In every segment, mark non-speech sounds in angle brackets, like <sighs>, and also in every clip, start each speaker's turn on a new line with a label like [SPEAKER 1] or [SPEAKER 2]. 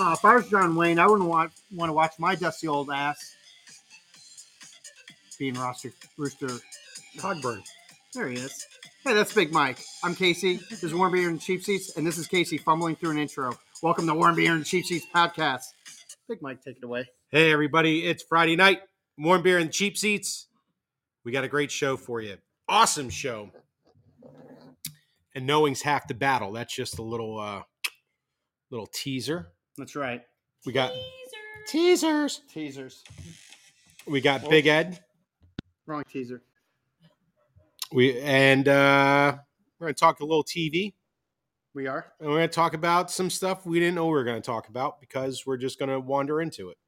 [SPEAKER 1] Uh, if I was John Wayne, I wouldn't want want to watch my dusty old ass being roster rooster.
[SPEAKER 2] Cogburn.
[SPEAKER 1] There he is. Hey, that's Big Mike. I'm Casey. This is Warm Beer and Cheap Seats, and this is Casey fumbling through an intro. Welcome to Warm Beer and Cheap Seats podcast. Big Mike, take it away.
[SPEAKER 2] Hey, everybody. It's Friday night. Warm beer and cheap seats. We got a great show for you. Awesome show. And knowing's half the battle. That's just a little uh little teaser.
[SPEAKER 1] That's right.
[SPEAKER 2] We got teasers.
[SPEAKER 1] Teasers.
[SPEAKER 2] We got Big Ed.
[SPEAKER 1] Wrong teaser.
[SPEAKER 2] We and uh we're gonna talk a little TV.
[SPEAKER 1] We are.
[SPEAKER 2] And we're going to talk about some stuff we didn't know we were going to talk about because we're just going to wander into it.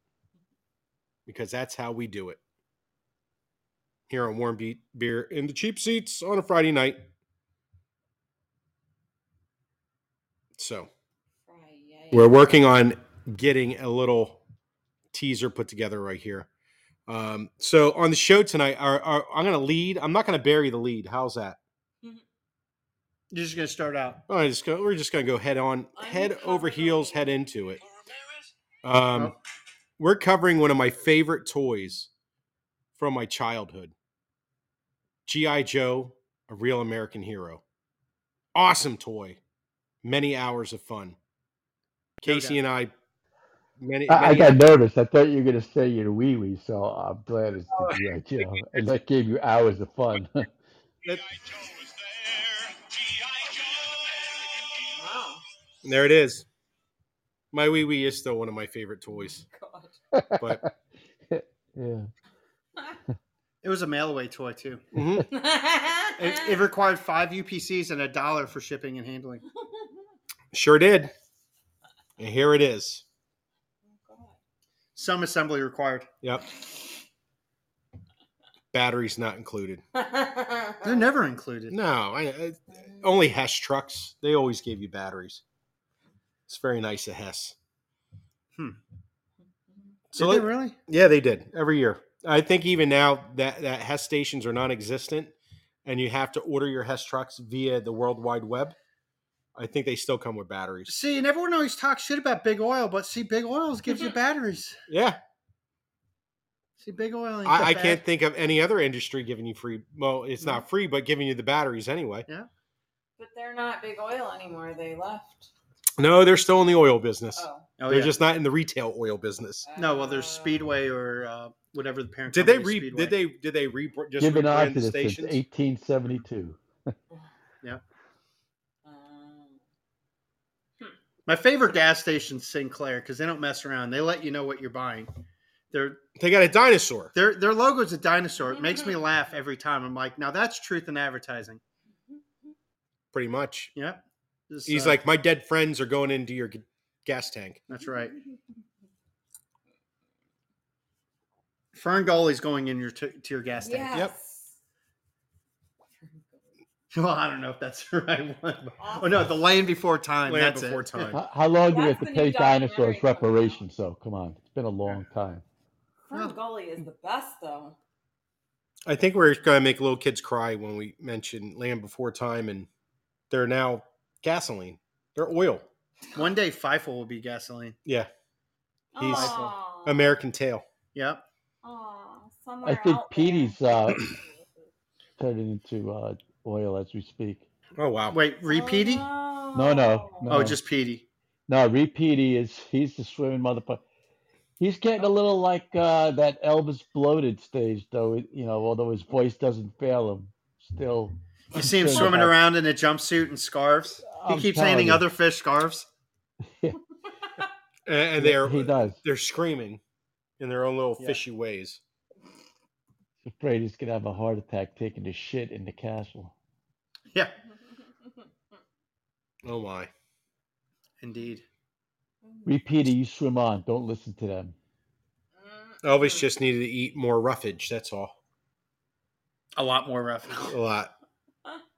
[SPEAKER 2] Because that's how we do it. Here on Warm Beat Beer in the cheap seats on a Friday night. So we're working on getting a little teaser put together right here. Um, so on the show tonight, our, our, I'm going to lead. I'm not going to bury the lead. How's that?
[SPEAKER 1] You're just gonna start out.
[SPEAKER 2] Oh, I just go, we're just gonna go head on, head over heels, head into it. Um,
[SPEAKER 1] Oh.
[SPEAKER 2] We're covering one of my favorite toys from my childhood G.I. Joe, a real American hero. Awesome toy. Many hours of fun.
[SPEAKER 1] No
[SPEAKER 2] Casey
[SPEAKER 1] doubt.
[SPEAKER 2] and I, many,
[SPEAKER 3] I, I
[SPEAKER 2] many-
[SPEAKER 3] got nervous. I thought you were going to say your wee wee, so I'm glad it's the GI <laughs> Joe, and that gave you hours of fun.
[SPEAKER 2] that-
[SPEAKER 4] Wow.
[SPEAKER 2] there it is. My Wee Wee is still one of my favorite
[SPEAKER 3] <laughs>
[SPEAKER 2] toys.
[SPEAKER 4] God.
[SPEAKER 2] But
[SPEAKER 3] <laughs> yeah,
[SPEAKER 1] It was a mail away toy too.
[SPEAKER 2] Mhm.
[SPEAKER 1] It,
[SPEAKER 4] Ah.
[SPEAKER 1] it
[SPEAKER 4] <laughs>
[SPEAKER 1] required five UPCs and a dollar for shipping and handling.
[SPEAKER 4] Oh,
[SPEAKER 2] sure did. And here it is.
[SPEAKER 1] Some assembly required.
[SPEAKER 2] Yep. Batteries not included.
[SPEAKER 1] They're never included.
[SPEAKER 2] No, I, I, only Hess trucks. They always gave you batteries. It's very nice of Hess.
[SPEAKER 1] Hmm.
[SPEAKER 2] So
[SPEAKER 1] Did
[SPEAKER 2] let-
[SPEAKER 1] they really?
[SPEAKER 2] yeah, they did every year. I think even now that that Hess stations are non-existent, and you have to order your Hess trucks via the World Wide Web. I think they still come with batteries.
[SPEAKER 1] See, and everyone always talks shit about big oil, but see, big oils gives you batteries.
[SPEAKER 2] Yeah,
[SPEAKER 1] See, big oil. ain't that
[SPEAKER 2] I, I
[SPEAKER 1] bad.
[SPEAKER 2] can't think of any other industry giving you free. Well, it's
[SPEAKER 1] Mm.
[SPEAKER 2] not free, but giving you the batteries anyway.
[SPEAKER 4] But they're not big oil anymore. They left.
[SPEAKER 2] No, they're still in the oil business.
[SPEAKER 4] Oh.
[SPEAKER 1] Oh,
[SPEAKER 2] They're
[SPEAKER 1] yeah.
[SPEAKER 2] just not in the retail oil business.
[SPEAKER 1] no. Well, there's
[SPEAKER 4] Uh,
[SPEAKER 1] Speedway or uh, whatever the parent.
[SPEAKER 2] Did they
[SPEAKER 1] company
[SPEAKER 2] re?
[SPEAKER 1] is,
[SPEAKER 2] Did
[SPEAKER 1] Speedway.
[SPEAKER 2] they? Did they re? Just
[SPEAKER 3] given on
[SPEAKER 2] rebrand the
[SPEAKER 3] to this since
[SPEAKER 2] stations?
[SPEAKER 3] 1872.
[SPEAKER 4] um,
[SPEAKER 1] My favorite gas station's Sinclair because they don't mess around. They let you know what you're buying. Their
[SPEAKER 2] They got a dinosaur.
[SPEAKER 1] their their logo's a dinosaur. It makes me laugh every time. I'm like, now that's truth in advertising.
[SPEAKER 2] Pretty much.
[SPEAKER 1] Yeah. This,
[SPEAKER 2] He's
[SPEAKER 1] uh,
[SPEAKER 2] like, my dead friends are going into your g- gas tank.
[SPEAKER 1] that's right. Fern Gully's going in your to, to your gas tank.
[SPEAKER 4] Yes.
[SPEAKER 1] <laughs> Well, I don't know if that's <laughs> the right one. Oh no, the land before time.
[SPEAKER 2] Land
[SPEAKER 1] that's
[SPEAKER 2] before
[SPEAKER 1] it.
[SPEAKER 2] time.
[SPEAKER 3] How, how long do we
[SPEAKER 4] That's
[SPEAKER 3] have
[SPEAKER 4] the
[SPEAKER 3] to
[SPEAKER 4] new
[SPEAKER 3] pay dinosaurs
[SPEAKER 4] documentary.
[SPEAKER 3] reparations? So come on, it's been a long time.
[SPEAKER 4] Fern Gully is the best, though.
[SPEAKER 2] I think we're going to make little kids cry when we mention Land Before Time, and they're now gasoline. They're oil.
[SPEAKER 1] One day FIFO will be gasoline.
[SPEAKER 2] Yeah, He's-
[SPEAKER 4] Aw.
[SPEAKER 2] American Tail.
[SPEAKER 1] Yep.
[SPEAKER 4] Aw, somewhere
[SPEAKER 3] think
[SPEAKER 4] out there.
[SPEAKER 3] Petey's, uh, Turning into uh, oil as we speak.
[SPEAKER 2] Oh wow.
[SPEAKER 1] Wait, repeaty? Oh,
[SPEAKER 4] Oh,
[SPEAKER 3] No, no,
[SPEAKER 4] <laughs>
[SPEAKER 3] no.
[SPEAKER 1] just Petey.
[SPEAKER 3] No, Repeaty is he's the swimming motherfucker. He's getting a little like uh, that Elvis bloated stage, though. it- You know, although his voice doesn't fail him, still.
[SPEAKER 1] You see him
[SPEAKER 3] Sure.
[SPEAKER 1] swimming around in a jumpsuit and scarves. He
[SPEAKER 3] I'm
[SPEAKER 1] keeps
[SPEAKER 3] telling
[SPEAKER 1] handing
[SPEAKER 3] you,
[SPEAKER 1] other fish scarves.
[SPEAKER 2] And, and
[SPEAKER 3] he-
[SPEAKER 2] they're
[SPEAKER 3] He does.
[SPEAKER 2] they're screaming in their own little
[SPEAKER 1] Yeah.
[SPEAKER 2] fishy ways.
[SPEAKER 3] He's afraid he's gonna have a heart attack taking his shit in the castle.
[SPEAKER 1] Yeah,
[SPEAKER 2] Oh my.
[SPEAKER 1] indeed.
[SPEAKER 3] Repeaty, you swim on. Don't listen to them.
[SPEAKER 4] Mm.
[SPEAKER 2] Elvis just needed to eat more roughage. That's all.
[SPEAKER 1] A lot more rough.
[SPEAKER 2] A lot.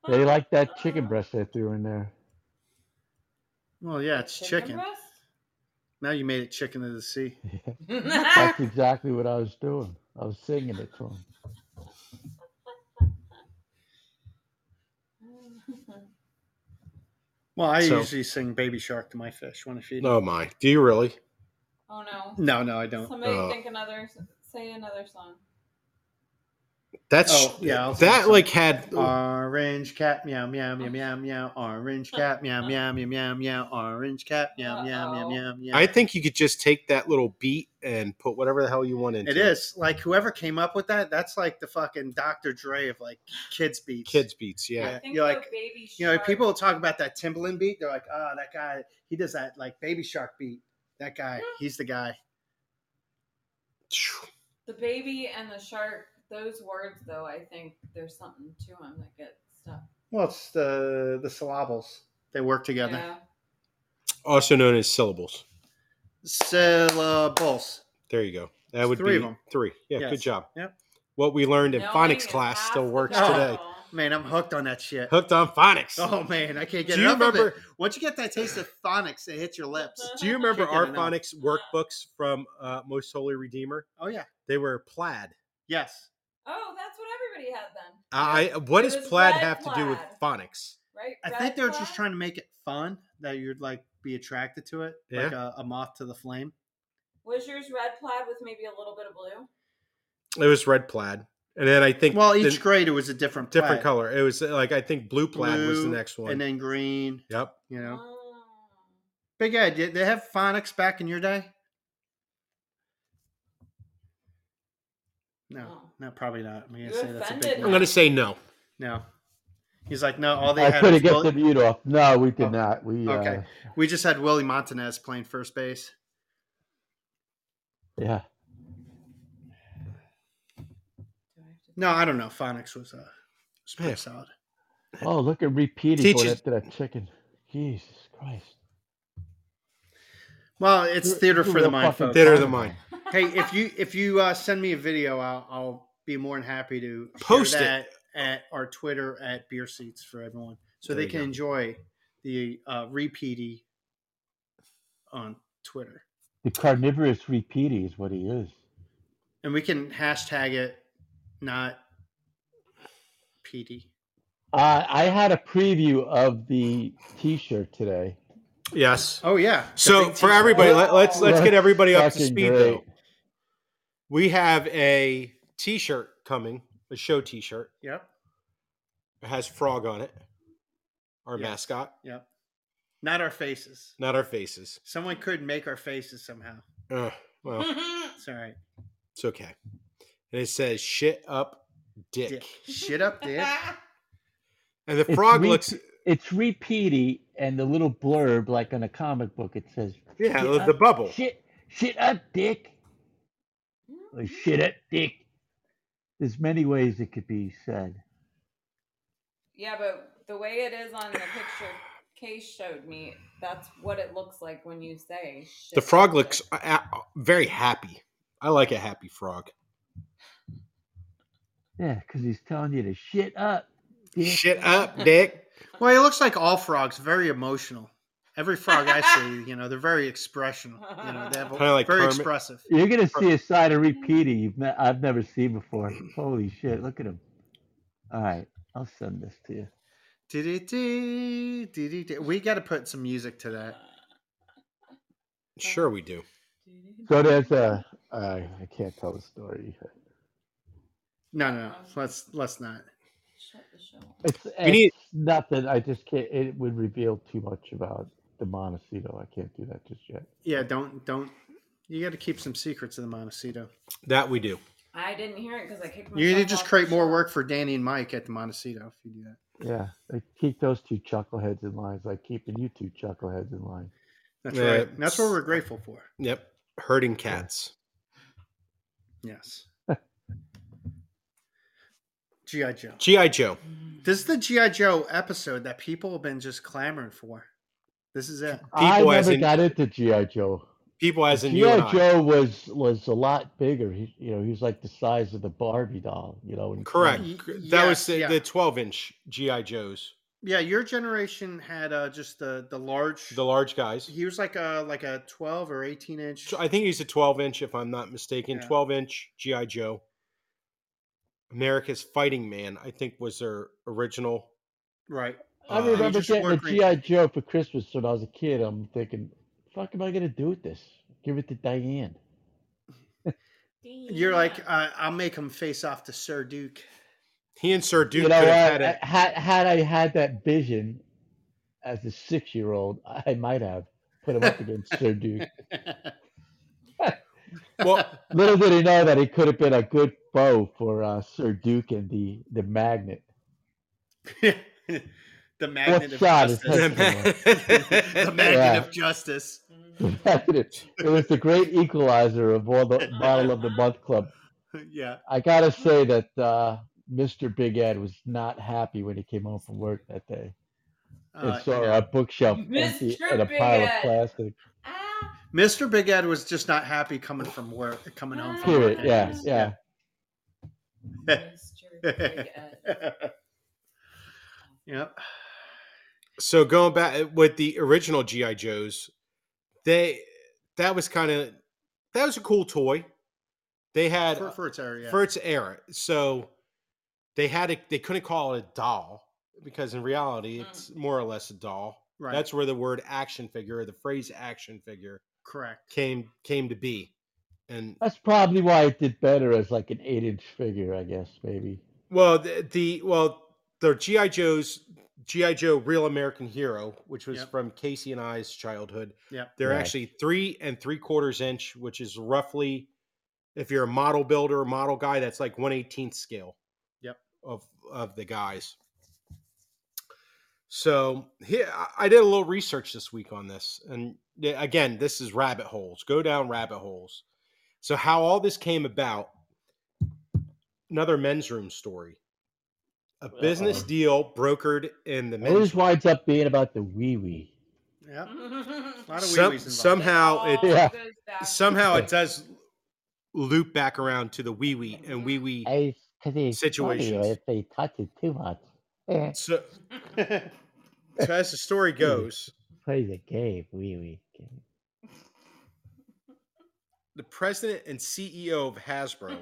[SPEAKER 3] They like that chicken breast they threw in there. <laughs>
[SPEAKER 1] Well, yeah, it's chicken.
[SPEAKER 4] breast?
[SPEAKER 1] Now you made it chicken of the sea.
[SPEAKER 3] <laughs>
[SPEAKER 4] <laughs>
[SPEAKER 3] That's exactly what I was doing. I was singing it to him.
[SPEAKER 1] Well, I
[SPEAKER 2] So-
[SPEAKER 1] usually sing "Baby Shark" to my fish when I feed. them.
[SPEAKER 2] Oh my! Do you really?
[SPEAKER 4] Oh no.
[SPEAKER 1] No, no, I don't.
[SPEAKER 4] Somebody
[SPEAKER 2] Uh,
[SPEAKER 4] think another. Say another song.
[SPEAKER 2] That's
[SPEAKER 1] Oh, yeah, I'll
[SPEAKER 2] that
[SPEAKER 1] sing
[SPEAKER 2] like had
[SPEAKER 1] Oh, Orange cat meow meow meow meow meow. Orange cat meow meow meow meow meow. Orange cat meow meow meow
[SPEAKER 4] Uh-oh.
[SPEAKER 1] meow meow.
[SPEAKER 2] I think you could just take that little beat and put whatever the hell you want into
[SPEAKER 1] it is like whoever came up with that. That's like the fucking Dr. Dre of like kids beats.
[SPEAKER 2] Kids beats, yeah.
[SPEAKER 1] Yeah.
[SPEAKER 4] I think
[SPEAKER 1] you're
[SPEAKER 4] the
[SPEAKER 1] like-
[SPEAKER 4] baby
[SPEAKER 1] You know,
[SPEAKER 4] shark-
[SPEAKER 1] people will talk about that Timbaland beat. They're like, oh, that guy, he does that like Baby Shark beat. That guy, he's the guy.
[SPEAKER 4] The baby and the shark. Those words, though, I think there's something to them that get stuck.
[SPEAKER 1] Well, it's the the syllables. They work together.
[SPEAKER 4] Yeah.
[SPEAKER 2] <sniffs> Also known as syllables.
[SPEAKER 1] Syllables.
[SPEAKER 2] There you go. That
[SPEAKER 1] It's
[SPEAKER 2] would
[SPEAKER 1] three
[SPEAKER 2] be
[SPEAKER 1] of them.
[SPEAKER 2] three. Yeah,
[SPEAKER 1] Yes.
[SPEAKER 2] good job.
[SPEAKER 1] Yep.
[SPEAKER 2] What we learned in
[SPEAKER 4] Knowing
[SPEAKER 2] phonics
[SPEAKER 4] is
[SPEAKER 2] class
[SPEAKER 4] half
[SPEAKER 2] still
[SPEAKER 4] the
[SPEAKER 2] works
[SPEAKER 1] battle.
[SPEAKER 2] today.
[SPEAKER 4] battle.
[SPEAKER 1] Man, I'm hooked on that shit.
[SPEAKER 2] Hooked on phonics.
[SPEAKER 1] Oh man, I can't get
[SPEAKER 2] Do you
[SPEAKER 1] enough of
[SPEAKER 2] remember-
[SPEAKER 1] it. Once you get that taste of phonics, it hits your lips.
[SPEAKER 2] Do you remember
[SPEAKER 1] Can't
[SPEAKER 2] our
[SPEAKER 1] get enough.
[SPEAKER 2] phonics workbooks from uh, Most Holy Redeemer?
[SPEAKER 1] Oh yeah,
[SPEAKER 2] They were plaid.
[SPEAKER 1] yes.
[SPEAKER 4] Oh, that's what everybody had then,
[SPEAKER 2] I what
[SPEAKER 4] It
[SPEAKER 2] does
[SPEAKER 4] was
[SPEAKER 2] plaid
[SPEAKER 4] red
[SPEAKER 2] have to do with
[SPEAKER 4] plaid.
[SPEAKER 2] phonics?
[SPEAKER 4] right?
[SPEAKER 1] I
[SPEAKER 4] Red
[SPEAKER 1] think they're just
[SPEAKER 4] flag?
[SPEAKER 1] trying to make it fun that you'd like be attracted to it, like a, a moth to the flame.
[SPEAKER 4] Was yours red plaid with maybe a little bit of blue?
[SPEAKER 2] It was red plaid, and then I think
[SPEAKER 1] Well,
[SPEAKER 2] the
[SPEAKER 1] each grade it was a different
[SPEAKER 2] different
[SPEAKER 1] plaid.
[SPEAKER 2] color. It was like I think blue plaid was the
[SPEAKER 1] Blue,
[SPEAKER 2] next one.
[SPEAKER 1] and then green.
[SPEAKER 2] yep.
[SPEAKER 1] You know,
[SPEAKER 4] Oh.
[SPEAKER 1] Big Ed, did they have phonics back in your day? No,
[SPEAKER 4] No.
[SPEAKER 1] no, probably not. I'm gonna
[SPEAKER 4] Oh. You
[SPEAKER 1] say that's a
[SPEAKER 4] offended
[SPEAKER 1] big
[SPEAKER 2] I'm
[SPEAKER 1] no.
[SPEAKER 2] gonna say no.
[SPEAKER 1] no. He's like, no, all they
[SPEAKER 3] I
[SPEAKER 1] had
[SPEAKER 3] couldn't
[SPEAKER 1] was
[SPEAKER 3] get
[SPEAKER 1] Will-
[SPEAKER 3] the mute off. No, we did
[SPEAKER 1] Oh,
[SPEAKER 3] not. We uh,
[SPEAKER 1] okay. we just had Willie Montanez playing first base.
[SPEAKER 3] yeah.
[SPEAKER 4] Do I have to-
[SPEAKER 1] No, I don't know. Phonics was uh, was pretty
[SPEAKER 2] Yeah.
[SPEAKER 1] solid.
[SPEAKER 3] Oh, look at repeating going
[SPEAKER 2] Teachers-
[SPEAKER 3] after that chicken. Jesus Christ.
[SPEAKER 1] Well, it's
[SPEAKER 3] You're-
[SPEAKER 1] theater
[SPEAKER 3] you're
[SPEAKER 1] for the
[SPEAKER 3] real
[SPEAKER 1] mind,
[SPEAKER 3] fucking
[SPEAKER 1] folks.
[SPEAKER 2] Theater of the
[SPEAKER 3] phonics.
[SPEAKER 2] mind.
[SPEAKER 1] Hey,
[SPEAKER 4] <laughs>
[SPEAKER 1] if you if you uh, send me a video, I'll, I'll be more than happy to share
[SPEAKER 2] Post it.
[SPEAKER 1] that at our Twitter at Beer Seats for everyone, so
[SPEAKER 2] There
[SPEAKER 1] they
[SPEAKER 2] you
[SPEAKER 1] can
[SPEAKER 2] go.
[SPEAKER 1] enjoy the uh, repeaty on Twitter,
[SPEAKER 3] The carnivorous repeaty is what he is.
[SPEAKER 1] and we can hashtag it not PD.
[SPEAKER 3] Uh, I had a preview of the T-shirt today.
[SPEAKER 2] Yes.
[SPEAKER 1] Oh yeah. The
[SPEAKER 2] So
[SPEAKER 1] big
[SPEAKER 2] for
[SPEAKER 1] T-shirt.
[SPEAKER 2] everybody, let, let's let's get
[SPEAKER 3] That's
[SPEAKER 2] everybody up to
[SPEAKER 3] fucking
[SPEAKER 2] speed
[SPEAKER 3] great.
[SPEAKER 2] though. We have a T-shirt coming, a show T-shirt.
[SPEAKER 1] Yep.
[SPEAKER 2] It has frog on it. Our
[SPEAKER 1] Yes.
[SPEAKER 2] mascot,
[SPEAKER 1] Yep. Not our faces.
[SPEAKER 2] not our faces.
[SPEAKER 1] Someone could make our faces somehow.
[SPEAKER 2] Uh, well,
[SPEAKER 1] It's all right.
[SPEAKER 2] it's okay. And it says "shit up, dick."
[SPEAKER 1] Dick. Shit up,
[SPEAKER 4] <laughs>
[SPEAKER 1] dick.
[SPEAKER 2] And the
[SPEAKER 3] It's
[SPEAKER 2] frog
[SPEAKER 3] re-
[SPEAKER 2] looks.
[SPEAKER 3] It's repeaty and the little blurb, like in a comic book, it says
[SPEAKER 2] Yeah,
[SPEAKER 3] shit
[SPEAKER 2] the,
[SPEAKER 3] up-
[SPEAKER 2] the bubble.
[SPEAKER 3] Shit, shit up, dick. Or shit up, dick. There's many ways it could be said.
[SPEAKER 4] yeah, but the way it is on the picture Case showed me, that's what it looks like when you say shit.
[SPEAKER 2] The frog looks uh, uh, very happy. I like a happy frog.
[SPEAKER 3] Yeah, because he's telling you to shit up. Dick.
[SPEAKER 2] Shit up, dick.
[SPEAKER 1] Well, it looks like all frogs, very emotional. Every frog I see, you know, they're very expressional. You know, they have
[SPEAKER 2] Kinda like
[SPEAKER 1] very
[SPEAKER 2] Kermit.
[SPEAKER 1] expressive.
[SPEAKER 3] You're gonna see a side of repeating you've ne- I've never seen before. Holy shit! Look at him. All right, I'll send this to you.
[SPEAKER 1] Dee-dee-dee, dee-dee-dee. We got to put some music to
[SPEAKER 4] Uh,
[SPEAKER 1] that.
[SPEAKER 2] Sure, we do.
[SPEAKER 3] So there's a. Uh, I can't tell the story.
[SPEAKER 1] No, no, no. Let's let's not.
[SPEAKER 4] Shut the show. off.
[SPEAKER 3] It's, it's
[SPEAKER 2] need-
[SPEAKER 3] nothing. I just can't. It would reveal too much about the Montecito. I can't do that just yet.
[SPEAKER 1] Yeah, don't don't. You got to keep some secrets of the Montecito.
[SPEAKER 2] That we do.
[SPEAKER 4] I didn't hear it because I kicked myself.
[SPEAKER 1] You need to just
[SPEAKER 4] off
[SPEAKER 1] create
[SPEAKER 4] the
[SPEAKER 1] more
[SPEAKER 4] show.
[SPEAKER 1] work for Danny and Mike at the Montecito if you do that.
[SPEAKER 3] Yeah, I keep those two chuckleheads in line. It's like keeping you two chuckleheads in line.
[SPEAKER 1] That's
[SPEAKER 2] Yeah.
[SPEAKER 1] right. That's what we're grateful for.
[SPEAKER 2] Yep. Herding cats. <laughs>
[SPEAKER 1] Yes. GI Joe.
[SPEAKER 2] G.I. Joe.
[SPEAKER 1] This is the GI Joe episode that people have been just clamoring for. This is it.
[SPEAKER 3] I
[SPEAKER 2] People as
[SPEAKER 3] never
[SPEAKER 2] in-
[SPEAKER 3] got into GI Joe.
[SPEAKER 2] People as in you and
[SPEAKER 3] GI
[SPEAKER 2] I.
[SPEAKER 3] Joe was was a lot bigger. He, you know, he was like the size of the Barbie doll. You know, in
[SPEAKER 2] Correct.
[SPEAKER 1] Y-
[SPEAKER 2] That
[SPEAKER 1] yes,
[SPEAKER 2] was the,
[SPEAKER 1] yeah.
[SPEAKER 2] the 12 inch G.I. Joes.
[SPEAKER 1] Yeah, your generation had uh, just the the large.
[SPEAKER 2] The large guys.
[SPEAKER 1] he was like a like a twelve or eighteen inch.
[SPEAKER 2] So I think he's a 12 inch, if I'm not mistaken.
[SPEAKER 1] Yeah.
[SPEAKER 2] 12 inch G.I. Joe. America's Fighting Man, I think, was their original
[SPEAKER 1] right.
[SPEAKER 3] I
[SPEAKER 2] Uh,
[SPEAKER 3] remember
[SPEAKER 2] just
[SPEAKER 3] getting a
[SPEAKER 2] wondering-
[SPEAKER 3] GI Joe for Christmas when I was a kid. I'm thinking, fuck, am I gonna do with this? Give it to Diane.
[SPEAKER 1] You're like, uh, I'll make him face off to Sir <laughs> Duke.
[SPEAKER 2] He and Sir Duke
[SPEAKER 3] you know
[SPEAKER 2] could
[SPEAKER 3] what?
[SPEAKER 2] have had
[SPEAKER 3] Had,
[SPEAKER 2] it.
[SPEAKER 3] had, I had that vision as a six year old, I might have put him up against Sir Duke. <laughs>
[SPEAKER 2] Well,
[SPEAKER 3] Little did he know that he could have been a good foe for uh, Sir Duke and the the magnet. <laughs>
[SPEAKER 1] the magnet of
[SPEAKER 3] shot is
[SPEAKER 1] justice. <laughs> the
[SPEAKER 2] <laughs>
[SPEAKER 1] magnet
[SPEAKER 3] Yeah.
[SPEAKER 1] of justice. <laughs>
[SPEAKER 3] it was the great equalizer of all the Bottle of the Month Club.
[SPEAKER 1] Yeah.
[SPEAKER 3] I gotta say that uh, Mr. Big Ed was not happy when he came home from work that day and
[SPEAKER 1] Uh,
[SPEAKER 3] saw
[SPEAKER 1] yeah.
[SPEAKER 3] a bookshelf empty
[SPEAKER 4] Mr.
[SPEAKER 3] and a
[SPEAKER 4] Big
[SPEAKER 3] pile of
[SPEAKER 4] Ed.
[SPEAKER 3] plastic.
[SPEAKER 4] Ah, <laughs>
[SPEAKER 1] Mr. Big Ed was just not happy coming from work, coming home from
[SPEAKER 3] Period.
[SPEAKER 1] work.
[SPEAKER 3] Yeah, yeah.
[SPEAKER 4] Mr. Big
[SPEAKER 1] <laughs>
[SPEAKER 4] Ed.
[SPEAKER 1] yep.
[SPEAKER 2] so going back uh, with the original GI Joes, they that was kind of that was a cool toy. They had
[SPEAKER 1] For, for its area.
[SPEAKER 2] for its era. So they had a, they couldn't call it a doll because in reality
[SPEAKER 4] Mm.
[SPEAKER 2] it's more or less a doll.
[SPEAKER 1] right.
[SPEAKER 2] That's where the word action figure, or the phrase action figure,
[SPEAKER 1] correct.
[SPEAKER 2] came came to be. And
[SPEAKER 3] That's probably why it did better as like an eight inch figure, I guess, maybe.
[SPEAKER 2] well, the, the well the GI Joe's GI Joe Real American Hero, which was
[SPEAKER 1] Yep.
[SPEAKER 2] from Casey and I's childhood.
[SPEAKER 1] Yep.
[SPEAKER 2] They're
[SPEAKER 3] Right.
[SPEAKER 2] actually three and three quarters inch, which is roughly, if you're a model builder, or model guy, that's like one eighteenth scale.
[SPEAKER 1] Yep.
[SPEAKER 2] Of of the guys. So here, I- I did a little research this week on this, and yeah, again, this is rabbit holes. Go down rabbit holes. So how all this came about? Another men's room story. A business
[SPEAKER 3] Uh-oh.
[SPEAKER 2] deal brokered in the men's
[SPEAKER 3] Always
[SPEAKER 2] room.
[SPEAKER 3] winds up being about the wee wee.
[SPEAKER 1] Yep. A
[SPEAKER 4] It
[SPEAKER 1] lot of
[SPEAKER 2] Some-
[SPEAKER 1] wee-wees involved.
[SPEAKER 2] some- Somehow it-
[SPEAKER 4] all
[SPEAKER 3] Yeah.
[SPEAKER 4] goes back
[SPEAKER 2] somehow it does loop back around to the wee wee and wee wee.
[SPEAKER 3] It's because it's
[SPEAKER 2] Situations.
[SPEAKER 3] if they touch it too much. Eh,
[SPEAKER 2] So, so as the story goes,
[SPEAKER 3] Play the game, wee wee. game.
[SPEAKER 2] the president and CEO of Hasbro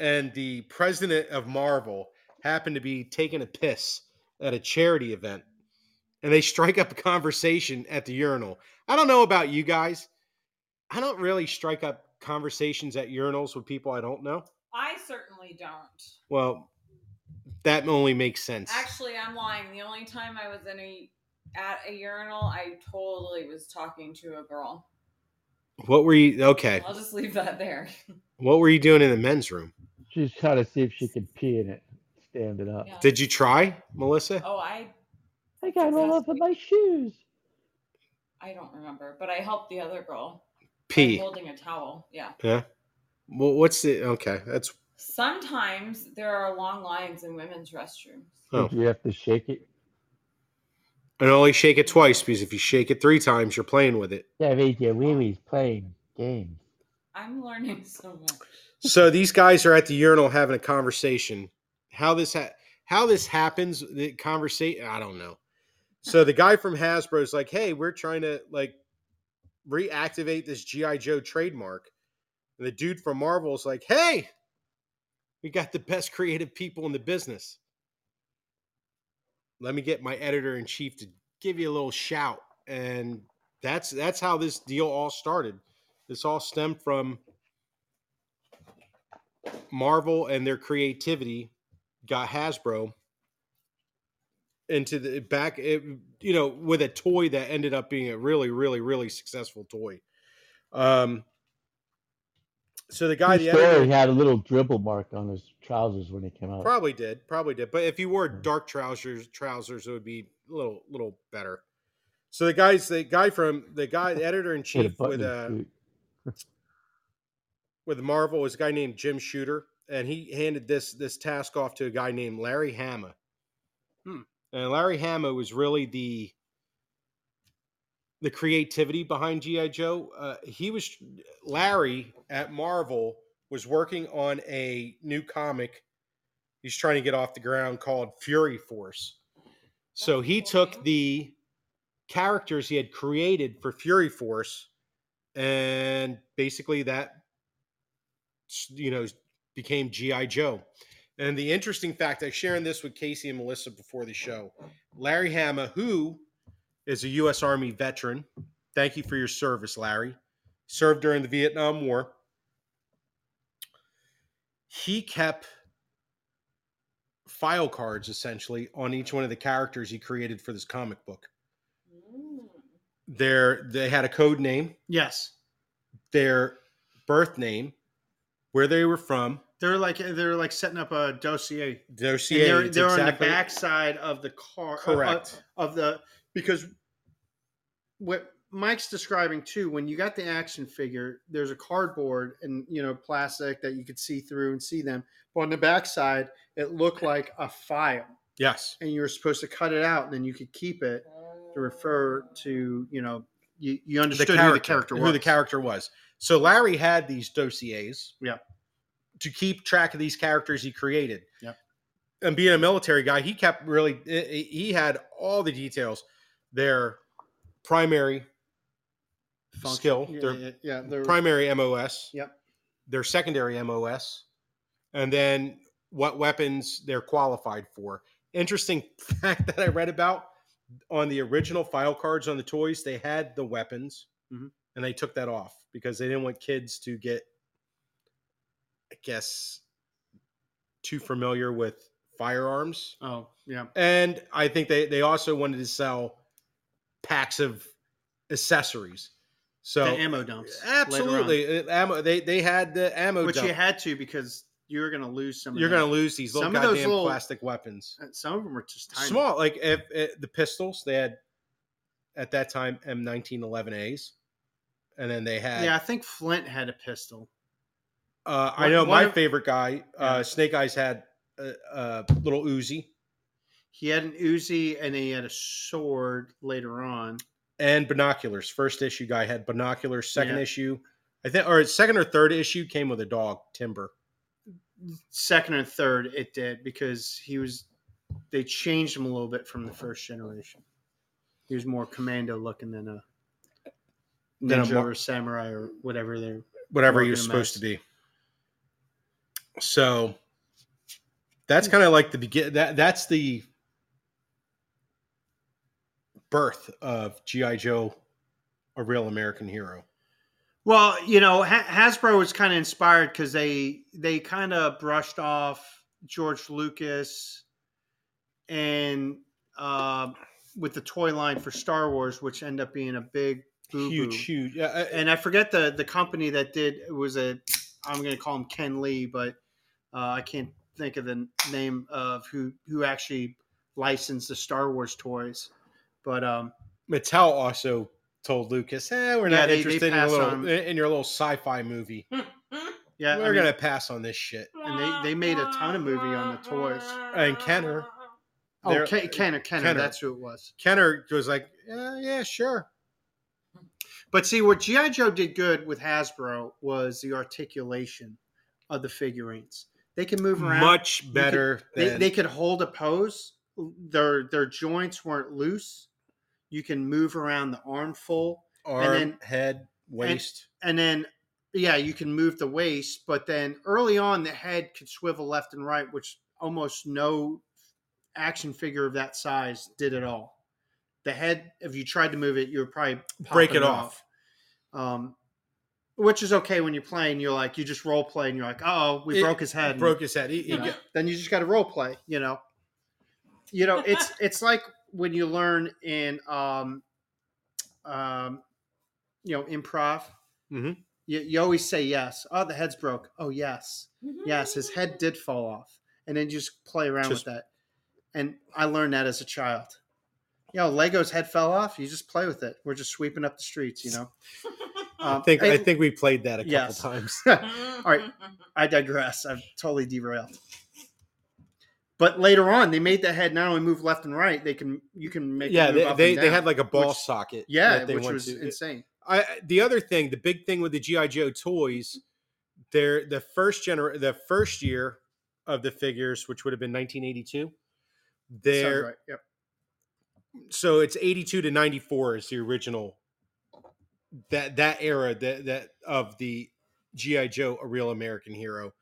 [SPEAKER 2] and the president of Marvel happen to be taking a piss at a charity event, and they strike up a conversation at the urinal. I don't know about you guys. I don't really strike up conversations at urinals with people I don't know.
[SPEAKER 4] <laughs> I certainly don't.
[SPEAKER 2] Well, that only makes sense.
[SPEAKER 4] Actually, I'm lying. The only time I was in a at a urinal, I totally was talking to a girl.
[SPEAKER 2] What were you? Okay.
[SPEAKER 4] I'll just leave
[SPEAKER 1] <laughs>
[SPEAKER 4] that there.
[SPEAKER 2] What were you doing in the men's room?
[SPEAKER 3] She's trying to see if she can pee in it, stand it up.
[SPEAKER 4] Yeah.
[SPEAKER 2] Did you try, Melissa?
[SPEAKER 4] Oh, I
[SPEAKER 3] I got all up in my shoes.
[SPEAKER 4] I don't remember, but I helped the other girl by
[SPEAKER 2] P.
[SPEAKER 4] holding a towel. Yeah.
[SPEAKER 2] Well, what's the okay? That's
[SPEAKER 4] Sometimes there are long lines in women's restrooms.
[SPEAKER 2] Oh.
[SPEAKER 3] Did you have to shake it?
[SPEAKER 2] and only shake it twice because if you shake it three times, you're playing with it.
[SPEAKER 3] That means your wee wee's playing games.
[SPEAKER 4] I'm learning <laughs> so much.
[SPEAKER 2] So these guys are at the urinal having a conversation. How this ha- how this happens? The conversation I don't know. So the guy from Hasbro is like, "Hey, we're trying to like reactivate this GI Joe trademark." And the dude from Marvel is like, "Hey, we got the best creative people in the business. Let me get my editor in chief to give you a little shout." And that's that's how this deal all started. This all stemmed from Marvel and their creativity got Hasbro into the back, it, you know, with a toy that ended up being a really, really, really successful toy. Um, so the guy, the
[SPEAKER 3] True story,
[SPEAKER 2] editor,
[SPEAKER 3] he had a little dribble mark on his trousers when he came out.
[SPEAKER 2] probably did, probably did. But if you wore
[SPEAKER 3] Mhm.
[SPEAKER 2] dark trousers, trousers, it would be a little, little better. So the guys, the guy from the guy, the editor in
[SPEAKER 3] He had a
[SPEAKER 2] chief
[SPEAKER 3] button
[SPEAKER 2] with
[SPEAKER 3] in his
[SPEAKER 2] uh,
[SPEAKER 3] suit.
[SPEAKER 2] with Marvel is a guy named Jim Shooter, and he handed this this task off to a guy named Larry Hama.
[SPEAKER 1] Hmm.
[SPEAKER 2] And Larry Hama was really the the creativity behind GI Joe. Uh, he was Larry at Marvel was working on a new comic. He's trying to get off the ground called Fury Force. So
[SPEAKER 4] That's
[SPEAKER 2] he
[SPEAKER 4] cool
[SPEAKER 2] took
[SPEAKER 4] name.
[SPEAKER 2] the characters he had created for Fury Force, and basically that s- you know became GI Joe. And the interesting fact, I was sharing this with Casey and Melissa before the show. Larry Hama, who is a U.S. Army veteran. Thank you for your service, Larry. Served during the Vietnam War. He kept file cards essentially on each one of the characters he created for this comic book. Their they had a code name,
[SPEAKER 1] <laughs> Yes,
[SPEAKER 2] their birth name, where they were from.
[SPEAKER 1] they're like they're like setting up a dossier.
[SPEAKER 2] Their
[SPEAKER 1] And
[SPEAKER 2] CA,
[SPEAKER 1] they're
[SPEAKER 2] it's
[SPEAKER 1] they're on the
[SPEAKER 2] exactly-
[SPEAKER 1] backside of the car. of-
[SPEAKER 2] Correct.
[SPEAKER 1] of the because what Mike's describing too, when you got the action figure, there's a cardboard and you know plastic that you could see through and see them. But on the backside, it looked like a file,
[SPEAKER 2] Yes.
[SPEAKER 1] and you were supposed to cut it out, and then you could keep it to refer to you know you, you understood who the character was.
[SPEAKER 2] who the character was. So Larry had these dossiers.
[SPEAKER 1] Yeah.
[SPEAKER 2] To keep track of these characters he created.
[SPEAKER 1] Yeah.
[SPEAKER 2] And being a military guy, he kept really he he had all the details. Their primary
[SPEAKER 1] Function.
[SPEAKER 2] skill,
[SPEAKER 1] yeah,
[SPEAKER 2] their
[SPEAKER 1] yeah, yeah, their-
[SPEAKER 2] primary MOS.
[SPEAKER 1] Yep.
[SPEAKER 2] Their secondary MOS, and then what weapons they're qualified for. Interesting <laughs> fact that I read about on the original file cards on the toys, they had the weapons,
[SPEAKER 1] Mhm.
[SPEAKER 2] and they took that off because they didn't want kids to get, I guess, too familiar with firearms.
[SPEAKER 1] Oh yeah,
[SPEAKER 2] And I think they they also wanted to sell packs of accessories. So
[SPEAKER 1] the ammo dumps. later on.
[SPEAKER 2] Absolutely, Uh, ammo. They they had the ammo.
[SPEAKER 1] which
[SPEAKER 2] dump.
[SPEAKER 1] you had to because you were going to lose some. of
[SPEAKER 2] You're
[SPEAKER 1] them.
[SPEAKER 2] going to lose these little
[SPEAKER 1] Some of those
[SPEAKER 2] goddamn
[SPEAKER 1] little-
[SPEAKER 2] plastic weapons.
[SPEAKER 1] And Uh, Some of them are just tiny.
[SPEAKER 2] Small, like if, if the pistols they had at that time M1911As, and then they had.
[SPEAKER 1] Yeah, I think Flint had a pistol.
[SPEAKER 2] Uh, I
[SPEAKER 1] One-
[SPEAKER 2] know
[SPEAKER 1] one
[SPEAKER 2] my
[SPEAKER 1] of-
[SPEAKER 2] favorite guy,
[SPEAKER 1] Yeah.
[SPEAKER 2] uh, Snake Eyes, had a, a little Uzi,
[SPEAKER 1] He had an Uzi and he had a sword later on.
[SPEAKER 2] and binoculars. First issue guy had binoculars. Second
[SPEAKER 1] Yeah.
[SPEAKER 2] issue, I think, or second or third issue came with a dog, Timber.
[SPEAKER 1] Second and third, it did because he was. They changed him a little bit from the first generation. He was more commando looking than a
[SPEAKER 2] Than a
[SPEAKER 1] ninja
[SPEAKER 2] mar-
[SPEAKER 1] or samurai or whatever. They're
[SPEAKER 2] whatever
[SPEAKER 1] Marking
[SPEAKER 2] you're
[SPEAKER 1] a mess.
[SPEAKER 2] supposed to be. So that's kind of like the begin that that's the birth of GI Joe a real American hero.
[SPEAKER 1] Well, you know, ha- Hasbro was kind of inspired because they they kind of brushed off George Lucas and uh, with the toy line for Star Wars, which ended up being a big boo-boo.
[SPEAKER 2] Huge huge yeah, uh,
[SPEAKER 1] And I forget the the company that did it was a I'm going to call him Ken Lee, but uh, I can't think of the name of who who actually licensed the Star Wars toys. But um,
[SPEAKER 2] Mattel also told Lucas, "Eh, we're
[SPEAKER 1] Yeah,
[SPEAKER 2] not
[SPEAKER 1] they- they
[SPEAKER 2] interested in, a
[SPEAKER 1] passed
[SPEAKER 2] little, eh,
[SPEAKER 1] on-
[SPEAKER 2] in your little sci-fi movie.
[SPEAKER 1] yeah, I
[SPEAKER 2] we're
[SPEAKER 1] mean-
[SPEAKER 2] going to pass on this shit."
[SPEAKER 1] and they- they made a ton of movie on the toys.
[SPEAKER 2] And Kenner.
[SPEAKER 1] oh
[SPEAKER 2] They're-
[SPEAKER 1] Ken, Kenner, Kenner,
[SPEAKER 2] Kenner.
[SPEAKER 1] that's who it was.
[SPEAKER 2] Kenner was like, "Yeah, yeah, sure."
[SPEAKER 1] But see, what GI Joe did good with Hasbro was the articulation of the figurines. They can move around.
[SPEAKER 2] Much better
[SPEAKER 1] they,
[SPEAKER 2] than
[SPEAKER 1] they could hold a pose. Their their joints weren't loose. You can move around the armful,
[SPEAKER 2] arm,
[SPEAKER 1] then-
[SPEAKER 2] head, waist.
[SPEAKER 1] and then yeah, you can move the waist. But then early on, the head could swivel left and right, which almost no action figure of that size did at all. The head, if you tried to move it, you would probably pop
[SPEAKER 2] Break it off.
[SPEAKER 1] um, which is okay when you're playing. You're like you just role play and you're like, oh, we
[SPEAKER 2] It-
[SPEAKER 1] broke his head. and,
[SPEAKER 2] broke his head. He- he
[SPEAKER 1] you know,
[SPEAKER 2] got-
[SPEAKER 1] Then you just got to role play. You know, you know it's it's like when you learn in um, um, you know improv.
[SPEAKER 2] Mhm.
[SPEAKER 1] You, you always say yes. Oh, the head's broke. Oh, yes,
[SPEAKER 4] Mm-hmm.
[SPEAKER 1] yes, his head did fall off, and then you just play around
[SPEAKER 2] Just-
[SPEAKER 1] with that. And I learned that as a child. You know, Lego's head fell off. You just play with it. We're just sweeping up the streets. You know. Um,
[SPEAKER 2] I think I
[SPEAKER 1] and-
[SPEAKER 2] think we played that a couple
[SPEAKER 1] Yes.
[SPEAKER 2] times.
[SPEAKER 1] All right. I digress. I've totally derailed. But later on, they made the head not only move left and right, they can you can make it
[SPEAKER 2] yeah,
[SPEAKER 1] move
[SPEAKER 2] they,
[SPEAKER 1] up
[SPEAKER 2] they,
[SPEAKER 1] and
[SPEAKER 2] they
[SPEAKER 1] down.
[SPEAKER 2] had like a ball
[SPEAKER 1] which-
[SPEAKER 2] socket.
[SPEAKER 1] yeah,
[SPEAKER 2] that they
[SPEAKER 1] which
[SPEAKER 2] went
[SPEAKER 1] was
[SPEAKER 2] to.
[SPEAKER 1] insane.
[SPEAKER 2] I, the other thing, the big thing with the GI Joe toys, they're the first gener the first year of the figures, which would have been 1982.
[SPEAKER 1] Sounds
[SPEAKER 2] They're
[SPEAKER 1] right. Yep.
[SPEAKER 2] so it's 82 to 94 is the original that that era that that of the gi joe a real american hero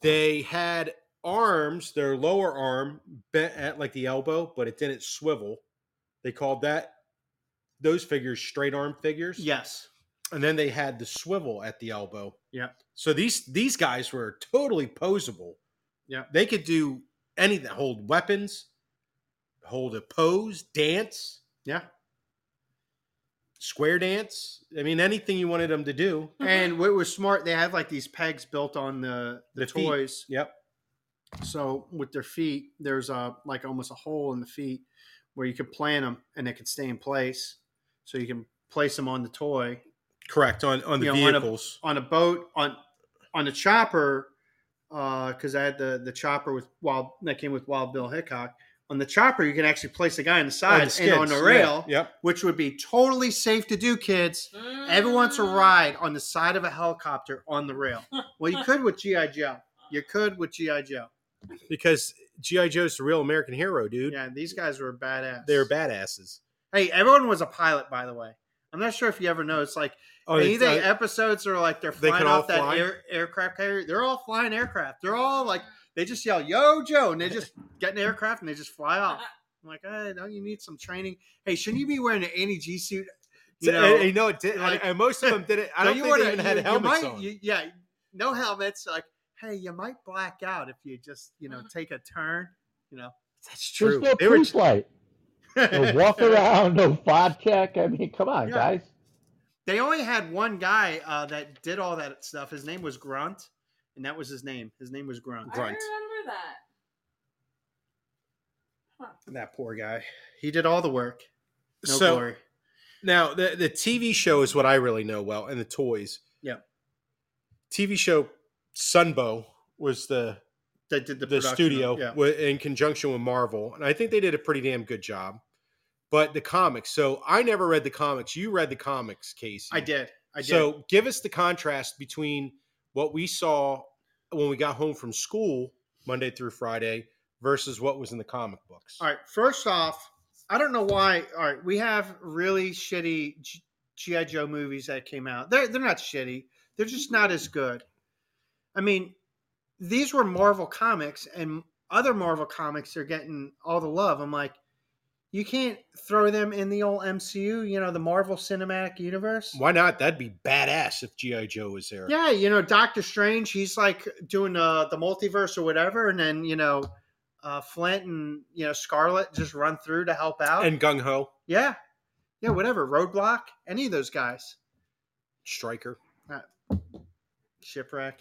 [SPEAKER 2] they had arms, their lower arm bent at like the elbow, but it didn't swivel. They called that those figures straight arm figures.
[SPEAKER 1] Yes.
[SPEAKER 2] And then they had the swivel at the elbow.
[SPEAKER 1] Yeah.
[SPEAKER 2] So these these guys were totally posable.
[SPEAKER 1] Yeah.
[SPEAKER 2] They could do anything, hold weapons, hold a pose, dance,
[SPEAKER 1] Yeah.
[SPEAKER 2] square dance. I mean, anything you wanted them to do.
[SPEAKER 1] And what was smart, they had like these pegs built on the, the,
[SPEAKER 2] The feet.
[SPEAKER 1] toys.
[SPEAKER 2] Yep.
[SPEAKER 1] So with their feet, there's a like almost a hole in the feet where you could plant them and they could stay in place. So you can place them on the toy
[SPEAKER 2] Correct. On on the
[SPEAKER 1] You know, on a-
[SPEAKER 2] vehicles.
[SPEAKER 1] on a boat on on a chopper because I had the the chopper with wild that came with Wild Bill Hickok. On the chopper, you can actually place a guy on the
[SPEAKER 2] On
[SPEAKER 1] side
[SPEAKER 2] Oh, the
[SPEAKER 1] and on
[SPEAKER 2] skids.
[SPEAKER 1] the
[SPEAKER 2] Yeah.
[SPEAKER 1] rail,
[SPEAKER 2] Yep.
[SPEAKER 1] which would be totally safe to do, kids. Everyone's a ride on the side of a helicopter on the
[SPEAKER 2] <laughs>
[SPEAKER 1] rail. Well, you could with GI Joe. You could with GI Joe.
[SPEAKER 2] Because G.I. Joe's the real American hero, dude.
[SPEAKER 1] Yeah, these guys were badass.
[SPEAKER 2] They're badasses.
[SPEAKER 1] Hey, everyone was a pilot, by the way. I'm not sure if you ever know. It's like
[SPEAKER 2] Oh,
[SPEAKER 1] any of the
[SPEAKER 2] uh,
[SPEAKER 1] episodes are like they're
[SPEAKER 2] they
[SPEAKER 1] flying
[SPEAKER 2] can all
[SPEAKER 1] off that
[SPEAKER 2] fly?
[SPEAKER 1] air, aircraft carrier. They're all flying aircraft. They're all like they just yell "Yo, Joe!" and they just get in the aircraft and they just fly off. I'm like, hey, don't you need some training? Hey, shouldn't you be wearing an anti G suit? You know,
[SPEAKER 2] and- and no, it did.
[SPEAKER 1] like-
[SPEAKER 2] and most of them did it. I
[SPEAKER 1] Don't
[SPEAKER 2] <laughs> don't
[SPEAKER 1] you
[SPEAKER 2] think
[SPEAKER 1] wanna-
[SPEAKER 2] they even had
[SPEAKER 1] you- you
[SPEAKER 2] helmets
[SPEAKER 1] might-
[SPEAKER 2] on.
[SPEAKER 1] you- yeah, no helmets. Like, hey, you might black out if you just you know take a turn. You know,
[SPEAKER 2] That's
[SPEAKER 3] There's
[SPEAKER 2] true.
[SPEAKER 3] no
[SPEAKER 2] They were <laughs>
[SPEAKER 3] proof light. No walk around, no vibe check. I mean, come on,
[SPEAKER 1] Yeah.
[SPEAKER 3] guys.
[SPEAKER 1] They only had one guy uh, that did all that stuff. His name was Grunt, and that was his name. His name was Grunt.
[SPEAKER 4] I
[SPEAKER 2] grunt.
[SPEAKER 4] remember that.
[SPEAKER 1] That poor guy. He did all the work. No
[SPEAKER 2] so
[SPEAKER 1] glory.
[SPEAKER 2] now the the TV show is what I really know well, and the toys.
[SPEAKER 1] Yeah.
[SPEAKER 2] TV show Sunbow was the
[SPEAKER 1] They did the,
[SPEAKER 2] the
[SPEAKER 1] production of-
[SPEAKER 2] studio
[SPEAKER 1] Yeah.
[SPEAKER 2] wi- in conjunction with Marvel, and I think they did a pretty damn good job. But the comics, so I never read the comics. You read the comics, Casey.
[SPEAKER 1] I did. I did.
[SPEAKER 2] So give us the contrast between what we saw when we got home from school Monday through Friday versus what was in the comic books.
[SPEAKER 1] all right. First off, I don't know why. All right, we have really shitty G- GI Joe movies that came out. They're they're not shitty. They're just not as good. I mean, these were Marvel comics, and other Marvel comics are getting all the love. I'm like, you can't throw them in the old MCU. You know, the Marvel Cinematic Universe.
[SPEAKER 2] Why not? That'd be badass if GI Joe was there.
[SPEAKER 1] Yeah, you know, Doctor Strange, he's like doing uh, the multiverse or whatever, and then you know, uh, Flint and you know Scarlet just run through to help out.
[SPEAKER 2] And Gung Ho
[SPEAKER 1] yeah, yeah, whatever. Roadblock, any of those guys.
[SPEAKER 2] Striker
[SPEAKER 1] Shipwreck.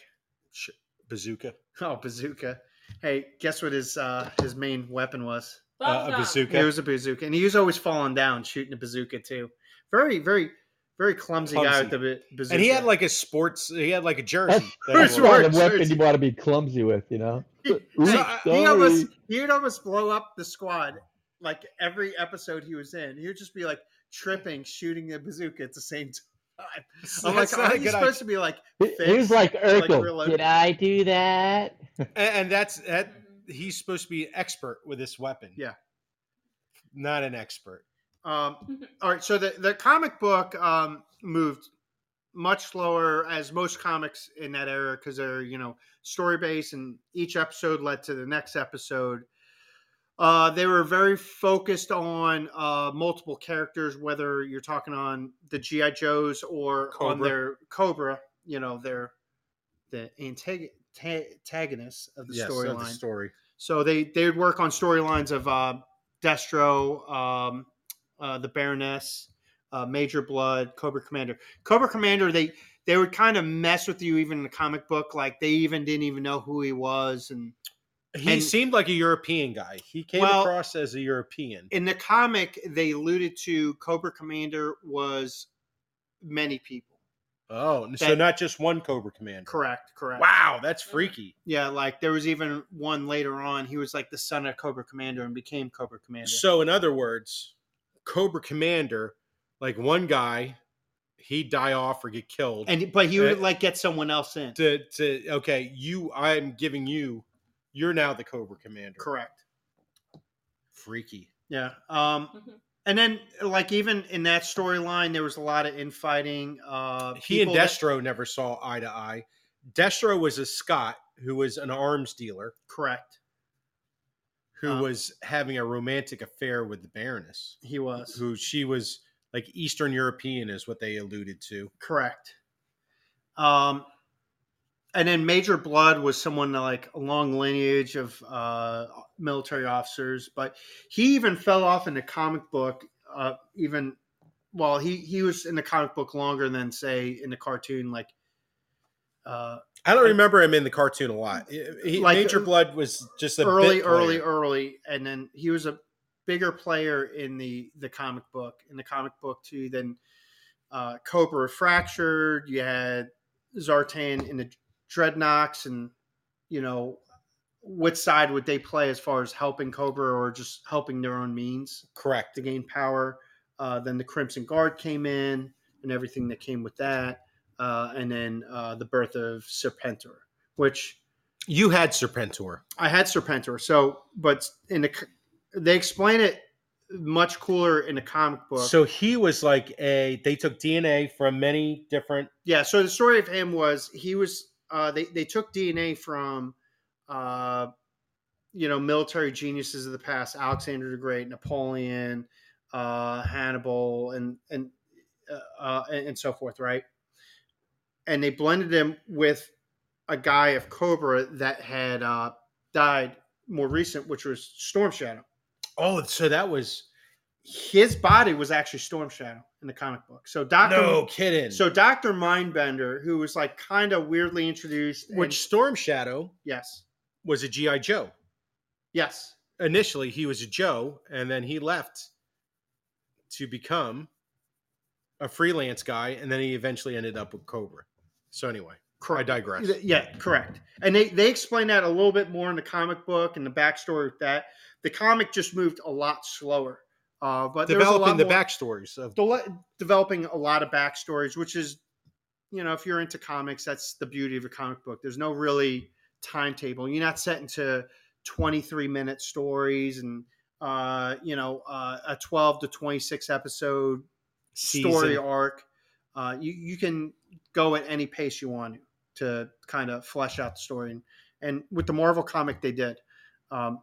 [SPEAKER 1] <laughs>
[SPEAKER 2] Bazooka, uh,
[SPEAKER 1] Oh, bazooka. Hey, guess what his uh, his main weapon was?
[SPEAKER 2] uh,
[SPEAKER 4] Bum
[SPEAKER 2] a
[SPEAKER 4] Dum.
[SPEAKER 2] bazooka.
[SPEAKER 1] It was a bazooka, and he was always falling down shooting a bazooka too. Very, very, very clumsy, guy with
[SPEAKER 2] Clumsy.
[SPEAKER 1] the ba- bazooka.
[SPEAKER 2] and he had like a sports. He had like a jersey.
[SPEAKER 3] That's,
[SPEAKER 2] that he
[SPEAKER 3] that's
[SPEAKER 1] First
[SPEAKER 2] wore.
[SPEAKER 3] the kind
[SPEAKER 1] word,
[SPEAKER 3] of weapon
[SPEAKER 1] first-
[SPEAKER 3] you want to be clumsy with, you know?
[SPEAKER 1] He-
[SPEAKER 3] Oops,
[SPEAKER 1] <laughs> hey, he
[SPEAKER 3] sorry.
[SPEAKER 1] almost he would almost blow up the squad like every episode he was in. He would just be like tripping, shooting the bazooka at the same <laughs> time. I'm
[SPEAKER 2] Uh, That's
[SPEAKER 1] like,
[SPEAKER 2] not
[SPEAKER 1] are
[SPEAKER 2] a
[SPEAKER 1] you
[SPEAKER 2] good
[SPEAKER 1] supposed to be like
[SPEAKER 3] He, he
[SPEAKER 1] fixed,
[SPEAKER 3] was like Urkel.
[SPEAKER 1] reloaded.
[SPEAKER 3] Did I do that? <laughs>
[SPEAKER 2] idea. And, and that's that. He's supposed to be an expert with this weapon.
[SPEAKER 1] Yeah.
[SPEAKER 2] not an expert.
[SPEAKER 1] Um, all right, so the, the comic book um, moved much slower as most comics in that era because they're you know story based and each episode led to the next episode. Uh, they were very focused on uh, multiple characters, whether you're talking on the GI Joes or on
[SPEAKER 2] Cobra.
[SPEAKER 1] their Cobra, you know, their the antag- ta- antagonists of the
[SPEAKER 2] Yes, of the
[SPEAKER 1] storyline.
[SPEAKER 2] story.
[SPEAKER 1] So they they would work on storylines of uh, Destro, um, uh, the Baroness, uh, Major Blood, Cobra Commander. Cobra Commander, they they would kind of mess with you even in the comic book, like they even didn't even know who he was. And
[SPEAKER 2] He
[SPEAKER 1] And-
[SPEAKER 2] seemed like a European guy. He came
[SPEAKER 1] Well-
[SPEAKER 2] across as a European.
[SPEAKER 1] in the comic, they alluded to Cobra Commander was many people.
[SPEAKER 2] Oh, so
[SPEAKER 1] That-
[SPEAKER 2] not just one Cobra Commander.
[SPEAKER 1] Correct, correct.
[SPEAKER 2] Wow, that's freaky.
[SPEAKER 1] Yeah, like there was even one later on. He was like the son of Cobra Commander and became Cobra Commander.
[SPEAKER 2] So, in other words, Cobra Commander, like one guy, he'd die off or get killed.
[SPEAKER 1] and but he would
[SPEAKER 2] Uh,
[SPEAKER 1] like get someone else in.
[SPEAKER 2] to to okay, you, I'm giving you, you're now the Cobra Commander.
[SPEAKER 1] Correct.
[SPEAKER 2] Freaky.
[SPEAKER 1] Yeah. Um,
[SPEAKER 4] Mhm.
[SPEAKER 1] and then like even in that storyline, there was a lot of infighting. Uh,
[SPEAKER 2] He and
[SPEAKER 1] people that-
[SPEAKER 2] Destro never saw eye to eye. Destro was a Scot who was an arms dealer,
[SPEAKER 1] Correct.
[SPEAKER 2] who
[SPEAKER 1] Um,
[SPEAKER 2] was having a romantic affair with the Baroness,
[SPEAKER 1] He was.
[SPEAKER 2] who she was like Eastern European, is what they alluded to.
[SPEAKER 1] Correct. Um, and then Major Blood was someone that, like a long lineage of uh, military officers, but he even fell off in the comic book. Uh, even well, he he was in the comic book longer than say in the cartoon. Like, uh,
[SPEAKER 2] I don't remember him in the cartoon a lot. He-
[SPEAKER 1] Like-
[SPEAKER 2] Major Blood was just a
[SPEAKER 1] early,
[SPEAKER 2] bit
[SPEAKER 1] early,
[SPEAKER 2] player.
[SPEAKER 1] early, and then he was a bigger player in the the comic book in the comic book too than uh, Cobra fractured. You had Zartan in the Dreadnoks, and you know which side would they play as far as helping Cobra or just helping their own means
[SPEAKER 2] Correct.
[SPEAKER 1] to gain power. Uh, then the Crimson Guard came in, and everything that came with that, uh, and then uh, the birth of Serpentor, which
[SPEAKER 2] You had Serpentor.
[SPEAKER 1] I had Serpentor. So, but in the c- they explain it much cooler in the comic book.
[SPEAKER 2] So he was like a. They took DNA from many different.
[SPEAKER 1] yeah, so the story of him was he was uh, they they took DNA from uh, you know military geniuses of the past, Alexander the Great, Napoleon, uh, Hannibal, and and, uh, uh, and and so forth, right? And they blended him with a guy of Cobra that had uh, died more recent, which was Storm Shadow.
[SPEAKER 2] Oh, so that was
[SPEAKER 1] his body was actually Storm Shadow in the comic book. So Doctor,
[SPEAKER 2] no kidding.
[SPEAKER 1] so Doctor Mindbender, who was like kind of weirdly introduced, and-
[SPEAKER 2] which Storm Shadow
[SPEAKER 1] yes,
[SPEAKER 2] was a GI Joe.
[SPEAKER 1] yes,
[SPEAKER 2] Initially, he was a Joe, and then he left to become a freelance guy, and then he eventually ended up with Cobra. So anyway, I
[SPEAKER 1] correct,
[SPEAKER 2] digress.
[SPEAKER 1] yeah, correct. And they they explain that a little bit more in the comic book and the backstory with that. The comic just moved a lot slower, uh, but there was a lot
[SPEAKER 2] Developing the
[SPEAKER 1] more-
[SPEAKER 2] backstories of
[SPEAKER 1] de- developing a lot of backstories, which is, you know, if you're into comics, that's the beauty of a comic book. There's no really timetable. You're not set into 23 minute stories and, uh, you know, uh, a 12 to 26 episode story
[SPEAKER 2] season.
[SPEAKER 1] arc. Uh, you, you can go at any pace you want to kind of flesh out the story. And, and with the Marvel comic, they did. Um,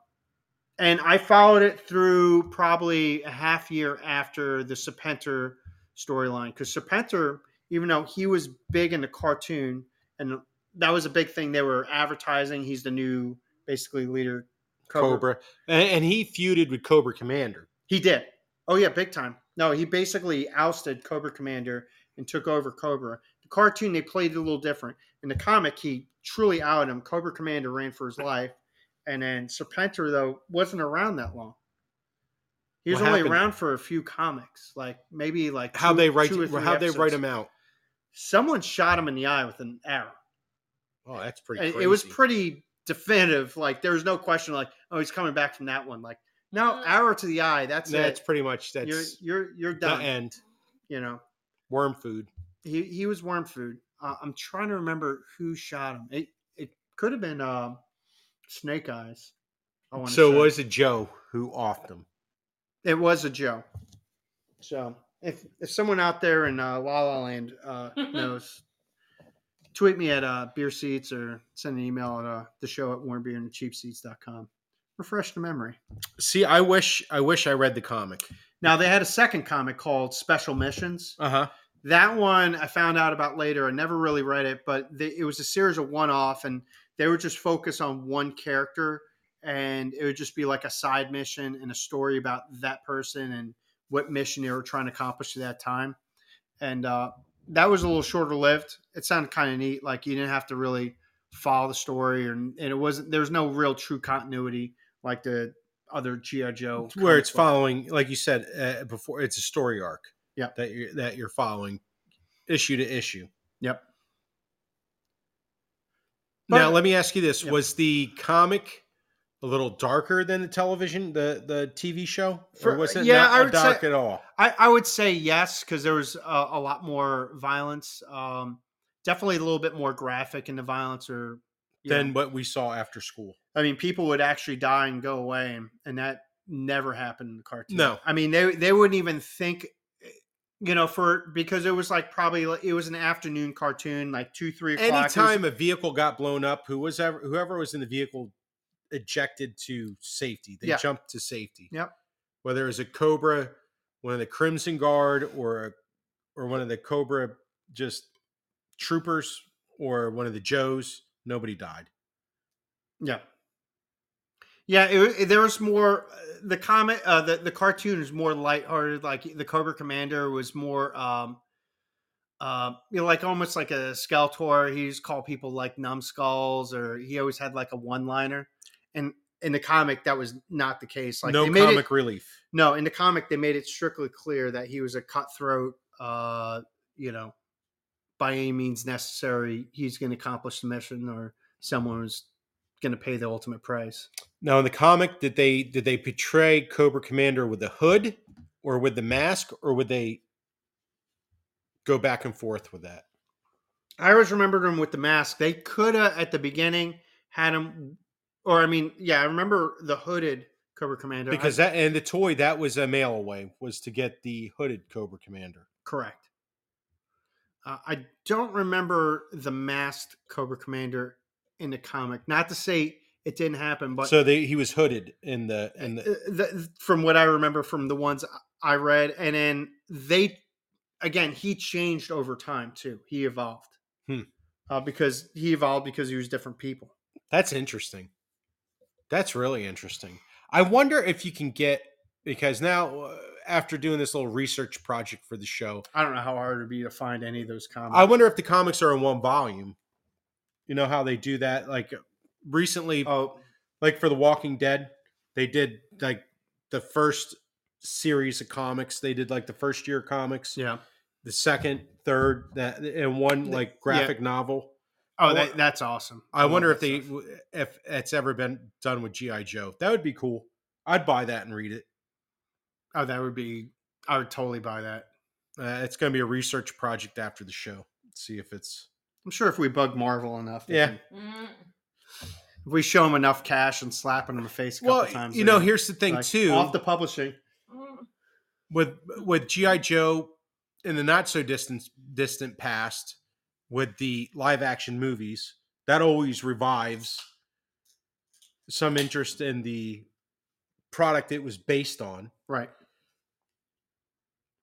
[SPEAKER 1] and I followed it through probably a half year after the Serpentor storyline because Serpentor, even though he was big in the cartoon, and that was a big thing they were advertising, he's the new basically leader
[SPEAKER 2] Cobra, And, and he feuded with Cobra Commander.
[SPEAKER 1] he did. Oh yeah, big time. No, he basically ousted Cobra Commander and took over Cobra. The cartoon they played it a little different. In the comic, he truly outed him. Cobra Commander ran for his life, and then Serpentor though wasn't around that long. He was
[SPEAKER 2] What
[SPEAKER 1] only
[SPEAKER 2] happened?
[SPEAKER 1] around for a few comics, like maybe like
[SPEAKER 2] How
[SPEAKER 1] two-
[SPEAKER 2] they write?
[SPEAKER 1] two or three
[SPEAKER 2] How they write
[SPEAKER 1] episodes.
[SPEAKER 2] him out?
[SPEAKER 1] Someone shot him in the eye with an arrow.
[SPEAKER 2] Oh, that's pretty.
[SPEAKER 1] It
[SPEAKER 2] Crazy.
[SPEAKER 1] it was pretty definitive. Like there was no question. Like oh, he's coming back from that one. Like no
[SPEAKER 4] Mm.
[SPEAKER 1] arrow to the eye. That's
[SPEAKER 2] That's
[SPEAKER 1] it.
[SPEAKER 2] pretty much that's
[SPEAKER 1] You're you're you're
[SPEAKER 2] the
[SPEAKER 1] done.
[SPEAKER 2] end.
[SPEAKER 1] you know
[SPEAKER 2] Worm food.
[SPEAKER 1] he he was worm food uh, i'm trying to remember who shot him it it could have been um snake eyes I wanna
[SPEAKER 2] So
[SPEAKER 1] say.
[SPEAKER 2] it was it Joe who offed him?
[SPEAKER 1] it was a joe so if if someone out there in uh, la la land uh knows tweet me at uh beer seats or send an email at uh, the show at warmbeerandcheapseats.com refresh the memory
[SPEAKER 2] See, I wish I wish I read the comic.
[SPEAKER 1] now they had a second comic called special missions
[SPEAKER 2] Uh huh.
[SPEAKER 1] That one I found out about later. I never really read it, but they, it was a series of one off, and they would just focus on one character, and it would just be like a side mission and a story about that person and what mission they were trying to accomplish at that time. And uh, that was a little shorter lived. It sounded kind of neat. Like you didn't have to really follow the story, or, and it wasn't. There's was no real true continuity like the other GI Joe,
[SPEAKER 2] Where it's
[SPEAKER 1] comic book.
[SPEAKER 2] following, like you said uh, before, it's a story arc.
[SPEAKER 1] Yep.
[SPEAKER 2] That you're that you're following, issue to issue.
[SPEAKER 1] Yep.
[SPEAKER 2] now
[SPEAKER 1] But-
[SPEAKER 2] let me ask you this:
[SPEAKER 1] Yep.
[SPEAKER 2] Was the comic a little darker than the television, the the TV show, or
[SPEAKER 1] For-
[SPEAKER 2] was it
[SPEAKER 1] yeah,
[SPEAKER 2] not
[SPEAKER 1] I would say-
[SPEAKER 2] dark at all?
[SPEAKER 1] I, I would say yes because there was a, a lot more violence. Um, definitely a little bit more graphic in the violence, or you
[SPEAKER 2] Than
[SPEAKER 1] know,
[SPEAKER 2] what we saw after school.
[SPEAKER 1] I mean, people would actually die and go away, and, and that never happened in the cartoon.
[SPEAKER 2] No.
[SPEAKER 1] I mean they they wouldn't even think eh, you know, for because it was like probably like- it was an afternoon cartoon, like two, three o'clock. It was-
[SPEAKER 2] Anytime a vehicle got blown up, who was ever, whoever was in the vehicle ejected to safety. They
[SPEAKER 1] Yeah.
[SPEAKER 2] jumped to safety.
[SPEAKER 1] Yep.
[SPEAKER 2] Whether it was a Cobra, one of the Crimson Guard, or a, or one of the Cobra just troopers, or one of the Joes, nobody died.
[SPEAKER 1] Yeah. Yeah, it, wa- there was more uh, the comic uh, the the cartoon is more lighthearted like the Cobra Commander was more um uh, you know, like almost like a Skeletor, he used to call people like numbskulls or he always had like a one-liner. And in the comic that was not the case. Like
[SPEAKER 2] no
[SPEAKER 1] they made
[SPEAKER 2] comic
[SPEAKER 1] it,
[SPEAKER 2] relief.
[SPEAKER 1] No, in the comic they made it strictly clear that he was a cutthroat. Uh, you know, by any means necessary, he's going to accomplish the mission, or someone was going to pay the ultimate price.
[SPEAKER 2] Now in the comic, did they did they portray Cobra Commander with the hood or with the mask, or would they go back and forth with that?
[SPEAKER 1] I always remembered him with the mask. They could have at the beginning had him, or I mean, yeah, I remember the hooded Cobra Commander I-
[SPEAKER 2] Because that and the toy that was a mail away was to get the hooded Cobra Commander.
[SPEAKER 1] Correct. Uh, I don't remember the masked Cobra Commander in the comic. Not to say it didn't happen, but
[SPEAKER 2] so they, he was hooded in the in
[SPEAKER 1] uh,
[SPEAKER 2] the
[SPEAKER 1] the, from what I remember from the ones I read, and then they again he changed over time too. He evolved
[SPEAKER 2] Hmm.
[SPEAKER 1] uh, because he evolved because he was different people.
[SPEAKER 2] That's interesting. That's really interesting. I wonder if you can get because now uh, after doing this little research project for the show,
[SPEAKER 1] I don't know how hard it'd be to find any of those comics.
[SPEAKER 2] I wonder if the comics are in one volume. You know how they do that like recently
[SPEAKER 1] oh,
[SPEAKER 2] like for The Walking Dead, they did like the first series of comics, they did like the first year comics,
[SPEAKER 1] yeah.
[SPEAKER 2] the second, third, that and one like graphic novel.
[SPEAKER 1] Oh,
[SPEAKER 2] Well,
[SPEAKER 1] that, that's awesome.
[SPEAKER 2] I
[SPEAKER 1] love
[SPEAKER 2] wonder
[SPEAKER 1] that
[SPEAKER 2] if they
[SPEAKER 1] stuff.
[SPEAKER 2] if it's ever been done with GI Joe. That would be cool. I'd buy that and read it.
[SPEAKER 1] Oh, that would be. I would totally buy that.
[SPEAKER 2] Uh, it's going to be a research project after the show. See if it's
[SPEAKER 1] I'm sure if we bug Marvel enough, they
[SPEAKER 2] Yeah.
[SPEAKER 1] can-
[SPEAKER 4] Mm.
[SPEAKER 1] if we show them enough cash and slap 'em in the face a couple
[SPEAKER 2] well.
[SPEAKER 1] times,
[SPEAKER 2] you
[SPEAKER 1] they're
[SPEAKER 2] know,
[SPEAKER 1] gonna
[SPEAKER 2] here's the
[SPEAKER 1] be
[SPEAKER 2] thing
[SPEAKER 1] like,
[SPEAKER 2] too
[SPEAKER 1] off the publishing.
[SPEAKER 4] Mm.
[SPEAKER 2] with with GI Joe in the not so distant distant past with the live action movies that always revives some interest in the product it was based on.
[SPEAKER 1] Right.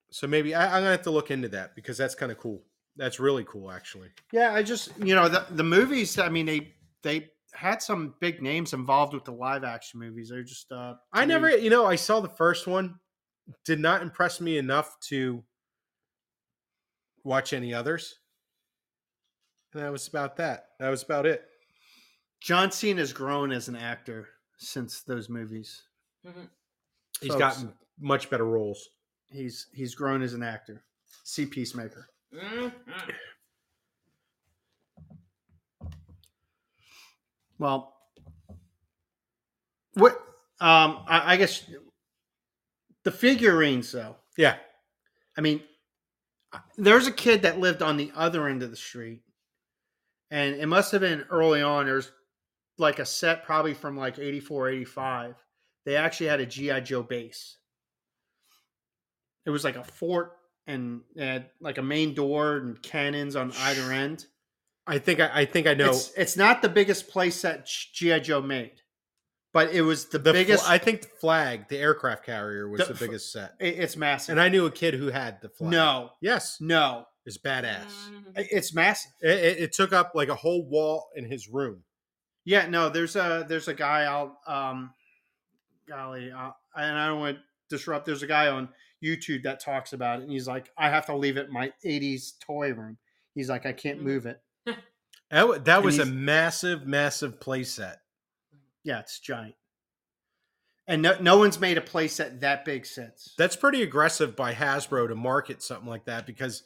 [SPEAKER 2] So maybe I, I'm gonna have to look into that because that's kind of cool. That's really cool, actually.
[SPEAKER 1] Yeah, I just you know the the movies. I mean they they had some big names involved with the live action movies. They're just uh,
[SPEAKER 2] I
[SPEAKER 1] to
[SPEAKER 2] never,
[SPEAKER 1] me-
[SPEAKER 2] you know, I saw the first one, did not impress me enough to watch any others, and that was about that. That was about it.
[SPEAKER 1] John Cena's grown as an actor since those movies.
[SPEAKER 2] He's
[SPEAKER 1] Folks.
[SPEAKER 2] gotten much better roles.
[SPEAKER 1] He's he's grown as an actor. See Peacemaker.
[SPEAKER 4] Mm.
[SPEAKER 1] Well, what um I, I guess the figurines though.
[SPEAKER 2] Yeah,
[SPEAKER 1] I mean, I- there's a kid that lived on the other end of the street, and it must have been early on. There's like a set probably from like 84, 85. They actually had a G.I. Joe base. It was like a fort and it had like a main door and cannons on either end.
[SPEAKER 2] I think I, I think I know
[SPEAKER 1] It's, it's not the biggest place that G.I. Joe made, but it was the,
[SPEAKER 2] the biggest.
[SPEAKER 1] biggest.
[SPEAKER 2] I think the flag, the aircraft carrier, was
[SPEAKER 1] The
[SPEAKER 2] the,
[SPEAKER 1] f-
[SPEAKER 2] biggest set.
[SPEAKER 1] it- it's massive.
[SPEAKER 2] And I knew a kid who had the flag.
[SPEAKER 1] no,
[SPEAKER 2] yes,
[SPEAKER 1] no,
[SPEAKER 2] it's badass.
[SPEAKER 4] Mm.
[SPEAKER 1] it- it's massive.
[SPEAKER 2] It, it, it took up like a whole wall in his room.
[SPEAKER 1] Yeah, no, there's a there's a guy I'll um golly, uh, and I don't want to disrupt. There's a guy on YouTube that talks about it, and he's like, I have to leave it in my '80s toy room. He's like, I can't
[SPEAKER 4] Mhm.
[SPEAKER 1] move it.
[SPEAKER 2] That, wa- that
[SPEAKER 1] And
[SPEAKER 2] was a
[SPEAKER 1] he's-
[SPEAKER 2] massive, massive playset.
[SPEAKER 1] Yeah, it's giant, and no no one's made a playset that big since.
[SPEAKER 2] That's pretty aggressive by Hasbro to market something like that because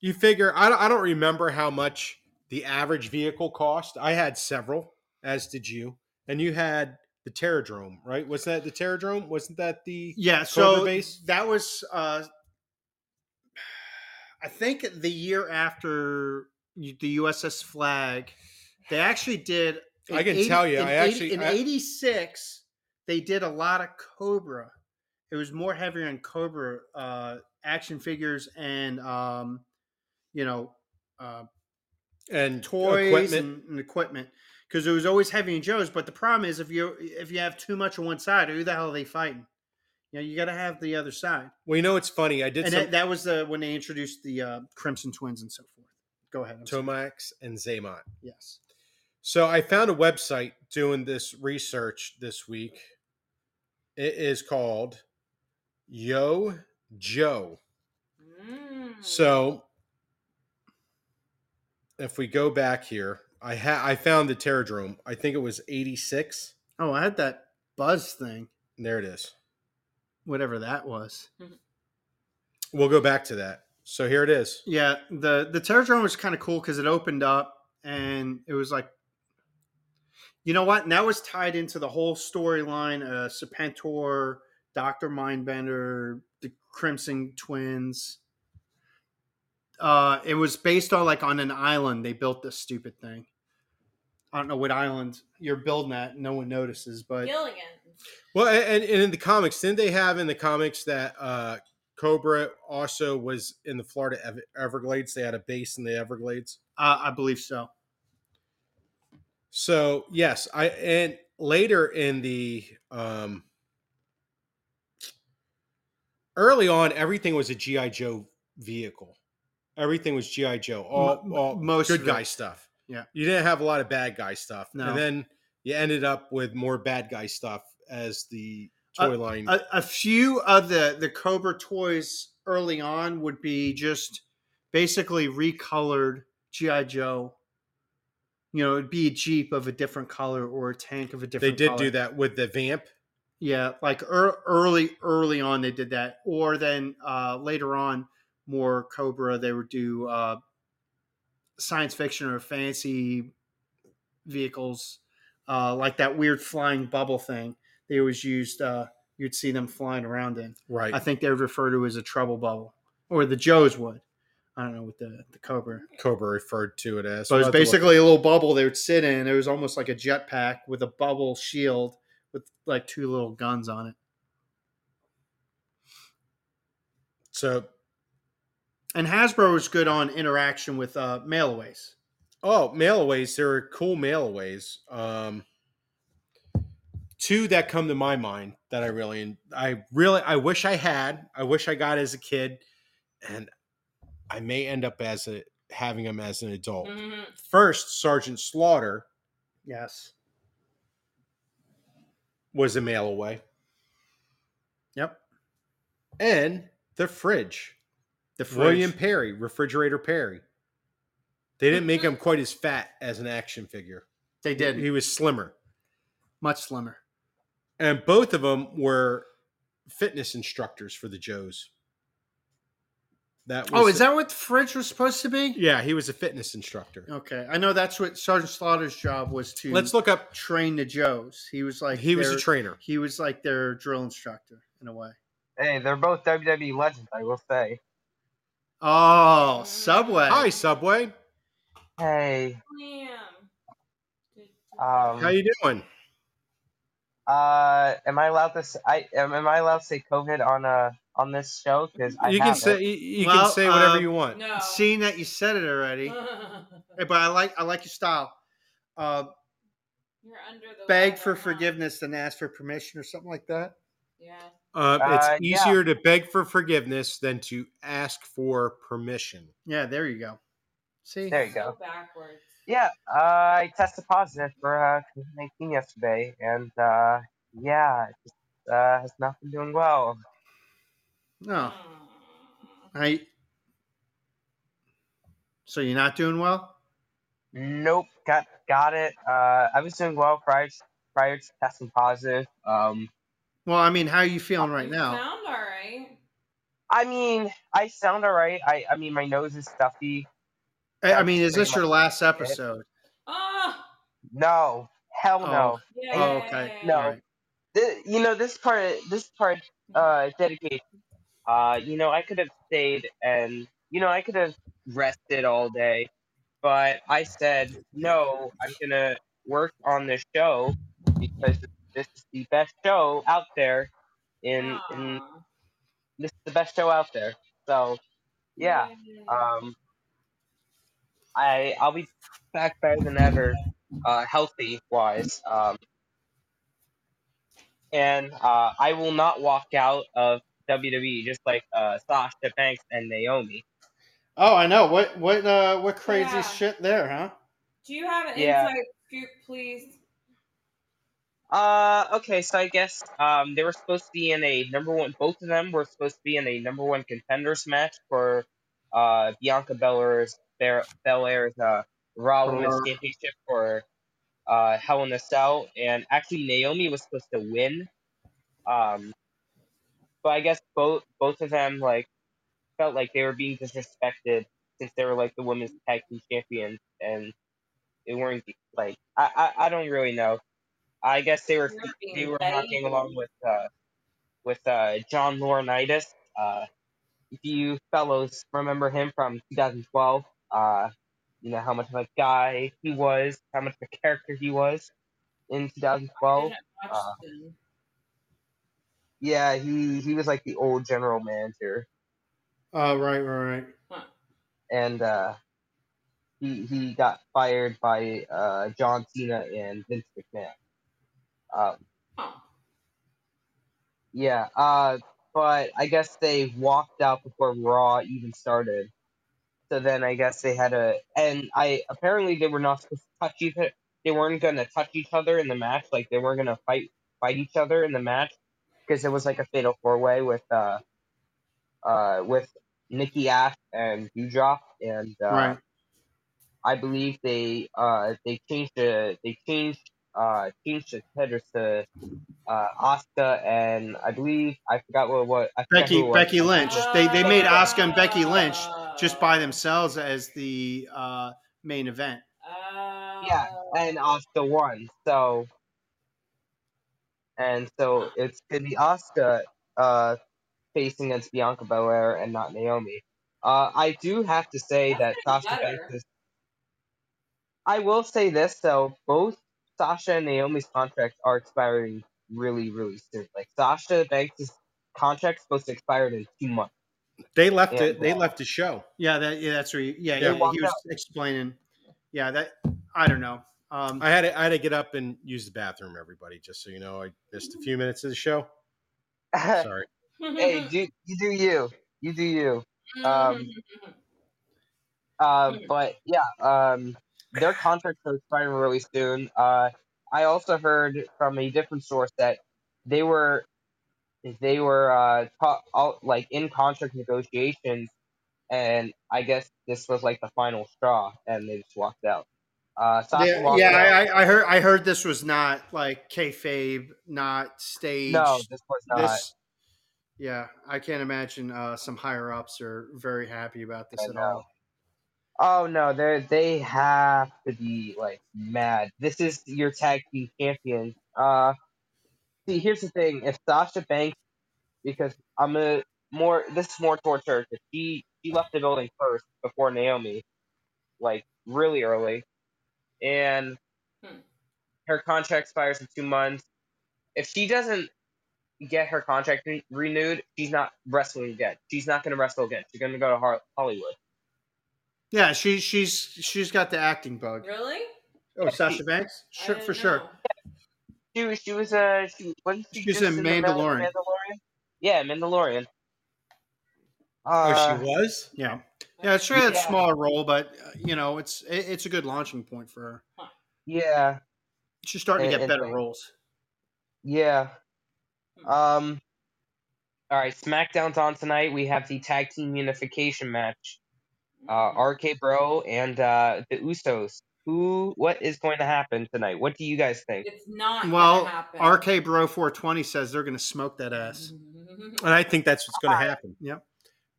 [SPEAKER 2] you figure I don't, I don't remember how much the average vehicle cost. I had several, as did you, and you had the Terradrome, right? Was that the Terradrome? Wasn't that the
[SPEAKER 1] yeah,
[SPEAKER 2] Cobra
[SPEAKER 1] so
[SPEAKER 2] base?
[SPEAKER 1] that was uh I think the year after you- the USS Flag, they actually did.
[SPEAKER 2] I
[SPEAKER 1] in
[SPEAKER 2] can tell you,
[SPEAKER 1] in
[SPEAKER 2] I actually-
[SPEAKER 1] in
[SPEAKER 2] I-
[SPEAKER 1] '86 they did a lot of Cobra, It was more heavier in Cobra uh, action figures and um, you know uh,
[SPEAKER 2] and
[SPEAKER 1] toys
[SPEAKER 2] equipment.
[SPEAKER 1] And, and equipment because it was always heavy and Joe's. But the problem is if you if you have too much on one side, who the hell are they fighting? You know, you got to have the other side.
[SPEAKER 2] Well, you know it's funny. I did
[SPEAKER 1] and
[SPEAKER 2] some
[SPEAKER 1] that, that was the when they introduced the uh, Crimson Twins and so forth. Go ahead. I'm sorry.
[SPEAKER 2] Tomax and Zaymont.
[SPEAKER 1] yes.
[SPEAKER 2] So I found a website doing this research this week. It is called Yo Joe.
[SPEAKER 4] Mm.
[SPEAKER 2] So if we go back here, I ha- I found the Terradrome. I think it was 86.
[SPEAKER 1] Oh, I had that buzz thing,
[SPEAKER 2] There it is.
[SPEAKER 1] whatever that was.
[SPEAKER 2] We'll go back to that. So here it is.
[SPEAKER 1] Yeah, the the Terradrome was kind of cool because it opened up and it was like, you know what? And that was tied into the whole storyline: uh, Serpentor, Doctor Mindbender, the Crimson Twins. Uh, it was based on like on an island. They built this stupid thing. I don't know what island you're building at. No one notices, but
[SPEAKER 4] Gilligan.
[SPEAKER 2] Well, a- and, and in the comics, didn't they have in the comics that uh, Cobra also was in the Florida Ever- Everglades? They had a base in the Everglades.
[SPEAKER 1] uh, I believe so.
[SPEAKER 2] So yes, I and later in the um early on, everything was a GI Joe vehicle. Everything was GI Joe. All,
[SPEAKER 1] Mo-
[SPEAKER 2] all
[SPEAKER 1] most
[SPEAKER 2] good
[SPEAKER 1] of it.
[SPEAKER 2] guy stuff.
[SPEAKER 1] Yeah.
[SPEAKER 2] you didn't have a lot of bad guy stuff,
[SPEAKER 1] No.
[SPEAKER 2] and then you ended up with more bad guy stuff as the
[SPEAKER 1] Uh,
[SPEAKER 2] toy line.
[SPEAKER 1] a, a few of the the Cobra toys early on would be just basically recolored GI Joe. You know, it'd be a jeep of a different color or a tank of a
[SPEAKER 2] they
[SPEAKER 1] different.
[SPEAKER 2] did
[SPEAKER 1] color.
[SPEAKER 2] do that with the vamp.
[SPEAKER 1] Yeah, like ear early, early on they did that, or then uh, later on, more Cobra they would do uh, science fiction or fancy vehicles, uh, like that weird flying bubble thing they always used. Uh, you'd see them flying around in.
[SPEAKER 2] Right,
[SPEAKER 1] I think they would refer to as a trouble bubble, or the Joes would. I don't know what the the Cobra.
[SPEAKER 2] Cobra referred to it as.
[SPEAKER 1] So it was
[SPEAKER 2] We'll have to look
[SPEAKER 1] basically a little bubble they would sit in. It was almost like a jetpack with a bubble shield with like two little guns on it.
[SPEAKER 2] So
[SPEAKER 1] And Hasbro was good on interaction with uh, mailaways.
[SPEAKER 2] Oh, mailaways. There are cool mailaways. Um, two that come to my mind that I really, I really, I wish I had. I wish I got as a kid, and I may end up as a having them as an
[SPEAKER 1] Oh.
[SPEAKER 2] adult.
[SPEAKER 5] Mm-hmm.
[SPEAKER 4] Mhm.
[SPEAKER 2] First, Sergeant Slaughter
[SPEAKER 1] Yes.
[SPEAKER 2] was a mailaway,
[SPEAKER 1] Yep.
[SPEAKER 2] and the fridge,
[SPEAKER 1] The
[SPEAKER 2] William
[SPEAKER 1] fridge.
[SPEAKER 2] Perry, refrigerator Perry. They didn't make him quite as fat as an action figure.
[SPEAKER 1] They did
[SPEAKER 2] He was slimmer.
[SPEAKER 1] much slimmer.
[SPEAKER 2] and both of them were fitness instructors for the Joes. That was
[SPEAKER 1] Oh, is that what the fridge was supposed to be?
[SPEAKER 2] yeah? He was a fitness instructor.
[SPEAKER 1] Okay, I know that's what Sergeant Slaughter's job was to
[SPEAKER 2] Let's look up.
[SPEAKER 1] train the Joes. He was like
[SPEAKER 2] he was a
[SPEAKER 1] their-
[SPEAKER 2] trainer.
[SPEAKER 1] he was like their drill instructor in a way.
[SPEAKER 5] Hey, they're both WWE legends, I will say.
[SPEAKER 1] Oh, Subway.
[SPEAKER 2] Hi, Subway.
[SPEAKER 5] Hey,
[SPEAKER 4] <laughs> Clam. Did- did-
[SPEAKER 5] um,
[SPEAKER 2] How you doing?
[SPEAKER 5] uh, am I allowed to? Say, I am, am I allowed to say COVID on uh on this show? Because I
[SPEAKER 2] you can
[SPEAKER 5] have
[SPEAKER 2] say
[SPEAKER 5] it.
[SPEAKER 2] you, you
[SPEAKER 1] Well,
[SPEAKER 2] can say whatever
[SPEAKER 1] um,
[SPEAKER 2] you want.
[SPEAKER 4] no.
[SPEAKER 1] Seeing that you said it already, Hey, but I like I like your style. Uh,
[SPEAKER 4] You're under the
[SPEAKER 1] beg
[SPEAKER 4] weather,
[SPEAKER 1] for
[SPEAKER 4] huh?
[SPEAKER 1] forgiveness than ask for permission or something like that.
[SPEAKER 4] Yeah.
[SPEAKER 2] Uh, it's
[SPEAKER 5] Uh, yeah.
[SPEAKER 2] easier to beg for forgiveness than to ask for permission.
[SPEAKER 1] Yeah, there you go. See,
[SPEAKER 5] There you go.
[SPEAKER 4] So backwards.
[SPEAKER 5] Yeah, uh, I tested positive for uh, COVID-19 yesterday, and uh, yeah, it just, uh, has not been doing well.
[SPEAKER 1] no,
[SPEAKER 4] Mm.
[SPEAKER 1] I. So you're not doing well.
[SPEAKER 5] Nope, got got it. Uh, I was doing well prior prior to testing positive. Um,
[SPEAKER 1] Well, I mean, how are you feeling right
[SPEAKER 4] You
[SPEAKER 1] now?
[SPEAKER 4] Sound all right.
[SPEAKER 5] I mean, I sound alright. I I mean, my nose is stuffy.
[SPEAKER 1] I, I mean, is this your last episode?
[SPEAKER 4] Oh,
[SPEAKER 5] No, hell no.
[SPEAKER 4] yeah.
[SPEAKER 1] Oh, okay.
[SPEAKER 5] No.
[SPEAKER 1] All right.
[SPEAKER 5] Th- you know this part. This part. Uh, dedication. Uh, you know, I could have stayed and you know I could have rested all day, but I said no. I'm gonna work on this show because this is the best show out there, in in
[SPEAKER 4] Ah.
[SPEAKER 5] this is the best show out there. So yeah. Um I I'll be back better than ever, uh healthy wise. Um and uh I will not walk out of WWE just like uh Sasha Banks and Naomi.
[SPEAKER 1] Oh, I know. What what uh what crazy
[SPEAKER 4] Yeah.
[SPEAKER 1] shit there, huh?
[SPEAKER 4] Do you have an
[SPEAKER 5] Yeah.
[SPEAKER 4] inside scoop, please?
[SPEAKER 5] Uh, okay, so I guess um, they were supposed to be in a number one. Both of them were supposed to be in a number one contenders match for uh, Bianca Belair's Bel- Belair's uh, Raw Women's
[SPEAKER 1] Belair.
[SPEAKER 5] Championship for uh, Hell in a Cell, and actually Naomi was supposed to win. Um, but I guess both both of them like felt like they were being disrespected since they were like the women's tag team champions, and they weren't like I I, I don't really know. I guess they were
[SPEAKER 4] You're being
[SPEAKER 5] they were
[SPEAKER 4] petty.
[SPEAKER 5] knocking along with uh, with uh, John Laurinaitis. Uh, if you fellows remember him from 2012, uh, you know how much of a guy he was, how much of a character he was in 2012.
[SPEAKER 4] Didn't watch
[SPEAKER 5] Uh,
[SPEAKER 4] them.
[SPEAKER 5] yeah, he he was like the old general manager,
[SPEAKER 1] Oh, right, right, right.
[SPEAKER 5] and uh, he he got fired by uh, John Cena and Vince McMahon. Um,
[SPEAKER 4] Huh.
[SPEAKER 5] Yeah, uh, but I guess they walked out before Raw even started. So then I guess they had a, and I apparently they were not supposed to touch each. They weren't gonna touch each other in the match. Like they weren't gonna fight fight each other in the match because it was like a fatal four way with uh uh with Nikki Ash and Dewdrop and uh,
[SPEAKER 1] right.
[SPEAKER 5] I believe they uh they changed the they changed uh changed the headers to uh Asuka and I believe I forgot what what I forgot who
[SPEAKER 1] Becky
[SPEAKER 5] it was.
[SPEAKER 1] Becky Lynch. They they made
[SPEAKER 4] Ah.
[SPEAKER 1] Oscar and Becky Lynch just by themselves as the uh, main event.
[SPEAKER 4] Ah. <laughs>
[SPEAKER 5] Yeah, and Asuka won. So and so it's gonna be Asuka uh facing against Bianca Belair and not Naomi. Uh I do have to say
[SPEAKER 4] That's
[SPEAKER 5] that
[SPEAKER 4] pretty
[SPEAKER 5] Sasha
[SPEAKER 4] better.
[SPEAKER 5] Banks is I will say this though, both Sasha and Naomi's contracts are expiring really, really soon. Like Sasha Banks' contract's supposed to expire in two months. <laughs>
[SPEAKER 2] They left
[SPEAKER 5] Yeah.
[SPEAKER 2] it. They left the show.
[SPEAKER 1] Yeah, that yeah, that's right. Yeah,
[SPEAKER 2] They
[SPEAKER 1] yeah,
[SPEAKER 5] walked
[SPEAKER 1] he was explaining. Yeah, that I don't know. Um,
[SPEAKER 2] I had to, I had to get up and use the bathroom. Everybody, just so you know, I missed a few minutes of the
[SPEAKER 5] <laughs>
[SPEAKER 2] show. Sorry.
[SPEAKER 5] hey, do you do you. You do you. Um, Uh,
[SPEAKER 4] Hmm.
[SPEAKER 5] but yeah, um, their contracts are expiring really soon. Uh, I also heard from a different source that they were they were uh, ta- all, like in contract negotiations, and I guess this was like the final straw, and they just walked out. Uh, Sasha
[SPEAKER 1] yeah,
[SPEAKER 5] walked
[SPEAKER 1] yeah,
[SPEAKER 5] out.
[SPEAKER 1] I, I- I heard. I heard this was not like kayfabe, not staged.
[SPEAKER 5] no, this was not.
[SPEAKER 1] this, yeah, I can't imagine uh, some higher ups are very happy about this
[SPEAKER 5] I
[SPEAKER 1] at
[SPEAKER 5] know.
[SPEAKER 1] all.
[SPEAKER 5] Oh no, they they have to be like mad. This is your tag team champion. Uh, see, here's the thing: if Sasha Banks, because I'm a more this is more towards her 'cause she she left the building first before Naomi, like really early, and
[SPEAKER 4] Hmm.
[SPEAKER 5] her contract expires in two months. If she doesn't get her contract re- renewed, she's not wrestling again. She's not going to wrestle again. She's going to go to Har- Hollywood.
[SPEAKER 1] Yeah, she she's she's got the acting bug.
[SPEAKER 4] really?
[SPEAKER 1] Oh,
[SPEAKER 5] Yeah,
[SPEAKER 1] Sasha
[SPEAKER 5] she-
[SPEAKER 1] Banks,
[SPEAKER 4] I
[SPEAKER 1] sure,
[SPEAKER 4] didn't
[SPEAKER 1] for sure.
[SPEAKER 4] know.
[SPEAKER 5] She was she was uh she wasn't she
[SPEAKER 1] She's
[SPEAKER 5] just
[SPEAKER 1] in
[SPEAKER 5] in the Mandal-
[SPEAKER 1] Mandalorian.
[SPEAKER 5] Mandalorian? Yeah, Mandalorian.
[SPEAKER 2] oh,
[SPEAKER 5] Uh,
[SPEAKER 2] she was.
[SPEAKER 1] Yeah, yeah, sure,
[SPEAKER 5] yeah,
[SPEAKER 1] that's a smaller role, but uh, you know, it's it, it's a good launching point for her.
[SPEAKER 5] yeah,
[SPEAKER 1] She's starting to
[SPEAKER 5] And-
[SPEAKER 1] get
[SPEAKER 5] and
[SPEAKER 1] better
[SPEAKER 5] thank-
[SPEAKER 1] roles.
[SPEAKER 5] yeah.
[SPEAKER 4] Hmm.
[SPEAKER 5] Um, all right, SmackDown's on tonight. We have the tag team unification match. Uh, RK Bro and uh the Usos. Who? What is going to happen tonight? What do you guys think?
[SPEAKER 4] It's not
[SPEAKER 1] Well,
[SPEAKER 4] gonna happen. <laughs>
[SPEAKER 1] RK Bro 420 says they're going to smoke that ass.
[SPEAKER 2] And I think that's what's going to happen.
[SPEAKER 1] Yep.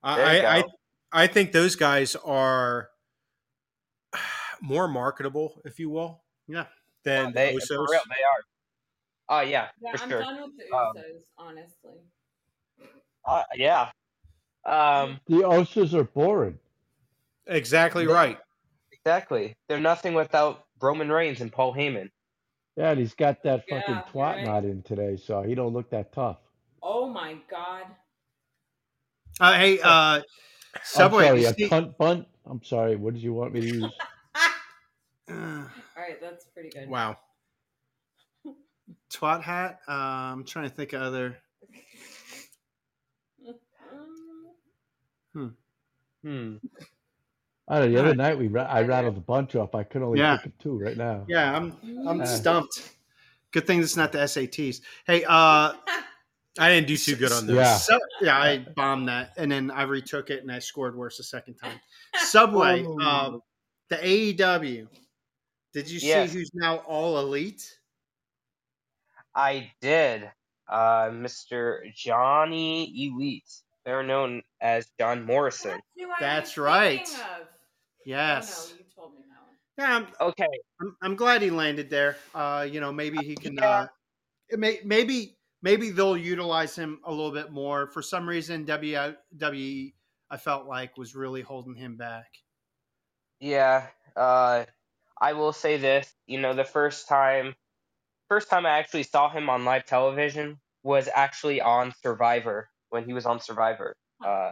[SPEAKER 2] I,
[SPEAKER 5] There you
[SPEAKER 2] I, I
[SPEAKER 5] go.
[SPEAKER 2] I think those guys are <sighs> more marketable, if you will.
[SPEAKER 1] Yeah.
[SPEAKER 2] Than
[SPEAKER 5] They
[SPEAKER 2] the
[SPEAKER 5] for
[SPEAKER 2] Usos.
[SPEAKER 5] real, they are. Oh yeah,
[SPEAKER 4] yeah,
[SPEAKER 5] for
[SPEAKER 4] I'm
[SPEAKER 5] sure.
[SPEAKER 4] done with the
[SPEAKER 5] Um,
[SPEAKER 4] Usos, honestly.
[SPEAKER 5] Uh, yeah. Um,
[SPEAKER 3] The Osas are boring.
[SPEAKER 2] Exactly
[SPEAKER 5] They-
[SPEAKER 2] right.
[SPEAKER 5] exactly. They're nothing without Roman Reigns and Paul Heyman.
[SPEAKER 3] Yeah, and he's got that
[SPEAKER 4] Yeah,
[SPEAKER 3] fucking
[SPEAKER 4] you're
[SPEAKER 3] twat
[SPEAKER 4] right.
[SPEAKER 3] knot in today, so he don't look that tough.
[SPEAKER 4] Oh my god.
[SPEAKER 1] Uh, hey,
[SPEAKER 2] Oh.
[SPEAKER 1] uh, Subway.
[SPEAKER 3] I'm sorry,
[SPEAKER 1] you
[SPEAKER 3] a
[SPEAKER 1] see-
[SPEAKER 3] cunt bunt. I'm sorry. What did you want me to use?
[SPEAKER 1] uh,
[SPEAKER 4] All right, that's pretty good. <laughs>
[SPEAKER 2] Wow.
[SPEAKER 1] twat hat. Uh, I'm trying to think of other.
[SPEAKER 4] Um,
[SPEAKER 5] Hmm.
[SPEAKER 3] I don't know.
[SPEAKER 1] <laughs>
[SPEAKER 3] The other
[SPEAKER 1] Alright.
[SPEAKER 3] night we ra- I rattled a bunch off. I could only
[SPEAKER 1] Yeah.
[SPEAKER 3] think of two right now.
[SPEAKER 1] Yeah, I'm I'm
[SPEAKER 4] <laughs>
[SPEAKER 3] Uh.
[SPEAKER 1] stumped. Good thing it's not the SATs. Hey, uh,
[SPEAKER 2] I didn't do too good on this.
[SPEAKER 3] Yeah.
[SPEAKER 1] Sub- yeah, I bombed that, and then I retook it, and I scored worse the second
[SPEAKER 2] <laughs>
[SPEAKER 1] time. Subway,
[SPEAKER 5] Oh.
[SPEAKER 1] um, the AEW. Did you
[SPEAKER 5] Yes.
[SPEAKER 1] see who's now all elite?
[SPEAKER 5] I did. Uh, Mr. Johnny Elite, better known as John Morrison.
[SPEAKER 4] that's who I
[SPEAKER 1] That's
[SPEAKER 4] was
[SPEAKER 1] right.
[SPEAKER 4] thinking Of.
[SPEAKER 1] Yes.
[SPEAKER 4] Oh, no, you told me that one.
[SPEAKER 1] Yeah, I'm,
[SPEAKER 5] Okay,
[SPEAKER 1] I'm, I'm glad he landed there. Uh, you know, maybe he can.
[SPEAKER 5] Yeah.
[SPEAKER 1] Uh, it may, maybe maybe they'll utilize him a little bit more. For some reason, WWE I felt like was really holding him back.
[SPEAKER 5] Yeah, uh, I will say this. You know, the first time, first time I actually saw him on live television was actually on Survivor when he was on Survivor. Uh,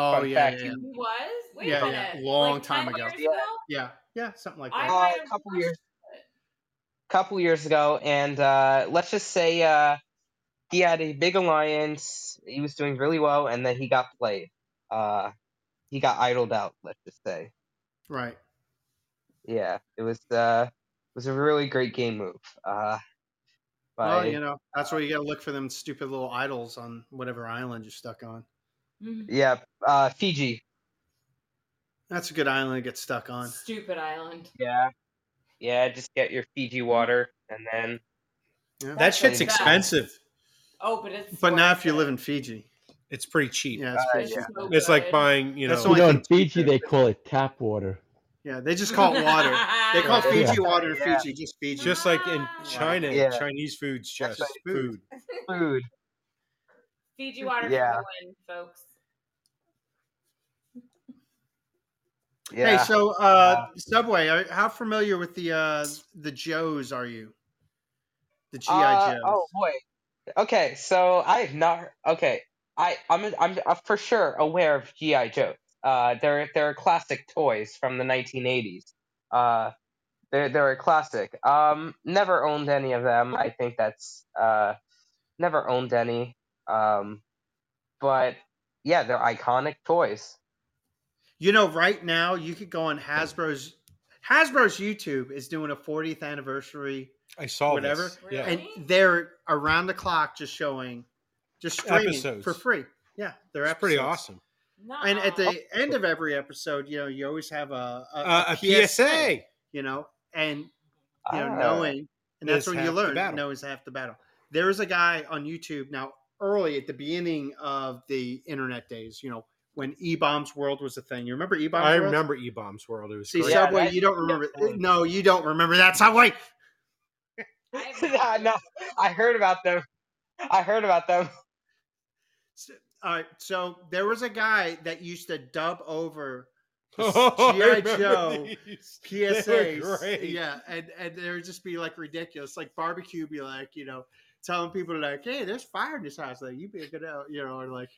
[SPEAKER 1] Oh
[SPEAKER 5] Fun
[SPEAKER 1] yeah,
[SPEAKER 5] fact,
[SPEAKER 1] yeah, yeah,
[SPEAKER 5] he-
[SPEAKER 4] He was? Wait
[SPEAKER 1] Yeah,
[SPEAKER 4] a
[SPEAKER 1] yeah,
[SPEAKER 4] minute.
[SPEAKER 1] long
[SPEAKER 4] Like,
[SPEAKER 1] time
[SPEAKER 4] 10
[SPEAKER 1] ago.
[SPEAKER 4] years
[SPEAKER 5] Yeah.
[SPEAKER 1] yeah, yeah, something like
[SPEAKER 4] I
[SPEAKER 1] that.
[SPEAKER 5] Uh,
[SPEAKER 4] might have
[SPEAKER 5] couple
[SPEAKER 4] watched
[SPEAKER 5] years.
[SPEAKER 4] it.
[SPEAKER 5] couple years ago, and uh, let's just say uh, he had a big alliance. He was doing really well, and then he got played. Uh, he got idled out. Let's just say,
[SPEAKER 1] Right.
[SPEAKER 5] yeah, it was uh, it was a really great game move. Uh, by
[SPEAKER 1] well, you know, that's where you got to look for them stupid little idols on whatever island you're stuck on. Mm-hmm.
[SPEAKER 4] Mhm.
[SPEAKER 5] yeah, uh, Fiji.
[SPEAKER 1] That's a good island to get stuck on.
[SPEAKER 4] Stupid island.
[SPEAKER 5] Yeah. Yeah, just get your Fiji water and then
[SPEAKER 1] Yeah.
[SPEAKER 2] That
[SPEAKER 4] That's
[SPEAKER 2] shit's
[SPEAKER 4] like that.
[SPEAKER 2] expensive.
[SPEAKER 4] Oh, but it's.
[SPEAKER 1] but now
[SPEAKER 4] worth
[SPEAKER 1] if you
[SPEAKER 4] it.
[SPEAKER 1] live in Fiji,
[SPEAKER 2] It's pretty cheap.
[SPEAKER 1] yeah, it's
[SPEAKER 5] Uh,
[SPEAKER 1] pretty
[SPEAKER 4] It's
[SPEAKER 5] yeah.
[SPEAKER 1] cheap.
[SPEAKER 4] so
[SPEAKER 2] It's like
[SPEAKER 4] good.
[SPEAKER 2] buying, you
[SPEAKER 1] That's
[SPEAKER 2] know,
[SPEAKER 1] only
[SPEAKER 3] You know, in
[SPEAKER 1] thing-
[SPEAKER 3] Fiji they call it tap water.
[SPEAKER 1] Yeah, they just call it
[SPEAKER 4] <laughs>
[SPEAKER 1] water. They call
[SPEAKER 5] Right.
[SPEAKER 1] Fiji
[SPEAKER 3] Yeah.
[SPEAKER 1] water in
[SPEAKER 5] <laughs> Yeah.
[SPEAKER 1] Fiji, just Fiji.
[SPEAKER 2] just like in
[SPEAKER 4] Ah.
[SPEAKER 2] China,
[SPEAKER 5] Yeah.
[SPEAKER 2] Chinese food's just
[SPEAKER 1] That's right.
[SPEAKER 2] food.
[SPEAKER 5] food.
[SPEAKER 4] Fiji water
[SPEAKER 5] Yeah.
[SPEAKER 4] for the win, folks.
[SPEAKER 5] Yeah.
[SPEAKER 1] Hey, so uh,
[SPEAKER 2] Um,
[SPEAKER 1] Subway, are, how familiar with the uh, the Joes are you? The GI
[SPEAKER 5] Uh,
[SPEAKER 1] Joes.
[SPEAKER 5] oh boy. Okay, so I have not. Okay, I I'm I'm uh, for sure aware of GI Joe. Uh, they're they're classic toys from the 1980s. Uh, they're they're a classic. Um, never owned any of them. I think that's uh, never owned any. Um, but yeah, they're iconic toys.
[SPEAKER 1] You know, right now you could go on Hasbro's Hasbro's YouTube is doing a 40th anniversary
[SPEAKER 2] I saw
[SPEAKER 1] Whatever.
[SPEAKER 2] This. Yeah.
[SPEAKER 1] and
[SPEAKER 4] Really?
[SPEAKER 1] they're around the clock just showing just streaming
[SPEAKER 2] Episodes.
[SPEAKER 1] for free. Yeah, they're
[SPEAKER 2] It's pretty
[SPEAKER 1] episodes.
[SPEAKER 2] awesome. Oh.
[SPEAKER 1] And at
[SPEAKER 4] Nuh-uh.
[SPEAKER 1] the end of every episode, you know, you always have a a,
[SPEAKER 2] Uh, a PSA.
[SPEAKER 1] you know, and you know,
[SPEAKER 5] Ah. <laughs>
[SPEAKER 1] knowing, and that's
[SPEAKER 2] Uh, Is
[SPEAKER 1] when you
[SPEAKER 2] half the
[SPEAKER 1] learn.
[SPEAKER 2] battle.
[SPEAKER 1] Know is half the battle. There is a guy on YouTube now. Early at the beginning of the internet days, you know, when E Bombs World was a thing. You remember E Bombs?
[SPEAKER 2] I
[SPEAKER 1] World?
[SPEAKER 2] remember E Bombs World. It was
[SPEAKER 1] See,
[SPEAKER 2] great.
[SPEAKER 5] Yeah,
[SPEAKER 1] Subway,
[SPEAKER 5] that-
[SPEAKER 1] you don't remember.
[SPEAKER 5] yeah.
[SPEAKER 1] No, you don't remember that Subway.
[SPEAKER 5] <laughs> Nah, no, I heard about them. I heard about them.
[SPEAKER 1] So, all right, so there was a guy that used to dub over the
[SPEAKER 2] Oh, <laughs> I
[SPEAKER 1] GI
[SPEAKER 2] remember
[SPEAKER 1] Joe
[SPEAKER 2] these. They were <laughs>
[SPEAKER 1] PSAs.
[SPEAKER 2] great.
[SPEAKER 1] Yeah, and and there would just be like ridiculous, like barbecue, be like you know, telling people like, hey, there's fire in this house, like you be a good, out," you know, or like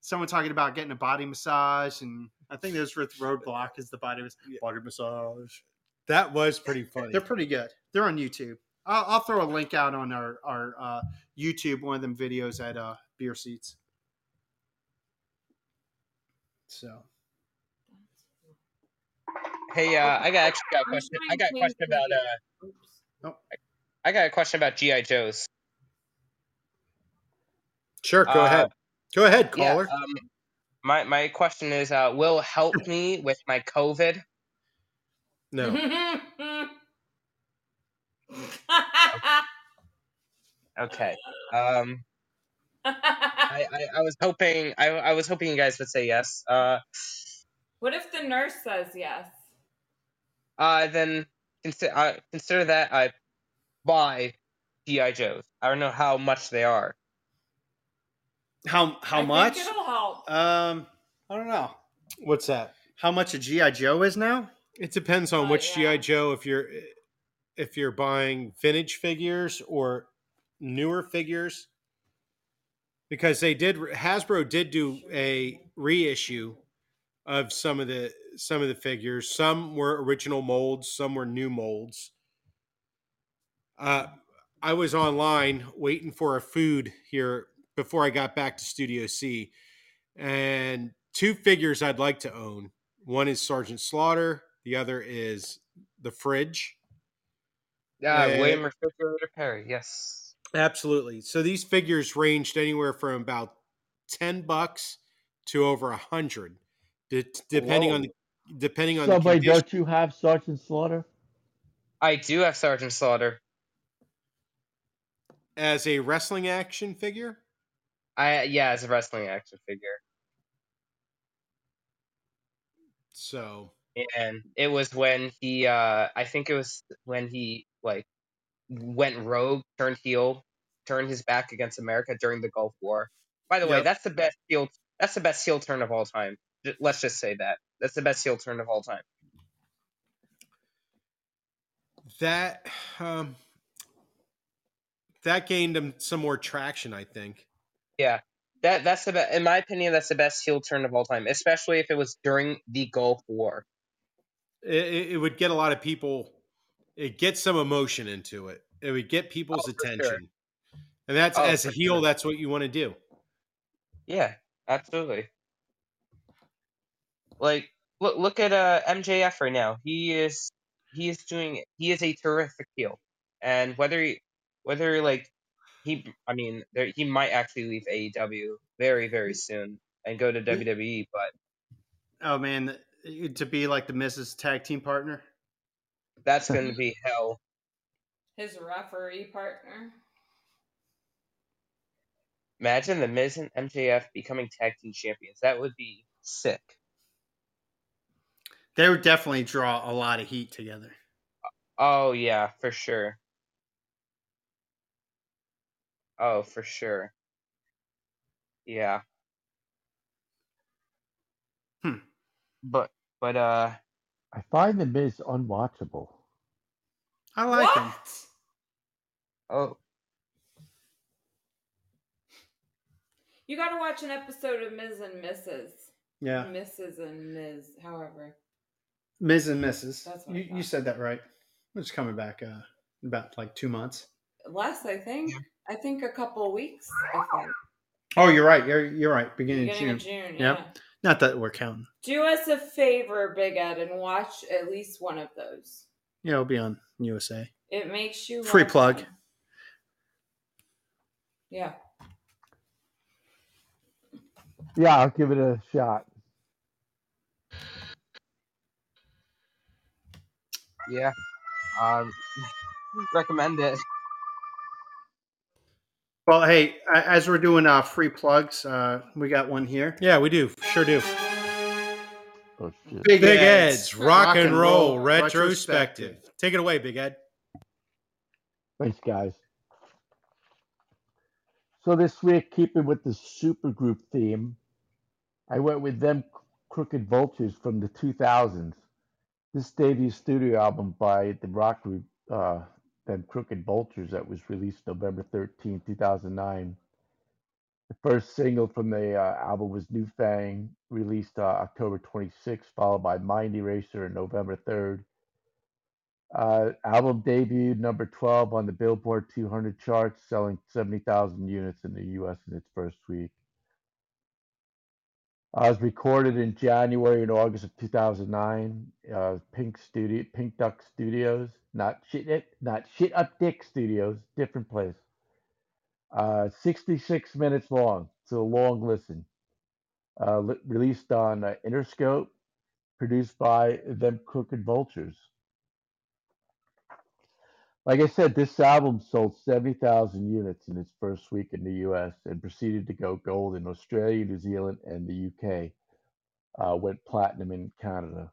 [SPEAKER 1] someone talking about getting a body massage, and I think there's with Roadblock is the body mas-
[SPEAKER 2] Yeah.
[SPEAKER 1] body massage.
[SPEAKER 2] That was pretty funny.
[SPEAKER 1] They're pretty good. They're on YouTube. I'll, I'll throw a link out on our our uh, YouTube one of them videos at uh, Beer Seats. So
[SPEAKER 5] Hey, uh, I got actually got a
[SPEAKER 4] I'm
[SPEAKER 5] question.
[SPEAKER 4] trying
[SPEAKER 5] I got a
[SPEAKER 4] to
[SPEAKER 5] question
[SPEAKER 4] change
[SPEAKER 5] about
[SPEAKER 4] the-
[SPEAKER 5] uh,
[SPEAKER 4] Oops.
[SPEAKER 5] I got a question about GI Joes.
[SPEAKER 2] sure, go
[SPEAKER 5] Uh,
[SPEAKER 2] ahead. Go ahead,
[SPEAKER 5] Yeah,
[SPEAKER 2] caller.
[SPEAKER 5] um, my my question is, uh, will help me with my COVID. mm-hmm.
[SPEAKER 2] no.
[SPEAKER 5] Okay. Um, I, I, I was hoping I, I was hoping you guys would say yes. Uh,
[SPEAKER 4] <laughs> what if the nurse says yes?
[SPEAKER 5] uh then consider uh, consider that I buy GI Joes. I don't know how much they are. Uh,
[SPEAKER 1] how how
[SPEAKER 4] I
[SPEAKER 1] much?
[SPEAKER 4] Think it'll help.
[SPEAKER 1] Um, I don't know
[SPEAKER 2] What's that?
[SPEAKER 1] how much a GI Joe is now.
[SPEAKER 2] It depends on
[SPEAKER 4] Oh,
[SPEAKER 2] which
[SPEAKER 4] yeah.
[SPEAKER 2] GI Joe. If you're if you're buying vintage figures or newer figures, because they did Hasbro did do a reissue of some of the some of the figures. Some were original molds, some were new molds. Uh, I was online waiting for a food here before I got back to Studio C, and two figures I'd like to own. One is Sergeant Slaughter. The other is the fridge.
[SPEAKER 5] Yeah, uh, William Refrigerator Perry. Yes,
[SPEAKER 2] absolutely. So these figures ranged anywhere from about ten bucks to over a hundred, d- depending Whoa. on the depending on.
[SPEAKER 3] Somebody, don't you have Sergeant Slaughter?
[SPEAKER 5] I do have Sergeant Slaughter
[SPEAKER 2] as a wrestling action figure.
[SPEAKER 5] I yeah, as a wrestling action figure.
[SPEAKER 2] So
[SPEAKER 5] and it was when he uh I think it was when he like went rogue, turned heel, turned his back against America during the Gulf War. By the yep. way, that's the best heel that's the best heel turn of all time. Let's just say that. That's the best heel turn of all time.
[SPEAKER 2] That um that gained him some more traction, I think.
[SPEAKER 5] Yeah. That that's the best, in my opinion, that's the best heel turn of all time, especially if it was during the Gulf War.
[SPEAKER 2] It, it would get a lot of people. It gets some emotion into it. It would get people's oh, attention, sure. and that's oh, as a heel, sure. that's what you want to do.
[SPEAKER 5] Yeah, absolutely. Like look look at uh, MJF right now. He is he is doing he is a terrific heel, and whether he, whether like he I mean there, he might actually leave AEW very very soon and go to WWE but
[SPEAKER 1] oh man to be like the Mrs. tag team partner
[SPEAKER 5] that's going to be hell
[SPEAKER 4] his referee partner
[SPEAKER 5] imagine the Miz and MJF becoming tag team champions that would be sick
[SPEAKER 1] they would definitely draw a lot of heat together
[SPEAKER 5] oh yeah for sure Oh, for sure. Yeah.
[SPEAKER 1] Hmm.
[SPEAKER 5] But but uh
[SPEAKER 3] I find the Miz unwatchable.
[SPEAKER 1] I like what? him.
[SPEAKER 5] Oh.
[SPEAKER 4] You gotta watch an episode of Ms. and Mrs.
[SPEAKER 1] Yeah.
[SPEAKER 4] Mrs. and Ms. However.
[SPEAKER 1] Ms. and Mrs. That's you, you said that right. It's coming back uh about like two months.
[SPEAKER 4] Less, I think. I think a couple weeks. I think.
[SPEAKER 1] Oh, you're right. You're you're right. Beginning,
[SPEAKER 4] Beginning
[SPEAKER 1] of
[SPEAKER 4] June. Of June
[SPEAKER 1] yep.
[SPEAKER 4] yeah.
[SPEAKER 1] Not that we're counting.
[SPEAKER 4] Do us a favor, Big Ed, and watch at least one of those.
[SPEAKER 1] Yeah, it'll be on USA.
[SPEAKER 4] It makes you
[SPEAKER 1] free plug.
[SPEAKER 4] Them. Yeah.
[SPEAKER 3] Yeah, I'll give it a shot.
[SPEAKER 5] Yeah. Um, recommend it.
[SPEAKER 1] Well, hey, as we're doing uh, free plugs, uh, we got one here.
[SPEAKER 2] Yeah, we do. Sure do.
[SPEAKER 3] Oh, shit.
[SPEAKER 2] Big, Big Ed's, Ed's rock, rock, and Roll, roll retrospective. retrospective. Take it away, Big Ed.
[SPEAKER 3] Thanks, guys. So this week, keeping with the supergroup theme, I went with them Crooked Vultures from the 2000s. This debut studio album by the rock group uh, them Crooked Vultures that was released November 13, 2009. The first single from the uh, album was New Fang, released uh, October 26, followed by Mind Eraser on November 3rd. Uh, album debuted number 12 on the Billboard 200 charts, selling 70,000 units in the US in its first week. I was recorded in January and August of 2009. Uh, Pink Studio, Pink Duck Studios, not shit, not shit up Dick Studios, different place. Uh, 66 minutes long, so long listen. Uh, li- released on uh, Interscope, produced by them Crooked Vultures. Like I said, this album sold 70,000 units in its first week in the US and proceeded to go gold in Australia, New Zealand, and the UK. Uh, went platinum in Canada.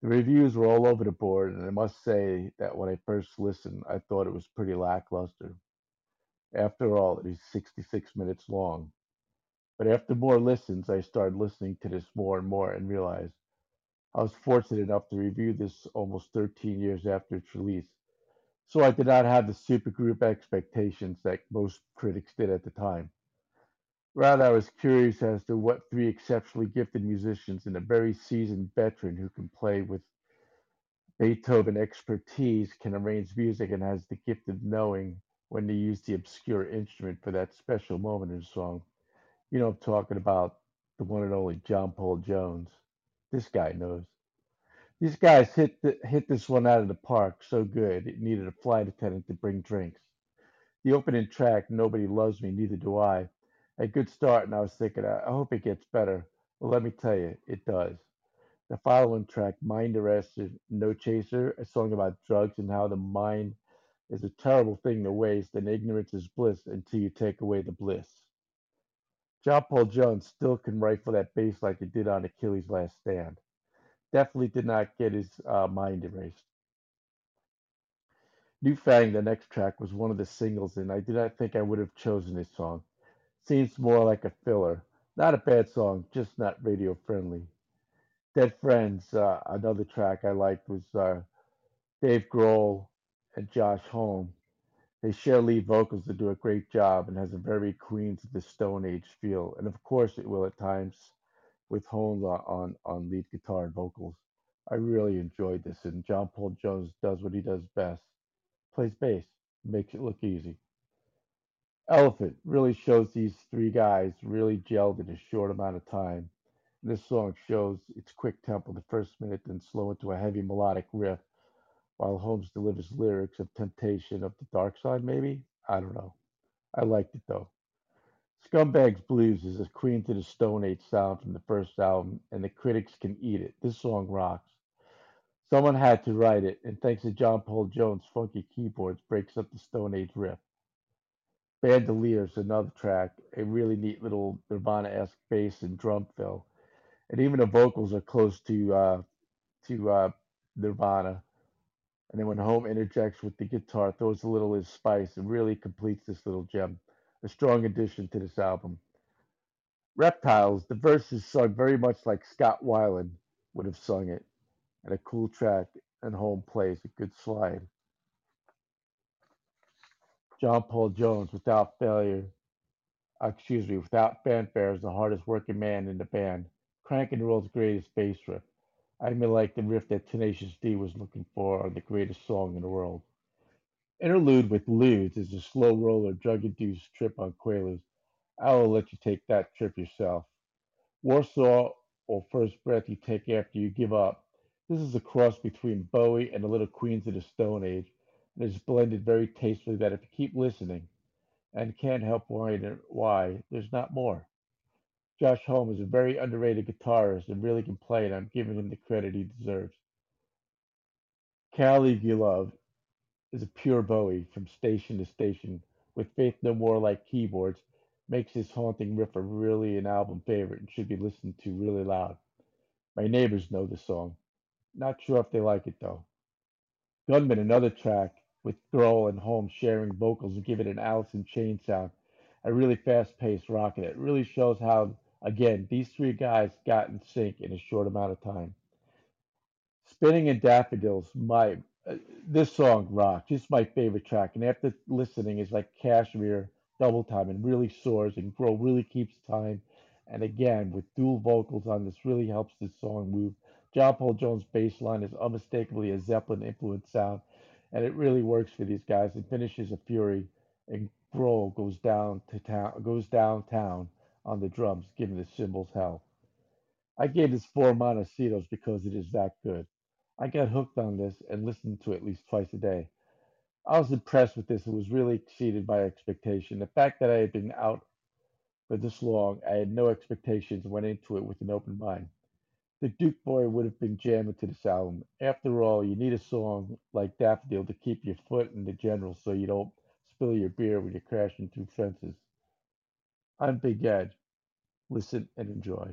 [SPEAKER 3] The reviews were all over the board, and I must say that when I first listened, I thought it was pretty lackluster. After all, it is 66 minutes long. But after more listens, I started listening to this more and more and realized I was fortunate enough to review this almost 13 years after its release so I did not have the supergroup expectations that most critics did at the time. Rather, I was curious as to what three exceptionally gifted musicians and a very seasoned veteran who can play with Beethoven expertise can arrange music and has the gift of knowing when to use the obscure instrument for that special moment in a song. You know, I'm talking about the one and only John Paul Jones. This guy knows. These guys hit the, hit this one out of the park so good it needed a flight attendant to bring drinks. The opening track, Nobody Loves Me, Neither Do I, a good start, and I was thinking, I I hope it gets better. Well, let me tell you, it does. The following track, Mind Arrested, No Chaser, a song about drugs and how the mind is a terrible thing to waste and ignorance is bliss until you take away the bliss. John Paul Jones still can rifle that bass like he did on Achilles' Last Stand. Definitely did not get his uh, mind erased. New Fang, the next track, was one of the singles, and I do not think I would have chosen this song. Seems more like a filler. Not a bad song, just not radio friendly. Dead Friends, uh, another track I liked was uh, Dave Grohl and Josh Holm. They share lead vocals that do a great job and has a very Queens of the Stone Age feel. And of course, it will at times with Holmes on, on, on lead guitar and vocals. I really enjoyed this, and John Paul Jones does what he does best plays bass, makes it look easy. Elephant really shows these three guys really gelled in a short amount of time. This song shows its quick tempo the first minute, then slow into a heavy melodic riff while Holmes delivers lyrics of temptation of the dark side, maybe? I don't know. I liked it though. Scumbags Blues is a queen to the Stone Age sound from the first album, and the critics can eat it. This song rocks. Someone had to write it, and thanks to John Paul Jones' funky keyboards, breaks up the Stone Age riff. Bandoliers, another track, a really neat little Nirvana esque bass and drum fill. And even the vocals are close to uh, to uh, Nirvana. And then when Home interjects with the guitar, throws a little of his spice, and really completes this little gem. A strong addition to this album. Reptiles, the verses sung very much like Scott Weiland would have sung it, and a cool track, and Home plays a good slide. John Paul Jones, without failure, uh, excuse me, without fanfare, is the hardest working man in the band, cranking the world's greatest bass riff. I mean, like the riff that Tenacious D was looking for on the greatest song in the world. Interlude with Ludes is a slow roller, drug induced trip on Quaaludes. I will let you take that trip yourself. Warsaw or First Breath You Take After You Give Up. This is a cross between Bowie and the Little Queens of the Stone Age, and it's blended very tastefully that if you keep listening and can't help wondering why, there's not more. Josh Holm is a very underrated guitarist and really can play, and I'm giving him the credit he deserves. Caligulov is a pure Bowie from station to station, with Faith No More like keyboards, makes this haunting riff a really an album favorite and should be listened to really loud. My neighbors know the song. Not sure if they like it though. Gunman, another track with Grohl and Holmes sharing vocals and give it an Alice in Chains sound. A really fast paced rocket. It really shows how, again, these three guys got in sync in a short amount of time. Spinning and Daffodils, my uh, this song rocks. It's my favorite track, and after listening, it's like Cashmere double time, and really soars and grow really keeps time. And again, with dual vocals on this, really helps this song move. John Paul Jones' bass line is unmistakably a Zeppelin influenced sound, and it really works for these guys. It finishes a fury, and Grohl goes down to town, goes downtown on the drums, giving the cymbals hell. I gave this four Montecitos because it is that good. I got hooked on this and listened to it at least twice a day. I was impressed with this. It was really exceeded my expectation. The fact that I had been out for this long, I had no expectations, went into it with an open mind. The Duke Boy would have been jamming to this album. After all, you need a song like Daffodil to keep your foot in the general so you don't spill your beer when you're crashing through fences. I'm Big Ed. Listen and enjoy.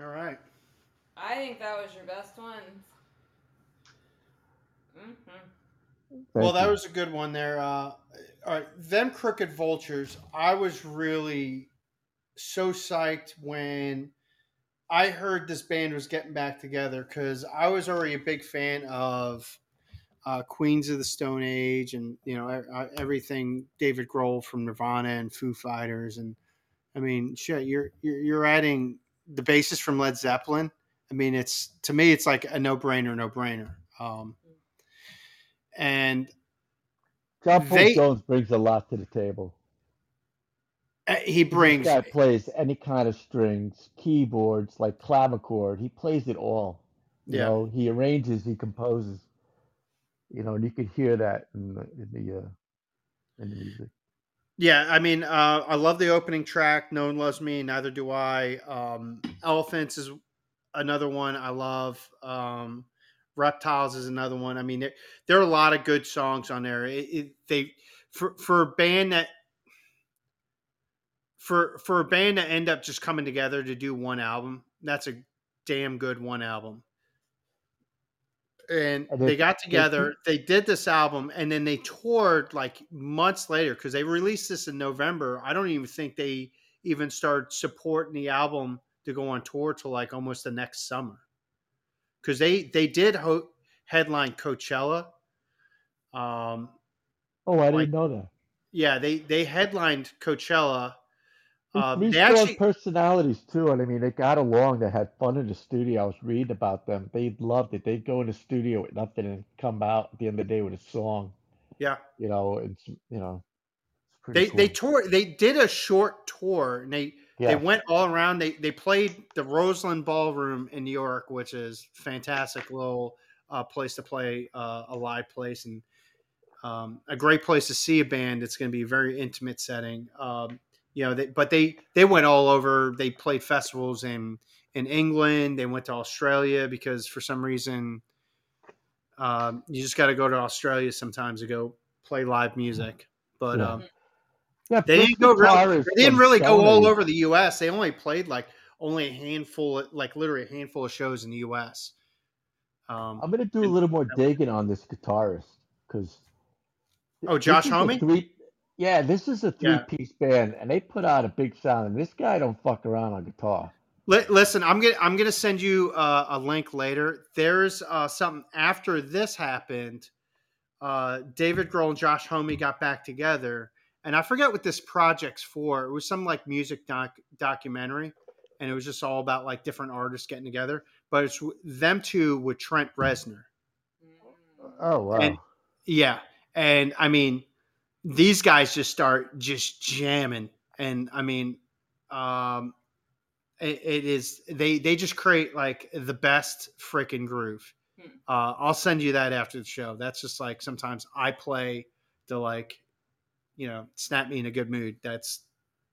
[SPEAKER 1] All right.
[SPEAKER 4] I think that was your best one. hmm
[SPEAKER 1] well,
[SPEAKER 3] Thank
[SPEAKER 1] that
[SPEAKER 3] you.
[SPEAKER 1] was a good one there. Uh, all right, them crooked vultures. I was really so psyched when I heard this band was getting back together because I was already a big fan of uh, Queens of the Stone Age, and you know e- everything David Grohl from Nirvana and Foo Fighters, and I mean, shit, you're you're, you're adding the bassist from Led Zeppelin. I mean, it's to me, it's like a no brainer, no brainer. Um, and
[SPEAKER 3] John Paul
[SPEAKER 1] They-
[SPEAKER 3] Jones brings a lot to the table.
[SPEAKER 1] uh, he brings
[SPEAKER 3] This guy plays any kind of strings, keyboards, like clavichord. He plays it all. You
[SPEAKER 1] Yeah.
[SPEAKER 3] know, he arranges, he composes. You know, and you could hear that in the in the uh, in the music.
[SPEAKER 1] Yeah, I mean, uh, I love the opening track. No one loves me, neither do I. Um, Elephants is another one I love. Um, Reptiles is another one. I mean, there, there are a lot of good songs on there. It, it, they for for a band that for for a band to end up just coming together to do one album, that's a damn good one album. And
[SPEAKER 3] And
[SPEAKER 1] they
[SPEAKER 3] if-
[SPEAKER 1] got together, they did this album, and then they toured like months later because they released this in November. I don't even think they even started supporting the album to go on tour till like almost the next summer because they they did ho- headline Coachella. Um,
[SPEAKER 3] Oh, I
[SPEAKER 1] Like,
[SPEAKER 3] didn't know that.
[SPEAKER 1] yeah, they they headlined Coachella.
[SPEAKER 3] These
[SPEAKER 1] Um,
[SPEAKER 3] three
[SPEAKER 1] they
[SPEAKER 3] strong
[SPEAKER 1] actually
[SPEAKER 3] personalities too, and I mean they got along. They had fun in the studio. I was reading about them. They loved it. They'd go in the studio with nothing and come out at the end of the day with a song.
[SPEAKER 1] yeah.
[SPEAKER 3] You know, it's you know, it's pretty
[SPEAKER 1] they
[SPEAKER 3] cool.
[SPEAKER 1] they toured they did a short tour and they they
[SPEAKER 3] Yeah.
[SPEAKER 1] went all around they they played the roseland ballroom in new york which is fantastic little uh, place to play uh, a live place and um, a great place to see a band it's going to be a very intimate setting um, you know they, but they they went all over they played festivals in in england they went to australia because for some reason um, you just got to go to australia sometimes to go play live music but
[SPEAKER 3] Yeah.
[SPEAKER 1] um,
[SPEAKER 3] Yeah,
[SPEAKER 1] they
[SPEAKER 3] Brooks
[SPEAKER 1] didn't go
[SPEAKER 3] Guitar
[SPEAKER 1] really,
[SPEAKER 3] is
[SPEAKER 1] they didn't
[SPEAKER 3] from
[SPEAKER 1] really go
[SPEAKER 3] Stone
[SPEAKER 1] all
[SPEAKER 3] Age.
[SPEAKER 1] over the U.S. They only played like only a handful, like literally a handful of shows in the U.S.
[SPEAKER 3] I'm
[SPEAKER 1] Um,
[SPEAKER 3] gonna do a little more digging on this guitarist because
[SPEAKER 1] oh, Josh Homme.
[SPEAKER 3] three. Yeah, this is a
[SPEAKER 1] Yeah.
[SPEAKER 3] three-piece band, and they put out a big sound. And this guy don't fuck around on guitar.
[SPEAKER 1] Li- listen, I'm gonna I'm gonna send you uh, a link later. There's uh, something after this happened. Uh, David Grohl and Josh Homme got back together, and I forget what this project's for. It was some like music doc- documentary, and it was just all about like different artists getting together. But it's w- them two with Trent Reznor.
[SPEAKER 3] Oh wow!
[SPEAKER 1] And- Yeah. And I mean, these guys just start just jamming. And I mean, um, it, it is, they, they just create like the best freaking groove.
[SPEAKER 4] Hmm.
[SPEAKER 1] Uh, I'll send you that after the show. That's just like sometimes I play to like, you know, snap me in a good mood. That's,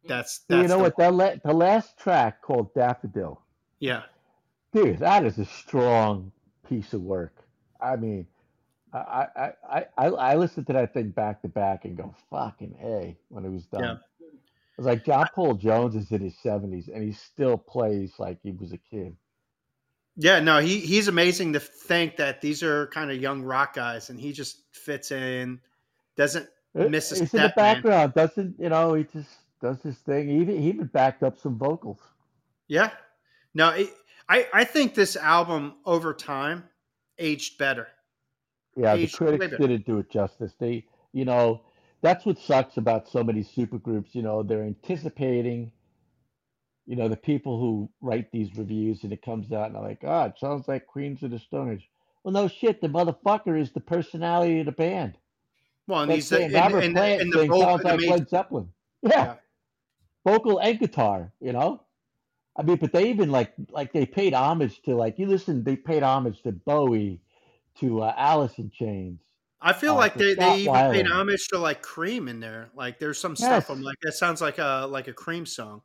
[SPEAKER 1] that's,
[SPEAKER 3] Well,
[SPEAKER 1] that's,
[SPEAKER 3] you know
[SPEAKER 1] the-
[SPEAKER 3] what? That la- the last track called Daffodil.
[SPEAKER 1] yeah.
[SPEAKER 3] Dude, that is a strong piece of work. I mean, I I I I, I listened to that thing back to back and go fucking a when it was done.
[SPEAKER 1] Yeah.
[SPEAKER 3] It's like John Paul Jones is in his seventies and he still plays like he was a kid.
[SPEAKER 1] Yeah, no, he he's amazing to think that these are kind of young rock guys, and he just fits in, doesn't
[SPEAKER 3] It-
[SPEAKER 1] miss a
[SPEAKER 3] He's in the
[SPEAKER 1] step, man.
[SPEAKER 3] background, doesn't you know? He just does his thing. He even, he even backed up some vocals.
[SPEAKER 1] Yeah. No, it, I I think this album over time aged better.
[SPEAKER 3] Yeah,
[SPEAKER 1] He
[SPEAKER 3] the
[SPEAKER 1] should play
[SPEAKER 3] critics
[SPEAKER 1] better.
[SPEAKER 3] didn't do it justice. They, you know, that's what sucks about so many supergroups. You know, they're anticipating, you know, the people who write these reviews, and it comes out and they're like, "Ah, it sounds like Queens of the Stone Age." Well, no shit, the motherfucker is the personality of the band.
[SPEAKER 1] Well, and
[SPEAKER 3] That
[SPEAKER 1] he's the
[SPEAKER 3] damn
[SPEAKER 1] and,
[SPEAKER 3] Robert
[SPEAKER 1] and,
[SPEAKER 3] Plant
[SPEAKER 1] and the
[SPEAKER 3] thing
[SPEAKER 1] vocal
[SPEAKER 3] sounds like
[SPEAKER 1] amazing.
[SPEAKER 3] Led Zeppelin.
[SPEAKER 1] Yeah.
[SPEAKER 3] Yeah, vocal and guitar. You know, I mean, but they even like like they paid homage to like you listen, they paid homage to Bowie, to uh, Alice in Chains,
[SPEAKER 1] I feel
[SPEAKER 3] uh,
[SPEAKER 1] like
[SPEAKER 3] to
[SPEAKER 1] they, they even
[SPEAKER 3] Scott
[SPEAKER 1] paid
[SPEAKER 3] Weiland.
[SPEAKER 1] homage to like Cream in there. Like there's some stuff
[SPEAKER 3] Yes.
[SPEAKER 1] I'm like that sounds like a like a Cream song.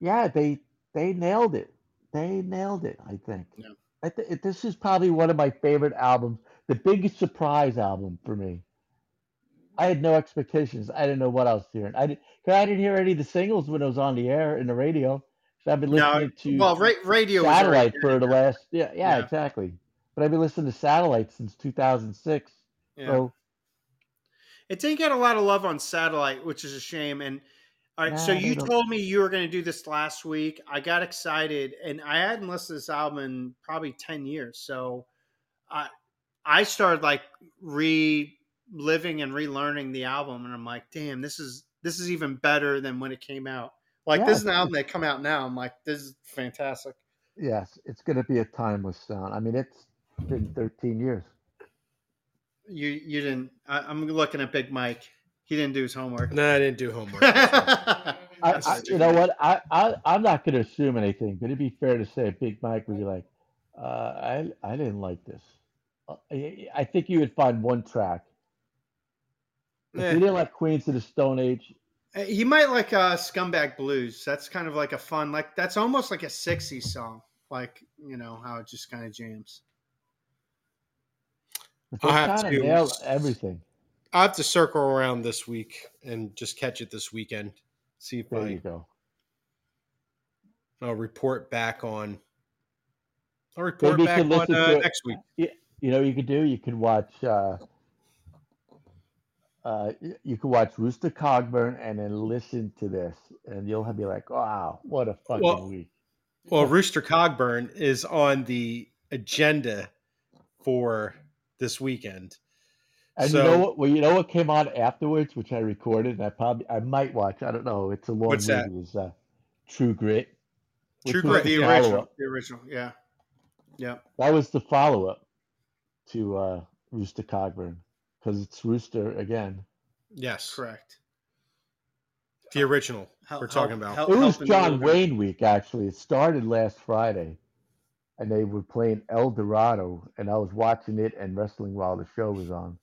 [SPEAKER 3] Yeah, they they nailed it. They nailed it, I think.
[SPEAKER 1] Yeah.
[SPEAKER 3] I th- it- this is probably one of my favorite albums, the biggest surprise album for me. I had no expectations. I didn't know what I was hearing. I didn't, cause I didn't hear any of the singles when it was on the air in the radio. So I've been
[SPEAKER 1] No,
[SPEAKER 3] listening to
[SPEAKER 1] well, ra- radio was already
[SPEAKER 3] Satellite for
[SPEAKER 1] dead.
[SPEAKER 3] the last yeah, yeah,
[SPEAKER 1] Yeah,
[SPEAKER 3] exactly. But I've been listening to Satellite since 2006.
[SPEAKER 1] yeah.
[SPEAKER 3] So,
[SPEAKER 1] It didn't get a lot of love on satellite, which is a shame. And all right, so
[SPEAKER 3] nah, they
[SPEAKER 1] you
[SPEAKER 3] don't
[SPEAKER 1] told me you were going to do this last week. I got excited, and I hadn't listened to this album in probably ten years. So I I started like reliving and relearning the album, and I'm like, damn, this is this is even better than when it came out. Like this is an album that come out now. I'm like, this is fantastic.
[SPEAKER 3] Yes, it's going to be a timeless sound. I mean, it's been 13 years.
[SPEAKER 1] You you didn't. I, I'm looking at Big Mike. He didn't do his homework.
[SPEAKER 2] No, I didn't do <laughs>
[SPEAKER 1] <laughs>
[SPEAKER 2] homework.
[SPEAKER 1] I,
[SPEAKER 3] I, I, you know what? I, I I'm not going to assume anything, but it'd be fair to say Big Mike would be like, uh, I I didn't like this. Uh, I, I think you would find one track. If
[SPEAKER 1] Eh.
[SPEAKER 3] you didn't like Queens of the Stone Age,
[SPEAKER 1] He might like uh, "Scumbag Blues." That's kind of like a fun, like that's almost like a '60s song. Like you know how it just kind of jams.
[SPEAKER 3] but they
[SPEAKER 2] I'll have
[SPEAKER 3] kind of
[SPEAKER 2] to-
[SPEAKER 3] nail everything.
[SPEAKER 2] I have to circle around this week and just catch it this weekend. See if
[SPEAKER 3] There
[SPEAKER 2] I
[SPEAKER 3] you go.
[SPEAKER 2] I'll report back on. I'll report
[SPEAKER 3] Maybe you
[SPEAKER 2] back
[SPEAKER 3] can
[SPEAKER 2] on
[SPEAKER 3] listen
[SPEAKER 2] uh,
[SPEAKER 3] to it.
[SPEAKER 2] next week.
[SPEAKER 3] You know, what you could do. You could watch. Uh, uh, y- you could watch Rooster Cogburn and then listen to this, and you'll be like, "Wow, what a fucking
[SPEAKER 2] Well-
[SPEAKER 3] week!"
[SPEAKER 2] Well, Rooster Cogburn is on the agenda for this weekend.
[SPEAKER 3] And you
[SPEAKER 2] So-
[SPEAKER 3] know what? Well, you know what came on afterwards, which I recorded, and I probably I might watch. I don't know. It's a long
[SPEAKER 2] What's that?
[SPEAKER 3] movie. Is uh, True Grit. which
[SPEAKER 2] True
[SPEAKER 3] was
[SPEAKER 2] Grit,
[SPEAKER 1] Or
[SPEAKER 2] Right,
[SPEAKER 3] the
[SPEAKER 1] the
[SPEAKER 3] follow-up.
[SPEAKER 1] original, the original, yeah, yeah.
[SPEAKER 3] That was the follow up to uh, Rooster Cogburn because it's Rooster again.
[SPEAKER 2] Yes,
[SPEAKER 1] Correct.
[SPEAKER 2] the original
[SPEAKER 1] Hel-
[SPEAKER 2] we're
[SPEAKER 1] help-
[SPEAKER 2] talking about.
[SPEAKER 1] help-
[SPEAKER 3] It was
[SPEAKER 1] helping the
[SPEAKER 3] John
[SPEAKER 1] organ-
[SPEAKER 3] Wayne week actually. It started last Friday, and they were playing El Dorado, and I was watching it and wrestling while the show was on.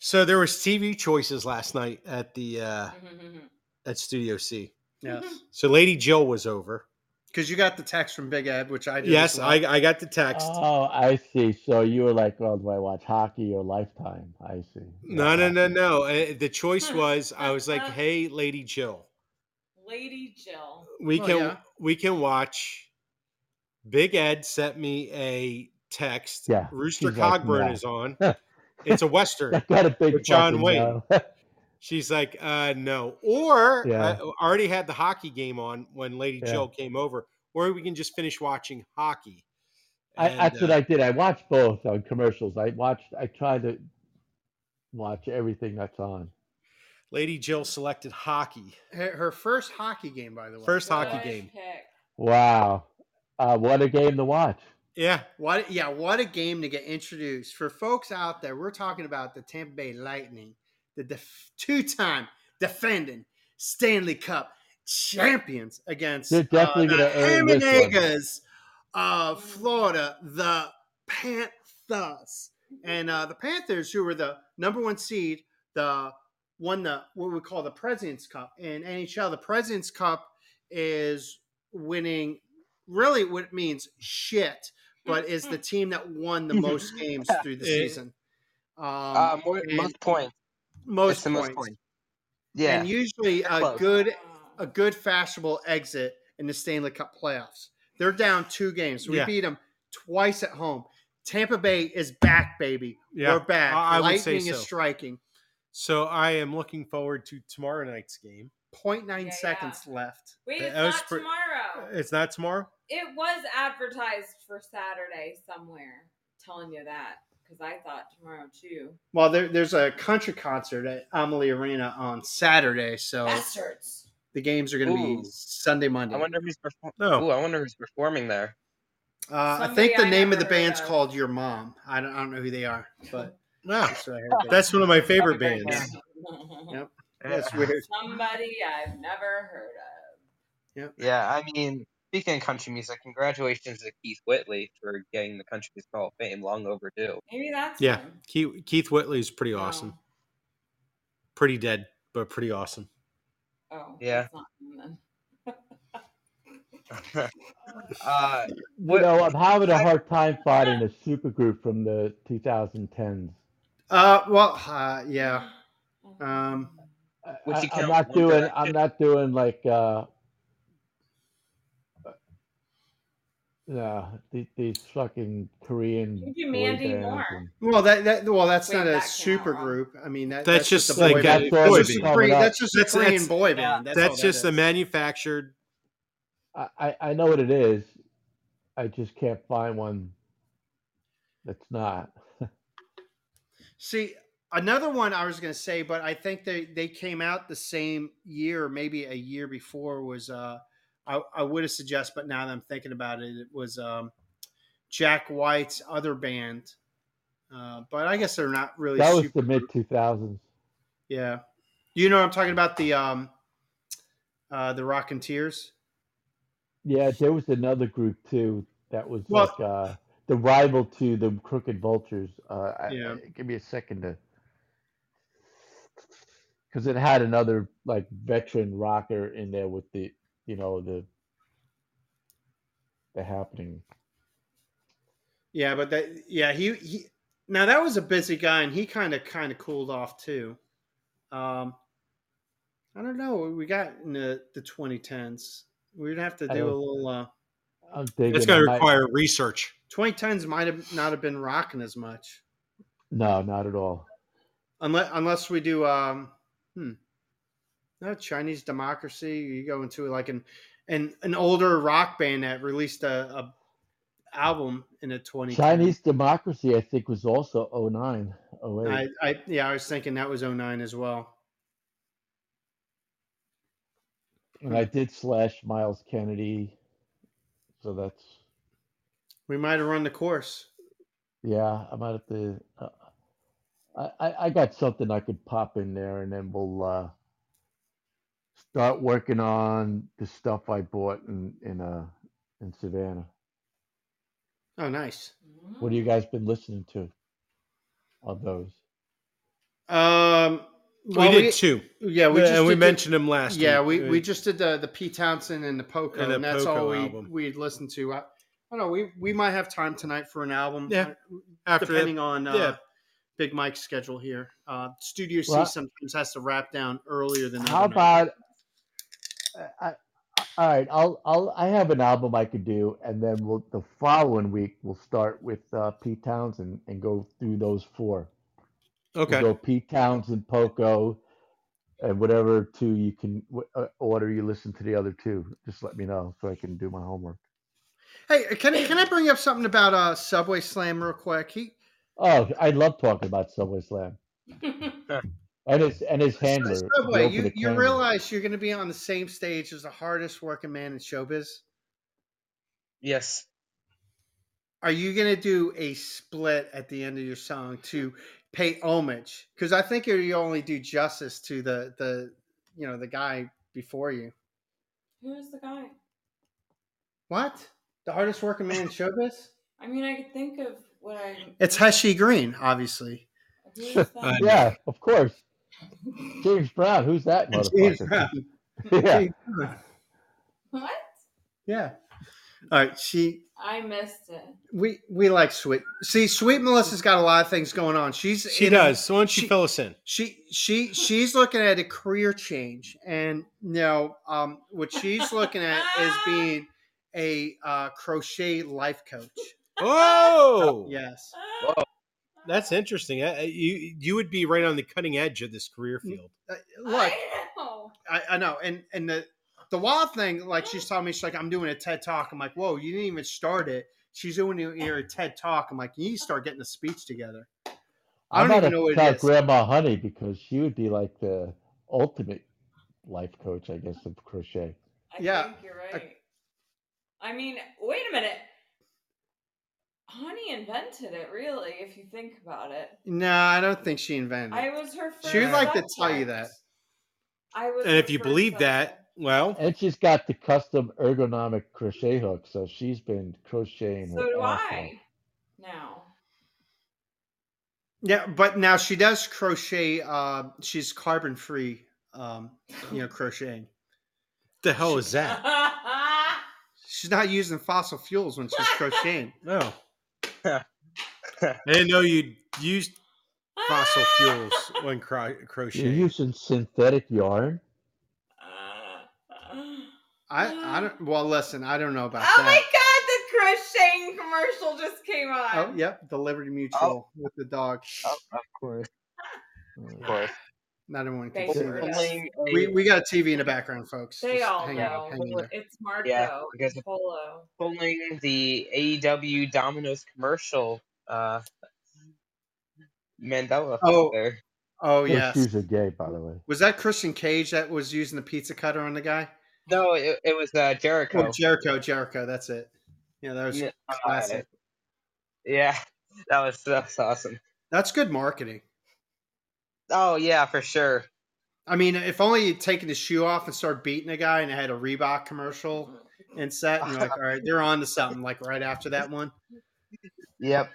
[SPEAKER 2] So there was TV choices last night at the uh, at Studio C.
[SPEAKER 1] Yes,
[SPEAKER 2] So Lady Jill was over.
[SPEAKER 1] because you got the text from Big Ed, which I did. as
[SPEAKER 2] Yes,
[SPEAKER 1] well.
[SPEAKER 2] I, I got the text.
[SPEAKER 3] Oh, I see. So you were like, "Well, do I watch hockey or Lifetime?" I see.
[SPEAKER 2] no,
[SPEAKER 3] Yeah,
[SPEAKER 2] no, no,
[SPEAKER 3] hockey.
[SPEAKER 2] no. Uh,
[SPEAKER 1] <laughs>
[SPEAKER 2] The choice was I was like, "Hey, Lady Jill,
[SPEAKER 4] <laughs> Lady Jill.
[SPEAKER 2] we
[SPEAKER 1] Oh,
[SPEAKER 2] can
[SPEAKER 1] yeah.
[SPEAKER 2] we can watch." Big Ed sent me a text.
[SPEAKER 3] Yeah,
[SPEAKER 2] Rooster
[SPEAKER 3] she's like,
[SPEAKER 2] Cogburn
[SPEAKER 3] "No."
[SPEAKER 2] is
[SPEAKER 3] <laughs>
[SPEAKER 2] on. It's a western.
[SPEAKER 3] That got a big
[SPEAKER 2] Or John
[SPEAKER 3] fucking uh,
[SPEAKER 2] Wayne.
[SPEAKER 3] no.
[SPEAKER 2] She's like, uh, no. Or
[SPEAKER 3] Yeah.
[SPEAKER 2] I already had the hockey game on when Lady
[SPEAKER 3] Yeah.
[SPEAKER 2] Jill came over, or we can just finish watching hockey.
[SPEAKER 3] <laughs> I,
[SPEAKER 2] And,
[SPEAKER 3] that's what
[SPEAKER 2] uh,
[SPEAKER 3] I did. I watched both on commercials. I watched. I tried to watch everything that's on.
[SPEAKER 2] Lady Jill selected hockey.
[SPEAKER 1] her, her first hockey game, by the way.
[SPEAKER 2] First
[SPEAKER 4] What
[SPEAKER 2] hockey
[SPEAKER 4] a
[SPEAKER 2] game.
[SPEAKER 4] pick.
[SPEAKER 3] Wow, uh, what a game to watch!
[SPEAKER 2] Yeah.
[SPEAKER 1] What? Yeah, what a game to get introduced for folks out there. We're talking about the Tampa Bay Lightning, the def- two-time defending Stanley Cup champions against
[SPEAKER 3] They're definitely
[SPEAKER 1] uh, the
[SPEAKER 3] gonna earn this one.
[SPEAKER 1] Hamanaigas of Florida, the Panthers, and uh, the Panthers, who were the number one seed, the won the what we call the President's Cup in NHL. The President's Cup is winning really what it means shit, but is
[SPEAKER 2] <laughs>
[SPEAKER 1] the team that won the most games through the
[SPEAKER 2] Yeah.
[SPEAKER 1] season. Um,
[SPEAKER 5] Uh, more,
[SPEAKER 1] and
[SPEAKER 5] most points.
[SPEAKER 1] most
[SPEAKER 5] it's the most
[SPEAKER 1] points.
[SPEAKER 5] points. Yeah.
[SPEAKER 1] And usually a
[SPEAKER 5] Close.
[SPEAKER 1] good
[SPEAKER 4] Wow.
[SPEAKER 1] a good fashionable exit in the Stanley Cup playoffs. They're down two games. We
[SPEAKER 2] Yeah.
[SPEAKER 1] beat them twice at home. Tampa Bay is back, baby.
[SPEAKER 2] Yeah.
[SPEAKER 1] We're back.
[SPEAKER 2] I- I would say
[SPEAKER 1] Lightning
[SPEAKER 2] so.
[SPEAKER 1] is striking.
[SPEAKER 2] So I am looking forward to tomorrow night's game.
[SPEAKER 1] 0.9
[SPEAKER 4] Yeah,
[SPEAKER 1] seconds left.
[SPEAKER 4] Wait,
[SPEAKER 2] That
[SPEAKER 4] it's
[SPEAKER 2] was
[SPEAKER 4] not
[SPEAKER 2] pre-
[SPEAKER 4] tomorrow.
[SPEAKER 2] It's not tomorrow.
[SPEAKER 4] It was advertised for Saturday somewhere. Telling you that because I thought tomorrow too.
[SPEAKER 1] Well, there, there's a country concert at Amalie Arena on Saturday, so
[SPEAKER 4] Bastards.
[SPEAKER 1] the games are going to
[SPEAKER 5] Ooh.
[SPEAKER 1] be Sunday, Monday.
[SPEAKER 5] I wonder who's performing.
[SPEAKER 2] No.
[SPEAKER 1] Oh.
[SPEAKER 5] Ooh, I wonder who's performing there.
[SPEAKER 1] Uh, I
[SPEAKER 4] Somebody
[SPEAKER 1] think the
[SPEAKER 4] I
[SPEAKER 1] name of the
[SPEAKER 4] never heard
[SPEAKER 1] band's
[SPEAKER 4] of.
[SPEAKER 1] called Your Mom. I don't, I don't know who they are, but
[SPEAKER 2] Wow.
[SPEAKER 1] that's what
[SPEAKER 4] <laughs>
[SPEAKER 1] I heard.
[SPEAKER 2] That's one of my favorite bands.
[SPEAKER 5] Yeah.
[SPEAKER 1] That's weird.
[SPEAKER 4] Somebody I've never heard of.
[SPEAKER 5] Yeah, I mean, speaking of country music, congratulations to Keith Whitley for getting the Country Music Hall of Fame. Long overdue.
[SPEAKER 4] Maybe that's
[SPEAKER 2] Yeah.
[SPEAKER 4] him. Oh.
[SPEAKER 2] Keith, Keith Whitley is pretty
[SPEAKER 4] No.
[SPEAKER 2] awesome. Pretty dead, but pretty awesome.
[SPEAKER 4] Oh,
[SPEAKER 5] Yeah.
[SPEAKER 4] that's not him then.
[SPEAKER 5] Uh,
[SPEAKER 3] You
[SPEAKER 5] what,
[SPEAKER 3] know, I'm having a
[SPEAKER 5] I-
[SPEAKER 3] hard time finding a supergroup from the 2010s.
[SPEAKER 1] Uh, well, uh, yeah.
[SPEAKER 4] Oh.
[SPEAKER 1] Um,
[SPEAKER 3] I,
[SPEAKER 5] Would
[SPEAKER 3] I-
[SPEAKER 5] you
[SPEAKER 3] I'm
[SPEAKER 5] count
[SPEAKER 3] not
[SPEAKER 5] One
[SPEAKER 3] doing.
[SPEAKER 5] Direction?
[SPEAKER 3] I'm not doing like. Uh, no, the- these fucking Korean.
[SPEAKER 4] You do
[SPEAKER 3] boy
[SPEAKER 4] Mandy
[SPEAKER 3] bands
[SPEAKER 4] Moore.
[SPEAKER 3] and-
[SPEAKER 1] Well, that, that well, that's
[SPEAKER 4] Wait,
[SPEAKER 1] not a
[SPEAKER 4] that came out
[SPEAKER 1] super
[SPEAKER 4] wrong.
[SPEAKER 1] group. I mean, that,
[SPEAKER 2] That's just
[SPEAKER 1] a
[SPEAKER 2] like
[SPEAKER 1] boy
[SPEAKER 2] that
[SPEAKER 1] band.
[SPEAKER 2] boy
[SPEAKER 1] That's just a
[SPEAKER 2] band.
[SPEAKER 1] Korean-
[SPEAKER 3] Coming
[SPEAKER 1] that's just a
[SPEAKER 2] That's-
[SPEAKER 1] Korean
[SPEAKER 2] that's-
[SPEAKER 1] boy band. That's, all
[SPEAKER 2] That's
[SPEAKER 1] that
[SPEAKER 2] just a
[SPEAKER 1] is.
[SPEAKER 2] manufactured.
[SPEAKER 3] I, I I know what it is. I just can't find one It's not.
[SPEAKER 1] See, another one I was going to say, but I think they they came out the same year, maybe a year before was. uh I, I would have suggested, but now that I'm thinking about it, it was um, Jack White's other band. Uh, but I guess they're not really.
[SPEAKER 3] That was super- the mid 2000s.
[SPEAKER 1] Yeah, you know I'm talking about the um, uh, the Rock and Tears.
[SPEAKER 3] Yeah, there was another group too that was well, like uh, the rival to the Crooked Vultures. Uh, yeah. I, give me a second to, because it had another like veteran rocker in there with the you know the the happening.
[SPEAKER 1] Yeah, but that yeah he he now that was a busy guy and he kind of kind of cooled off too. Um, I don't know. We got in the, the 2010s. We'd have to do a little. Uh,
[SPEAKER 3] I'm thinking
[SPEAKER 2] it's going to require might, research.
[SPEAKER 1] 2010s might have not have been rocking as much.
[SPEAKER 3] No, not at all.
[SPEAKER 1] Unless unless we do um, hmm, no Chinese democracy. You go into like an an an older rock band that released a, a album in the 20
[SPEAKER 3] Chinese democracy. I think was also 09,
[SPEAKER 1] 08. I, I yeah, I was thinking that was 09 as well.
[SPEAKER 3] And I did slash Miles Kennedy. So that's.
[SPEAKER 1] We might have run the course.
[SPEAKER 3] Yeah, I might have to. Uh, I, I got something I could pop in there and then we'll uh, start working on the stuff I bought in, in, uh, in Savannah.
[SPEAKER 1] Oh, nice.
[SPEAKER 3] What have you guys been listening to on those?
[SPEAKER 1] Um,
[SPEAKER 2] well, we did two.
[SPEAKER 1] Yeah,
[SPEAKER 2] we and we did, mentioned them last.
[SPEAKER 1] Yeah,
[SPEAKER 2] week.
[SPEAKER 1] we, we just did the the Pete Townsend and the Poco, and, the and that's Poco all we album. we listened to. I, I, don't know. We we might have time tonight for an album.
[SPEAKER 2] Yeah,
[SPEAKER 1] After depending that, on uh, yeah. Big Mike's schedule here. Uh, Studio well, C sometimes has to wrap down earlier than.
[SPEAKER 3] How about? I, all right, I'll I'll I have an album I could do, and then we'll the following week we'll start with uh, Pete Townsend and go through those four.
[SPEAKER 2] Okay.
[SPEAKER 3] We'll go Pete Townsend, Poco, and whatever two you can uh, order. You listen to the other two. Just let me know so I can do my homework.
[SPEAKER 1] Hey, can I, can I bring up something about uh, Subway Slam real quick? He...
[SPEAKER 3] Oh, I love talking about Subway Slam. and his and his handler.
[SPEAKER 1] Subway, you, you realize you're going to be on the same stage as the hardest working man in showbiz.
[SPEAKER 5] Yes.
[SPEAKER 1] Are you going to do a split at the end of your song to pay homage because I think you only do justice to the the you know the guy before you.
[SPEAKER 4] <laughs> Who's the guy?
[SPEAKER 1] What? The hardest working
[SPEAKER 2] <laughs>
[SPEAKER 1] man in showbiz?
[SPEAKER 4] I mean, I could think of what I.
[SPEAKER 1] It's Heshy Green, obviously.
[SPEAKER 3] <laughs> yeah, of course. James Brown. Who's that motherfucker? <laughs> yeah.
[SPEAKER 4] What?
[SPEAKER 1] Yeah. All right, she.
[SPEAKER 4] I missed it.
[SPEAKER 1] We we like sweet. See, sweet Melissa's got a lot of things going on. She's
[SPEAKER 2] she does. so why don't you fill us in?
[SPEAKER 1] She she she's looking at a career change, and you know, um, what she's looking at is being a uh, crochet life coach.
[SPEAKER 2] Oh
[SPEAKER 1] uh, yes.
[SPEAKER 2] Whoa. That's interesting. I, you you would be right on the cutting edge of this career field.
[SPEAKER 1] Uh, look, I know. I, I know, and and the the wild thing, like she's telling me, she's like, I'm doing a TED talk. I'm like, whoa, you didn't even start it. She's doing your TED talk. I'm like, you need to start getting a speech together.
[SPEAKER 3] I don't I'm even know what it is. Grandma Honey because she would be like the ultimate life coach, I guess, of crochet.
[SPEAKER 4] I yeah. think you're right. I, I mean, wait a minute. Honey invented it, really, if you think about it.
[SPEAKER 1] No, I don't think she invented it.
[SPEAKER 4] I was her first.
[SPEAKER 1] She would like subject. to tell you that.
[SPEAKER 4] I was
[SPEAKER 2] and if you believe subject. that, well,
[SPEAKER 3] and she's got the custom ergonomic crochet hook, so she's been crocheting.
[SPEAKER 4] So do I now.
[SPEAKER 1] Yeah, but now she does crochet. Uh, she's carbon free. Um, you know, crocheting.
[SPEAKER 2] the hell is
[SPEAKER 4] <laughs>
[SPEAKER 2] that?
[SPEAKER 1] she's not using fossil fuels when she's
[SPEAKER 4] <laughs>
[SPEAKER 1] crocheting.
[SPEAKER 2] No. I didn't know you used fossil fuels when cro- crocheting.
[SPEAKER 3] You're using synthetic yarn.
[SPEAKER 1] I, I don't. Well, listen, I don't know about.
[SPEAKER 4] Oh
[SPEAKER 1] that.
[SPEAKER 4] my god, the crocheting commercial just came on.
[SPEAKER 1] Oh yep, the Liberty Mutual oh. with the dog.
[SPEAKER 5] Oh, of course, of
[SPEAKER 3] Oh,
[SPEAKER 5] course.
[SPEAKER 1] Not everyone can see that. We, we got a TV in the background, folks.
[SPEAKER 4] They just all hang know. Out, hang it's Marco. Yeah, because Polo. <laughs>
[SPEAKER 5] Pulling the AEW Domino's E commercial uh, Mandela.
[SPEAKER 1] Oh.
[SPEAKER 5] there.
[SPEAKER 3] <laughs>
[SPEAKER 1] Oh
[SPEAKER 3] Those
[SPEAKER 1] yes.
[SPEAKER 3] Uh, shoes are gay, by the way.
[SPEAKER 1] Was that Christian Cage that was using the pizza cutter on the guy?
[SPEAKER 5] No, it, it was uh, Jericho.
[SPEAKER 1] Oh, Jericho, Jericho, that's it. Yeah, that was
[SPEAKER 5] Yeah,
[SPEAKER 1] classic.
[SPEAKER 5] yeah, that was that's awesome.
[SPEAKER 1] That's good marketing.
[SPEAKER 5] Oh yeah, for sure.
[SPEAKER 1] I mean, if only you'd taken the shoe off and started beating a guy and it had a Reebok
[SPEAKER 4] <laughs>
[SPEAKER 1] commercial and set, and you're like, all right, they're on to something. Like right after that one,
[SPEAKER 5] Yep.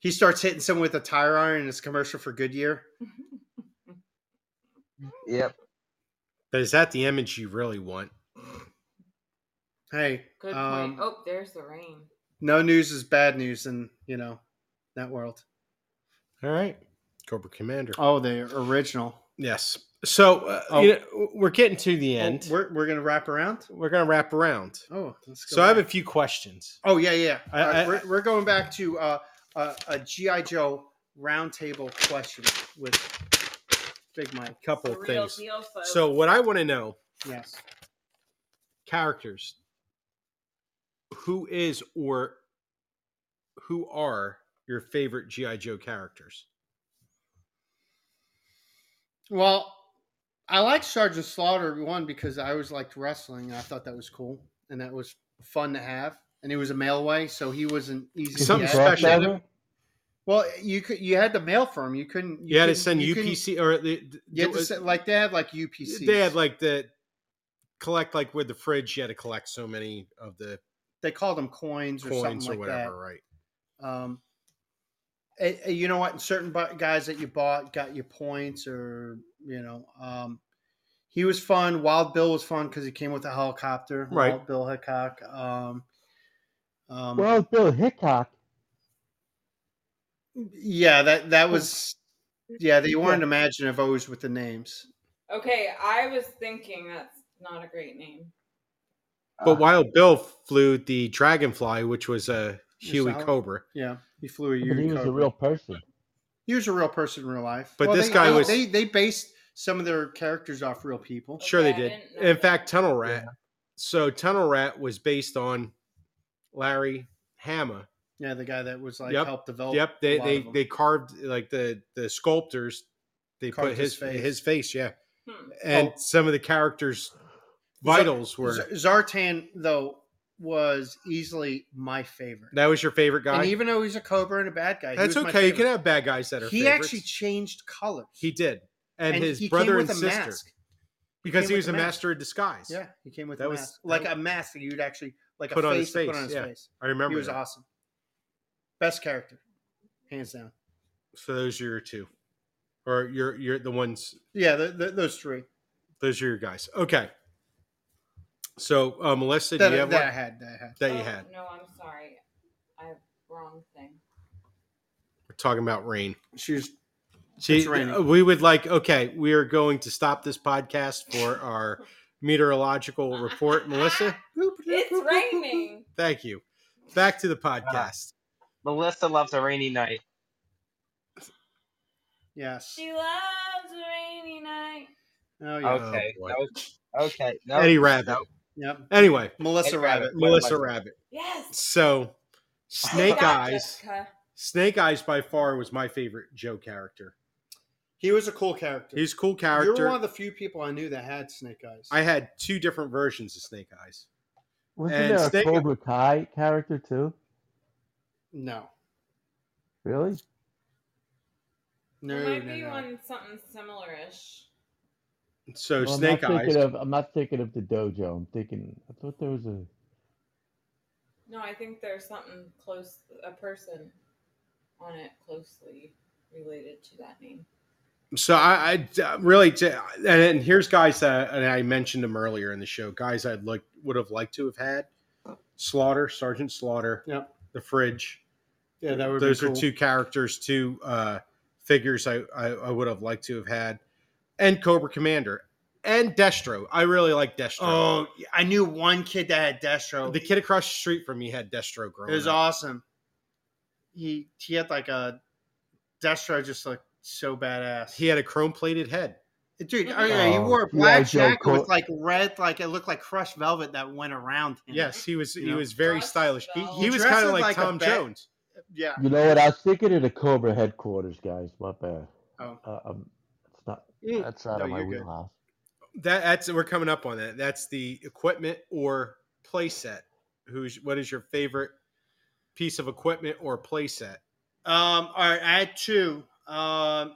[SPEAKER 1] he starts hitting someone with a tire iron and it's a commercial for Goodyear.
[SPEAKER 5] Yep.
[SPEAKER 2] But is that the image you really want?
[SPEAKER 1] Hey,
[SPEAKER 4] Good point.
[SPEAKER 1] um,
[SPEAKER 4] oh, there's the rain.
[SPEAKER 1] no news is bad news in, you know, that world.
[SPEAKER 2] All right, Cobra Commander.
[SPEAKER 1] Oh, the original.
[SPEAKER 2] Yes. So uh,
[SPEAKER 1] Oh.
[SPEAKER 2] you know, we're getting to the end.
[SPEAKER 1] Oh, we're we're going to wrap around?
[SPEAKER 2] we're, going to wrap around.
[SPEAKER 1] Oh, let's go.
[SPEAKER 2] So I have a
[SPEAKER 1] back.
[SPEAKER 2] few questions.
[SPEAKER 1] Oh yeah, yeah.
[SPEAKER 2] I-
[SPEAKER 1] Uh,
[SPEAKER 2] I-
[SPEAKER 1] we're, we're going back to uh, uh, a GI Joe roundtable question with Big Mike.
[SPEAKER 2] Couple
[SPEAKER 4] the
[SPEAKER 2] of
[SPEAKER 4] real
[SPEAKER 2] things.
[SPEAKER 4] deal, folks.
[SPEAKER 2] So what I want to know
[SPEAKER 1] Yes.
[SPEAKER 2] characters who is or who are your favorite GI Joe characters?
[SPEAKER 1] Well, I like Sergeant Slaughter one because I always liked wrestling. And I thought that was cool and that was fun to have. And it was a mailway, so he wasn't easy.
[SPEAKER 2] Something
[SPEAKER 1] to
[SPEAKER 3] Is
[SPEAKER 1] get.
[SPEAKER 3] it
[SPEAKER 2] special.
[SPEAKER 3] Godfather?
[SPEAKER 1] Well, you could you had to mail for him. You couldn't.
[SPEAKER 2] You, had to
[SPEAKER 1] couldn't-
[SPEAKER 2] send
[SPEAKER 1] you couldn't-
[SPEAKER 2] UPC or the, uh,
[SPEAKER 1] You had to send, like they had like UPC.
[SPEAKER 2] they had like the collect like with the fridge. You had to collect so many of the
[SPEAKER 1] they called them coins or something
[SPEAKER 2] coins or
[SPEAKER 1] like that.
[SPEAKER 2] whatever, right?
[SPEAKER 1] Um, and- and you know what? Certain bu- guys that you bought got you points, or you know, um, he was fun. Wild Bill was fun because he came with a helicopter.
[SPEAKER 2] Right.
[SPEAKER 1] Wild Bill Hickok. Um, um,
[SPEAKER 3] Well, Bill Hickok.
[SPEAKER 1] yeah, that that was. Yeah, they weren't imaginative always with the names.
[SPEAKER 4] Okay, I was thinking that's not a great name.
[SPEAKER 5] Uh,
[SPEAKER 1] Uh-huh.
[SPEAKER 2] But Wild Bill flew the Dragonfly, which was a Huey
[SPEAKER 1] Yourself?
[SPEAKER 2] Cobra.
[SPEAKER 1] Yeah, he flew a
[SPEAKER 3] But he was a
[SPEAKER 1] Eureka.
[SPEAKER 3] real person.
[SPEAKER 1] He was a real person in real life.
[SPEAKER 2] But this
[SPEAKER 1] they-
[SPEAKER 2] guy
[SPEAKER 1] they-
[SPEAKER 2] was-
[SPEAKER 1] They they based some of their characters off real people.
[SPEAKER 2] Sure,
[SPEAKER 4] Okay,
[SPEAKER 2] they
[SPEAKER 4] I
[SPEAKER 2] did.
[SPEAKER 4] didn't know
[SPEAKER 2] In
[SPEAKER 4] that.
[SPEAKER 2] fact, Tunnel Rat. So Tunnel Rat was based on Larry Hama.
[SPEAKER 1] Yeah, the guy that was like
[SPEAKER 2] Yep,
[SPEAKER 1] helped develop.
[SPEAKER 2] Yep,
[SPEAKER 1] a
[SPEAKER 2] they
[SPEAKER 1] lot
[SPEAKER 2] they,
[SPEAKER 1] of 'em.
[SPEAKER 2] they carved like the the sculptors. They
[SPEAKER 1] Carved
[SPEAKER 2] put
[SPEAKER 1] his
[SPEAKER 2] his
[SPEAKER 1] face.
[SPEAKER 2] face. his face, yeah,
[SPEAKER 4] Hmm.
[SPEAKER 2] and
[SPEAKER 1] Oh.
[SPEAKER 2] some of the characters' vitals were.
[SPEAKER 1] Z- Zartan though was easily my favorite.
[SPEAKER 2] that was your favorite guy.
[SPEAKER 1] And even though he's a cobra and a bad guy, he
[SPEAKER 2] That's
[SPEAKER 1] was my
[SPEAKER 2] okay. You can
[SPEAKER 1] favorite.
[SPEAKER 2] have bad guys that are.
[SPEAKER 1] He
[SPEAKER 2] favorites.
[SPEAKER 1] actually changed colors.
[SPEAKER 2] he did, and, his
[SPEAKER 1] he
[SPEAKER 2] brother
[SPEAKER 1] came
[SPEAKER 2] and
[SPEAKER 1] with a
[SPEAKER 2] sister
[SPEAKER 1] mask.
[SPEAKER 2] because
[SPEAKER 1] came
[SPEAKER 2] he
[SPEAKER 1] with
[SPEAKER 2] was
[SPEAKER 1] a
[SPEAKER 2] a
[SPEAKER 1] mask.
[SPEAKER 2] master of disguise.
[SPEAKER 1] Yeah, he came with
[SPEAKER 2] That
[SPEAKER 1] a
[SPEAKER 2] was-
[SPEAKER 1] mask,
[SPEAKER 2] that
[SPEAKER 1] like
[SPEAKER 2] was-
[SPEAKER 1] a mask that you'd actually like
[SPEAKER 2] Put
[SPEAKER 1] a
[SPEAKER 2] on
[SPEAKER 1] face
[SPEAKER 2] his
[SPEAKER 1] to put
[SPEAKER 2] face,
[SPEAKER 1] on his
[SPEAKER 2] yeah.
[SPEAKER 1] face.
[SPEAKER 2] I remember.
[SPEAKER 1] He was
[SPEAKER 2] that.
[SPEAKER 1] awesome. Best character, hands down.
[SPEAKER 2] So those are your two, or your your the ones
[SPEAKER 1] Yeah, th th those three
[SPEAKER 2] those are your guys. Okay. So uh, Melissa, do
[SPEAKER 1] that,
[SPEAKER 2] you have
[SPEAKER 1] that I
[SPEAKER 2] one
[SPEAKER 1] had. That I had.
[SPEAKER 2] that you
[SPEAKER 4] Oh,
[SPEAKER 2] had?
[SPEAKER 4] No, I'm sorry. I have wrong thing.
[SPEAKER 2] We're talking about rain.
[SPEAKER 1] She was
[SPEAKER 2] See,
[SPEAKER 1] It's raining.
[SPEAKER 2] uh, we would like, okay, we are going to stop this podcast for our meteorological report. Melissa,
[SPEAKER 4] It's raining.
[SPEAKER 2] thank you. Back to the podcast.
[SPEAKER 5] Melissa loves a rainy night.
[SPEAKER 1] yes.
[SPEAKER 4] <laughs> She loves a rainy night.
[SPEAKER 1] Oh yeah.
[SPEAKER 2] Oh,
[SPEAKER 5] Okay.
[SPEAKER 2] boy.
[SPEAKER 5] that was- okay. No,
[SPEAKER 2] Eddie Rabbit.
[SPEAKER 5] no.
[SPEAKER 1] Yep.
[SPEAKER 2] Anyway,
[SPEAKER 1] Melissa
[SPEAKER 5] Eddie
[SPEAKER 1] Rabbit.
[SPEAKER 5] Rabbit.
[SPEAKER 2] Melissa
[SPEAKER 5] Rabbit.
[SPEAKER 2] Rabbit.
[SPEAKER 4] Yes.
[SPEAKER 2] So, Snake
[SPEAKER 4] Stop,
[SPEAKER 2] Eyes.
[SPEAKER 4] Jessica.
[SPEAKER 2] Snake Eyes by far was my favorite Joe character.
[SPEAKER 1] He was a cool character.
[SPEAKER 2] He's a cool
[SPEAKER 1] You were one
[SPEAKER 2] character.
[SPEAKER 1] of the few people I knew that had snake eyes.
[SPEAKER 2] I had two different versions of Snake Eyes.
[SPEAKER 3] Wasn't
[SPEAKER 2] And
[SPEAKER 3] there a
[SPEAKER 2] Snake-
[SPEAKER 3] Cobra Kai character too?
[SPEAKER 1] no,
[SPEAKER 3] Really?
[SPEAKER 1] no,
[SPEAKER 4] there might
[SPEAKER 1] no,
[SPEAKER 4] be
[SPEAKER 1] no.
[SPEAKER 4] one something similar-ish.
[SPEAKER 2] So,
[SPEAKER 3] Well,
[SPEAKER 2] Snake
[SPEAKER 3] I'm not
[SPEAKER 2] Eyes.
[SPEAKER 3] Thinking of, I'm not thinking of the dojo. I'm thinking. I thought there was a.
[SPEAKER 4] No, I think there's something close, a person on it closely related to that <laughs> name.
[SPEAKER 2] So I, I really, and, and here's guys that and I mentioned them earlier in the show. Guys I'd like would have liked to have had Slaughter, Sergeant Slaughter,
[SPEAKER 1] Yep.
[SPEAKER 2] the Fridge.
[SPEAKER 1] Yeah, that would.
[SPEAKER 2] Those
[SPEAKER 1] be
[SPEAKER 2] are
[SPEAKER 1] cool.
[SPEAKER 2] two characters, two uh, figures I, I I would have liked to have had, and Cobra Commander and Destro. I really like Destro.
[SPEAKER 1] Oh, I knew one kid that had Destro.
[SPEAKER 2] the kid across the street from me had Destro
[SPEAKER 1] it
[SPEAKER 2] growing
[SPEAKER 1] was
[SPEAKER 2] up.
[SPEAKER 1] awesome. He he had like a Destro just looked so badass.
[SPEAKER 2] He had a chrome plated head.
[SPEAKER 1] Dude, oh, yeah, he
[SPEAKER 3] Oh,
[SPEAKER 1] wore a
[SPEAKER 3] G.I.
[SPEAKER 1] black
[SPEAKER 3] Joe
[SPEAKER 1] jacket
[SPEAKER 3] coat.
[SPEAKER 1] with like red, like it looked like crushed velvet that went around him.
[SPEAKER 2] Yes, he was.
[SPEAKER 1] You
[SPEAKER 2] he
[SPEAKER 1] know.
[SPEAKER 2] was very
[SPEAKER 4] Dressed
[SPEAKER 2] stylish. He,
[SPEAKER 4] well.
[SPEAKER 2] he
[SPEAKER 1] He
[SPEAKER 2] was
[SPEAKER 1] dressed
[SPEAKER 2] kind of
[SPEAKER 1] up
[SPEAKER 2] like,
[SPEAKER 1] like a
[SPEAKER 2] Tom
[SPEAKER 1] ba-
[SPEAKER 2] Jones.
[SPEAKER 1] yeah.
[SPEAKER 3] You know what? I was thinking of the Cobra headquarters, guys. My bad.
[SPEAKER 1] Oh.
[SPEAKER 3] Uh, um, it's not.
[SPEAKER 1] Mm.
[SPEAKER 3] That's out
[SPEAKER 2] No,
[SPEAKER 3] of my
[SPEAKER 2] you're good.
[SPEAKER 3] wheelhouse.
[SPEAKER 2] That that's we're coming up on that. That's the equipment or playset. Who's what is your favorite piece of equipment or playset?
[SPEAKER 1] Um, all right, I had two. Um,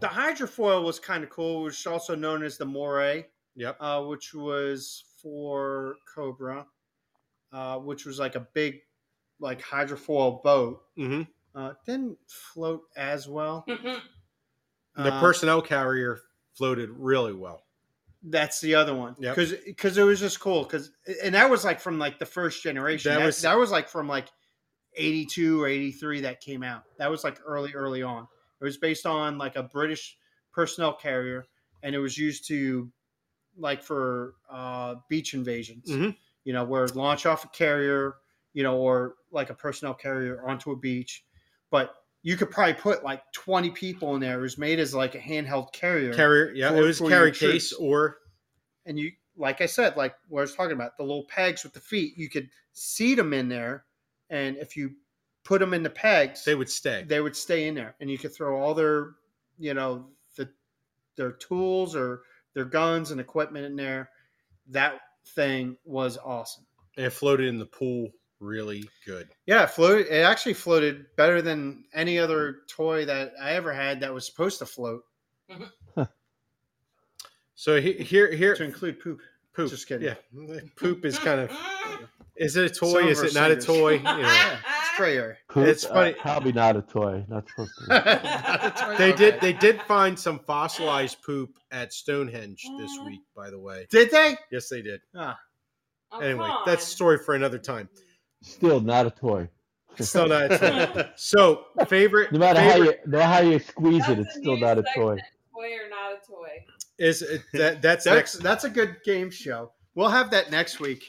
[SPEAKER 1] the hydrofoil was kind of cool, which is also known as the moray,
[SPEAKER 2] Yep.
[SPEAKER 1] uh, which was for Cobra, uh, which was like a big, like hydrofoil boat.
[SPEAKER 2] hmm
[SPEAKER 1] Uh, it didn't float as well.
[SPEAKER 2] The
[SPEAKER 1] Uh,
[SPEAKER 2] personnel carrier floated really well.
[SPEAKER 1] That's the other one.
[SPEAKER 2] Yep.
[SPEAKER 1] Because it was just cool. Because and that was like from like the first generation.
[SPEAKER 2] That
[SPEAKER 1] That, that,
[SPEAKER 2] was-
[SPEAKER 1] was, like from like eighty two or eighty three that came out. That was like early early on. It was based on like a British personnel carrier, and it was used to like for uh, beach invasions.
[SPEAKER 2] Mhm.
[SPEAKER 1] You know, where launch off a carrier, you know, or like a personnel carrier onto a beach, but you could probably put like twenty people in there. It was made as like a handheld carrier
[SPEAKER 2] Carrier, yeah,
[SPEAKER 1] For-
[SPEAKER 2] it was
[SPEAKER 1] for
[SPEAKER 2] carry
[SPEAKER 1] your
[SPEAKER 2] case
[SPEAKER 1] troops.
[SPEAKER 2] or
[SPEAKER 1] and you like i said like what i was talking about the little pegs with the feet you could seat them in there and if you put them in the pegs
[SPEAKER 2] they
[SPEAKER 1] they,
[SPEAKER 2] would stay.
[SPEAKER 1] would stay in there and you could throw all their you know the, their tools or their guns and equipment in there that thing was awesome
[SPEAKER 2] And it floated in the pool really good.
[SPEAKER 1] yeah it floated it actually floated better than any other toy that i ever had that was supposed to float
[SPEAKER 2] So he- here here
[SPEAKER 1] Mm-hmm. to include poop
[SPEAKER 2] poop.
[SPEAKER 1] just kidding.
[SPEAKER 2] Yeah. Poop is kind
[SPEAKER 4] <laughs>
[SPEAKER 2] of is it a toy?
[SPEAKER 1] Some
[SPEAKER 2] Is
[SPEAKER 1] of
[SPEAKER 2] it
[SPEAKER 1] our
[SPEAKER 2] not a
[SPEAKER 1] singers. <laughs>
[SPEAKER 2] toy? You know.
[SPEAKER 1] yeah, it's
[SPEAKER 4] <laughs>
[SPEAKER 1] gray area
[SPEAKER 2] It's
[SPEAKER 3] Poop, uh,
[SPEAKER 2] funny-
[SPEAKER 3] probably not a toy. Not supposed to.
[SPEAKER 1] they
[SPEAKER 2] <laughs>
[SPEAKER 4] Oh,
[SPEAKER 2] They did. They did find some fossilized poop at Stonehenge this week. By the way,
[SPEAKER 1] <laughs> did they
[SPEAKER 2] yes, they did.
[SPEAKER 4] Oh,
[SPEAKER 2] Anyway,
[SPEAKER 4] come
[SPEAKER 2] that's a
[SPEAKER 4] on.
[SPEAKER 2] story for another
[SPEAKER 3] <laughs>
[SPEAKER 2] time.
[SPEAKER 3] Still not a toy.
[SPEAKER 2] Still not. A <laughs> toy.
[SPEAKER 4] <laughs>
[SPEAKER 2] So favorite.
[SPEAKER 3] No matter how
[SPEAKER 2] favorite
[SPEAKER 3] you, no matter how you squeeze it,
[SPEAKER 4] That's
[SPEAKER 3] it's
[SPEAKER 4] a
[SPEAKER 3] still
[SPEAKER 4] new
[SPEAKER 3] not a toy.
[SPEAKER 4] segment. toy or not a <laughs> toy.
[SPEAKER 2] is <laughs> it- that. That's
[SPEAKER 1] That's
[SPEAKER 2] next.
[SPEAKER 1] that's a good game show. We'll have that next week.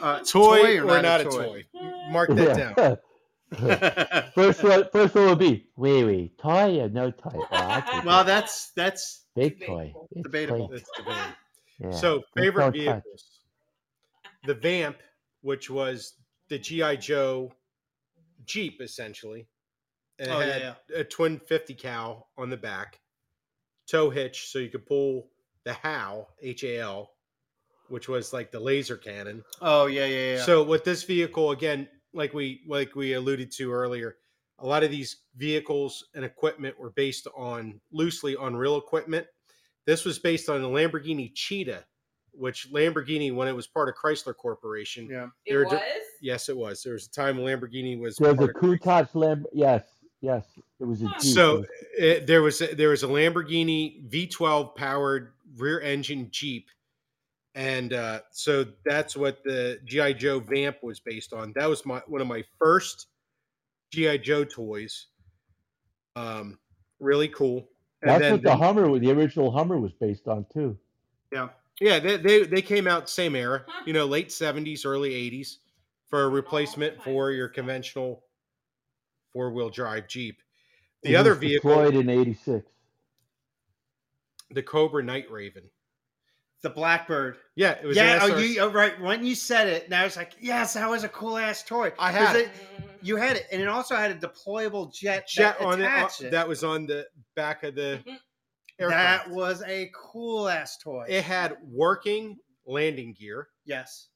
[SPEAKER 1] Uh,
[SPEAKER 2] Toy, or, not, a toy. Uh, Mark
[SPEAKER 3] <laughs>
[SPEAKER 2] that down.
[SPEAKER 1] toy.
[SPEAKER 3] first one, first one would be wait, wait, toy or no toy? Oh, I take
[SPEAKER 1] well,
[SPEAKER 3] it.
[SPEAKER 1] that's that's
[SPEAKER 3] big toy.
[SPEAKER 1] Debatable.
[SPEAKER 4] debatable.
[SPEAKER 3] It's toy.
[SPEAKER 2] That's the van.
[SPEAKER 3] Yeah.
[SPEAKER 2] So
[SPEAKER 3] Don't
[SPEAKER 2] favorite
[SPEAKER 3] touch.
[SPEAKER 2] vehicles. The Vamp, which was the GI Joe Jeep, essentially. And it
[SPEAKER 1] Oh,
[SPEAKER 2] had a twin fifty cal on the back, tow hitch, so you could pull the HAL H A L, which was like the laser cannon.
[SPEAKER 1] oh yeah yeah yeah.
[SPEAKER 2] So with this vehicle, again, like we like we alluded to earlier, a lot of these vehicles and equipment were based on loosely on real equipment. This was based on a Lamborghini Cheetah, which Lamborghini, when it was part of Chrysler Corporation,
[SPEAKER 1] yeah.
[SPEAKER 4] <laughs> It
[SPEAKER 2] They're
[SPEAKER 4] was?
[SPEAKER 2] de- yes, it was. There was a time Lamborghini was
[SPEAKER 3] There's
[SPEAKER 2] part
[SPEAKER 3] a
[SPEAKER 2] of
[SPEAKER 3] Countach lamb. Yes, yes. It was a Jeep.
[SPEAKER 2] so
[SPEAKER 3] It was-
[SPEAKER 2] it, there was a, there was a Lamborghini V12 powered rear engine Jeep, and uh, so that's what the GI Joe Vamp was based on. That was my one of my first GI Joe toys. Um, really cool. And
[SPEAKER 3] that's
[SPEAKER 2] then
[SPEAKER 3] what the,
[SPEAKER 2] the-
[SPEAKER 3] Hummer, was- the original Hummer, was based on too.
[SPEAKER 2] yeah, they, they they came out same era, you know, late seventies, early eighties, for a replacement for your conventional four wheel drive Jeep. The
[SPEAKER 3] It
[SPEAKER 2] other
[SPEAKER 3] was
[SPEAKER 2] vehicle,
[SPEAKER 3] deployed in '86.
[SPEAKER 2] the Cobra Night Raven.
[SPEAKER 1] The Blackbird.
[SPEAKER 2] Yeah, it was. an
[SPEAKER 1] Yeah, oh,
[SPEAKER 2] SRC.
[SPEAKER 1] you, oh, right. When you said it, and I was like, yes, that was a cool ass toy.
[SPEAKER 2] I
[SPEAKER 1] 'Cause
[SPEAKER 2] had it.
[SPEAKER 1] You had it, and it also had a deployable jet.
[SPEAKER 2] jet
[SPEAKER 1] that
[SPEAKER 2] on it, on-
[SPEAKER 1] attached it.
[SPEAKER 2] that was on the back of the
[SPEAKER 4] Mm-hmm.
[SPEAKER 2] aircraft.
[SPEAKER 1] that was a cool ass toy.
[SPEAKER 2] it had working landing gear.
[SPEAKER 1] yes.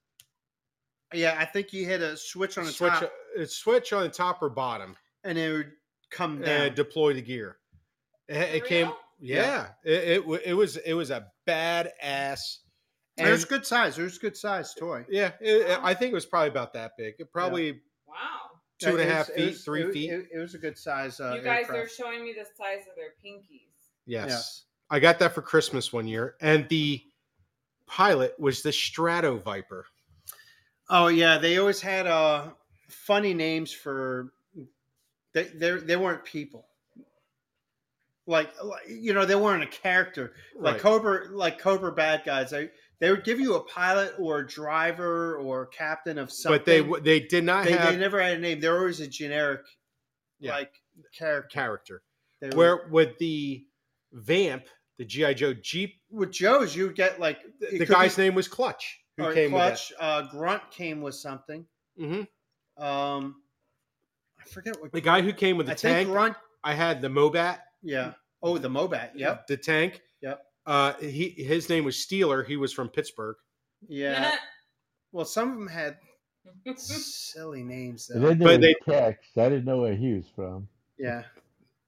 [SPEAKER 1] Yeah, I think you hit a switch on the
[SPEAKER 2] switch,
[SPEAKER 1] top,
[SPEAKER 2] uh, switch on the top or bottom
[SPEAKER 1] and it would come down.
[SPEAKER 2] and deploy the gear. It, it
[SPEAKER 4] For
[SPEAKER 2] came,
[SPEAKER 4] real?
[SPEAKER 2] yeah. It, it wa- it was it was a badass.
[SPEAKER 1] And it was
[SPEAKER 2] and-
[SPEAKER 1] good size. It was good size toy.
[SPEAKER 2] Yeah, it, it- I think it was probably about that big. It probably
[SPEAKER 4] Wow.
[SPEAKER 2] two and a
[SPEAKER 1] It was-
[SPEAKER 2] half
[SPEAKER 1] it
[SPEAKER 2] feet,
[SPEAKER 1] was-
[SPEAKER 2] three
[SPEAKER 1] it was-
[SPEAKER 2] feet.
[SPEAKER 1] It, it was a good size. Uh,
[SPEAKER 4] you guys are
[SPEAKER 1] aircraft.
[SPEAKER 4] showing me the size of their pinkies.
[SPEAKER 2] yes.
[SPEAKER 1] Yes.
[SPEAKER 2] I got that for Christmas one year, and the pilot was the Strato Viper.
[SPEAKER 1] Oh yeah, they always had uh funny names for they they they weren't people. Like like, you know, they weren't a character. Like
[SPEAKER 2] Right.
[SPEAKER 1] Cobra like Cobra bad guys. They they would give you a pilot or a driver or a captain of something.
[SPEAKER 2] but they w- they did not
[SPEAKER 1] they,
[SPEAKER 2] have
[SPEAKER 1] they never had a name. They're always a generic
[SPEAKER 2] Yeah.
[SPEAKER 1] like character.
[SPEAKER 2] character.
[SPEAKER 1] They were-
[SPEAKER 2] Where with the vamp, the GI Joe Jeep,
[SPEAKER 1] with Joe's you would get like it
[SPEAKER 2] the
[SPEAKER 1] could
[SPEAKER 2] guy's
[SPEAKER 1] be-
[SPEAKER 2] name was Clutch, who
[SPEAKER 1] or
[SPEAKER 2] came
[SPEAKER 1] Clutch, uh Grunt came with something.
[SPEAKER 2] with that. Mhm.
[SPEAKER 1] Um I forget what
[SPEAKER 2] The guy who came with the
[SPEAKER 1] I
[SPEAKER 2] tank,
[SPEAKER 1] think Grunt.
[SPEAKER 2] I had the Mobat,
[SPEAKER 1] Yeah. Oh, the Mobat. Yep.
[SPEAKER 2] the tank.
[SPEAKER 1] Yep.
[SPEAKER 2] Uh, he his name was Steeler. He was from Pittsburgh.
[SPEAKER 1] Yeah.
[SPEAKER 4] <laughs>
[SPEAKER 1] Well, some of them had silly names
[SPEAKER 3] And
[SPEAKER 1] though.
[SPEAKER 3] then there
[SPEAKER 2] But
[SPEAKER 3] was
[SPEAKER 2] they-
[SPEAKER 3] Tex. I didn't know where he was from.
[SPEAKER 1] Yeah.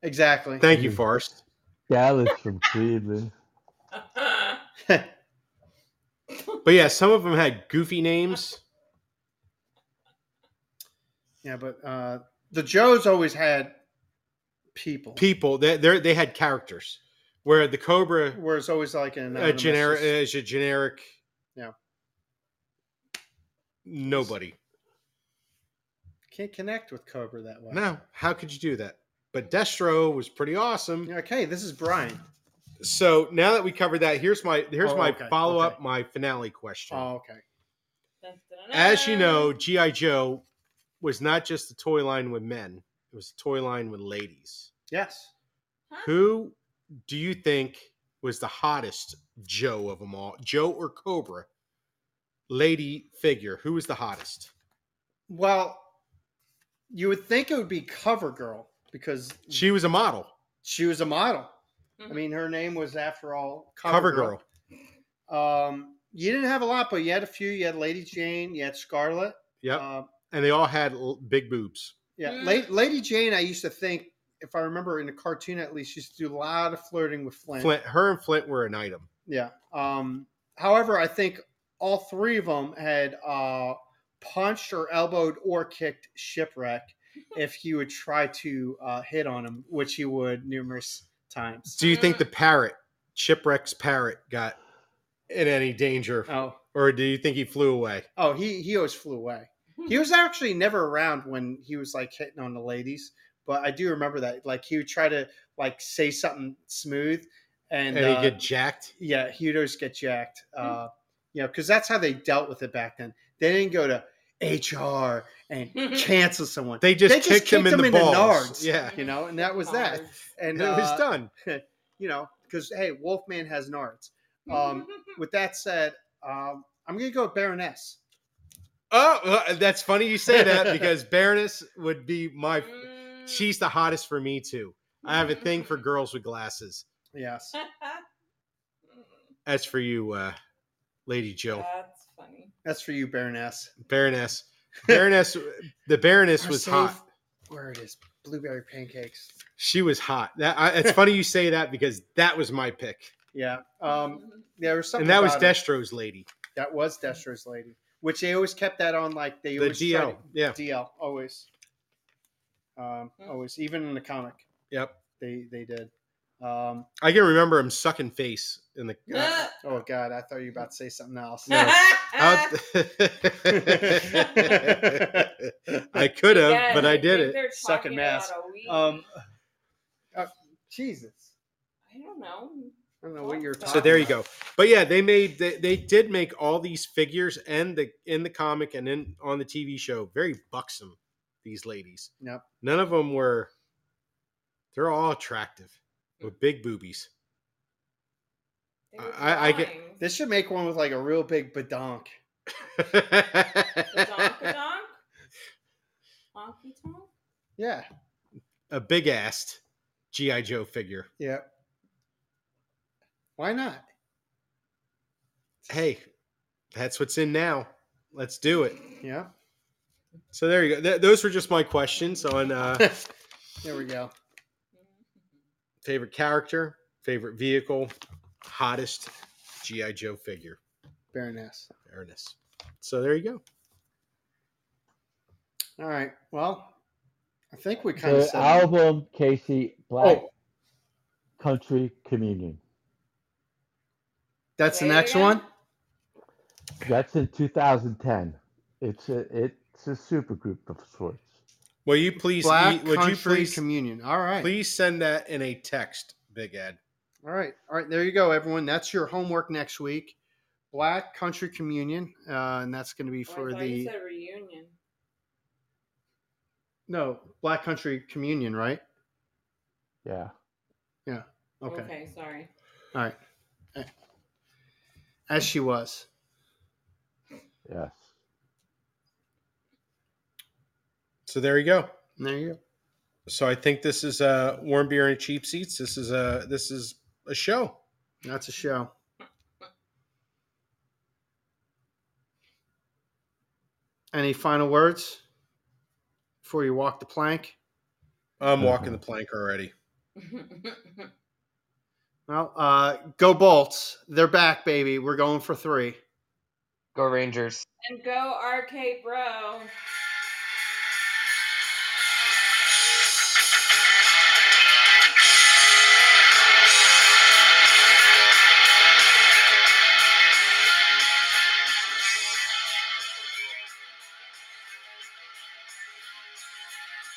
[SPEAKER 1] Exactly.
[SPEAKER 2] Thank you, Forrest.
[SPEAKER 3] Dallas
[SPEAKER 2] <laughs>
[SPEAKER 3] from Cleveland.
[SPEAKER 2] But yeah, some of them had goofy names.
[SPEAKER 1] yeah, but uh, the Joes always had people.
[SPEAKER 2] People they they they had characters, where the Cobra
[SPEAKER 1] Where it's always like an
[SPEAKER 2] a
[SPEAKER 1] anonymous-
[SPEAKER 2] generic is a generic.
[SPEAKER 1] Yeah.
[SPEAKER 2] Nobody.
[SPEAKER 1] Can't connect with Cobra that way.
[SPEAKER 2] uh, No, how could you do that? But Destro was pretty awesome.
[SPEAKER 1] You're like, hey, this is Brian.
[SPEAKER 2] So now that we covered that, here's my here's
[SPEAKER 1] Oh,
[SPEAKER 2] my
[SPEAKER 1] okay,
[SPEAKER 2] follow up,
[SPEAKER 1] okay.
[SPEAKER 2] my finale question.
[SPEAKER 1] Oh, okay.
[SPEAKER 2] As you know, GI Joe was not just a toy line with men; it was a toy line with ladies.
[SPEAKER 1] Yes.
[SPEAKER 2] Who do you think was the hottest Joe of them all? Joe or Cobra? Lady figure. Who was the hottest?
[SPEAKER 1] Well, you would think it would be Cover Girl because
[SPEAKER 2] She was a model.
[SPEAKER 1] she was a model. I
[SPEAKER 4] Mhm.
[SPEAKER 1] mean, her name was, after all,
[SPEAKER 2] Cover
[SPEAKER 1] Cover
[SPEAKER 2] girl.
[SPEAKER 1] Um, you didn't have a lot, but you had a few. You had Lady Jane, you had Scarlet.
[SPEAKER 2] Yep.
[SPEAKER 1] Uh,
[SPEAKER 2] and they all had l- big boobs.
[SPEAKER 1] yeah,
[SPEAKER 4] Mm.
[SPEAKER 1] La- Lady Jane. I used to think, if I remember in the cartoon at least, she used to do a lot of flirting with Flint.
[SPEAKER 2] Flint, her and Flint were an item.
[SPEAKER 1] Yeah. Um, however, I think all three of them had uh, punched or elbowed or kicked Shipwreck if he would try to uh, hit on him, which he would numerous times.
[SPEAKER 2] Do you think the
[SPEAKER 1] Mm.
[SPEAKER 2] parrot, shipwrecks parrot, got in any danger,
[SPEAKER 1] Oh,
[SPEAKER 2] or do you think he flew away?
[SPEAKER 1] oh, he he always flew away. He was actually never around when he was like hitting on the ladies, but I do remember that. Like he would try to like say something smooth, and,
[SPEAKER 2] And, he
[SPEAKER 1] uh,
[SPEAKER 2] get jacked.
[SPEAKER 1] yeah, he'd always get jacked. Uh, you know, because that's how they dealt with it back then. They didn't go to HR and cancel someone.
[SPEAKER 2] They just
[SPEAKER 1] they just
[SPEAKER 2] kicked, him in
[SPEAKER 1] kicked
[SPEAKER 2] the
[SPEAKER 1] him in the
[SPEAKER 2] balls.
[SPEAKER 1] nards.
[SPEAKER 2] yeah,
[SPEAKER 1] you know, and that was that. And
[SPEAKER 2] and it was
[SPEAKER 1] uh,
[SPEAKER 2] done.
[SPEAKER 1] You know, because hey, Wolfman has nards. Um,
[SPEAKER 4] <laughs>
[SPEAKER 1] with that said, um, I'm gonna go with Baroness.
[SPEAKER 2] Oh, uh, that's funny you say
[SPEAKER 1] <laughs>
[SPEAKER 2] that because Baroness would be my. She's the hottest for me too. I
[SPEAKER 4] Mm.
[SPEAKER 2] have a thing
[SPEAKER 4] <laughs>
[SPEAKER 2] for girls with glasses.
[SPEAKER 1] Yes.
[SPEAKER 2] As for you, uh, Lady Jill,
[SPEAKER 4] That's funny.
[SPEAKER 1] That's for you, Baroness. <laughs>
[SPEAKER 2] Baroness, Baroness, the Baroness
[SPEAKER 1] Our
[SPEAKER 2] was
[SPEAKER 1] safe
[SPEAKER 2] hot.
[SPEAKER 1] Word is blueberry pancakes.
[SPEAKER 2] She was hot. That
[SPEAKER 1] <laughs>
[SPEAKER 2] I, it's funny you say that because that was my pick,
[SPEAKER 1] Yeah. Um,
[SPEAKER 4] <laughs>
[SPEAKER 1] there was something
[SPEAKER 2] and that was
[SPEAKER 1] about it.
[SPEAKER 2] Destro's lady,
[SPEAKER 1] That was Destro's lady, which they always kept that on. Like they
[SPEAKER 2] the
[SPEAKER 1] always tried
[SPEAKER 2] DL.
[SPEAKER 1] to-
[SPEAKER 2] Yeah,
[SPEAKER 1] DL always, um,
[SPEAKER 4] Hmm.
[SPEAKER 1] always. Even in the comic,
[SPEAKER 2] yep.
[SPEAKER 1] they they did. Um,
[SPEAKER 2] I can remember him sucking face in the. <laughs>
[SPEAKER 1] oh God, I thought you were about to say something else. <laughs>
[SPEAKER 2] out- <laughs> <laughs> I could have, but I did
[SPEAKER 4] <laughs>
[SPEAKER 2] it.
[SPEAKER 1] Sucking mass. Um,
[SPEAKER 4] Um,
[SPEAKER 1] uh, Jesus,
[SPEAKER 4] I don't know.
[SPEAKER 1] I don't know what you're. Talking
[SPEAKER 2] So there you go. But yeah, they made they, they did make all these figures and the in the comic and in on the TV show very buxom. These ladies,
[SPEAKER 1] Yep.
[SPEAKER 2] none of them were. They're all attractive with big boobies.
[SPEAKER 4] They were
[SPEAKER 2] I- I get-
[SPEAKER 4] drawings.
[SPEAKER 1] This should make one with like a real big badonk.
[SPEAKER 4] The donkadonk? Honky tonk?
[SPEAKER 1] Yeah,
[SPEAKER 2] <laughs> a big assed GI Joe figure.
[SPEAKER 1] yeah. Why not?
[SPEAKER 2] Hey, that's what's in now. Let's do it.
[SPEAKER 1] Yeah,
[SPEAKER 2] So there you go. Th- those were just my questions on uh, <laughs>
[SPEAKER 1] there we go.
[SPEAKER 2] favorite character, favorite vehicle, hottest GI Joe figure.
[SPEAKER 1] Baroness.
[SPEAKER 2] Ernest. So there you go.
[SPEAKER 1] All right. Well, I think we kind of
[SPEAKER 3] The
[SPEAKER 1] said.
[SPEAKER 3] album, Casey Black Country Communion.
[SPEAKER 1] That's the
[SPEAKER 4] Say it
[SPEAKER 1] next
[SPEAKER 4] again?
[SPEAKER 1] one.
[SPEAKER 3] That's in 2010. It's a it's a supergroup of sorts.
[SPEAKER 2] Will you please?
[SPEAKER 1] Black
[SPEAKER 2] would you
[SPEAKER 1] Country
[SPEAKER 2] please?
[SPEAKER 1] Communion. All right.
[SPEAKER 2] please send that in a text, Big Ed.
[SPEAKER 1] All right. All right. There you go, everyone. That's your homework next week. Black Country Communion. Uh, and that's going to be
[SPEAKER 4] Oh, I
[SPEAKER 1] for
[SPEAKER 4] thought you
[SPEAKER 1] the.
[SPEAKER 4] said reunion.
[SPEAKER 1] No, Black Country Communion, right?
[SPEAKER 3] Yeah.
[SPEAKER 1] Okay.
[SPEAKER 4] okay, sorry.
[SPEAKER 1] All right. Eh. As she was.
[SPEAKER 3] Yes.
[SPEAKER 2] So there you go.
[SPEAKER 1] There you go.
[SPEAKER 2] So I think this is uh, warm beer and cheap seats. This is a this is a show.
[SPEAKER 1] That's a show. Any final words before you walk the plank?
[SPEAKER 2] I'm walking the plank already.
[SPEAKER 1] Well, uh, go Bolts. They're back, baby. We're going for three.
[SPEAKER 5] Go Rangers.
[SPEAKER 4] and go RK Bro.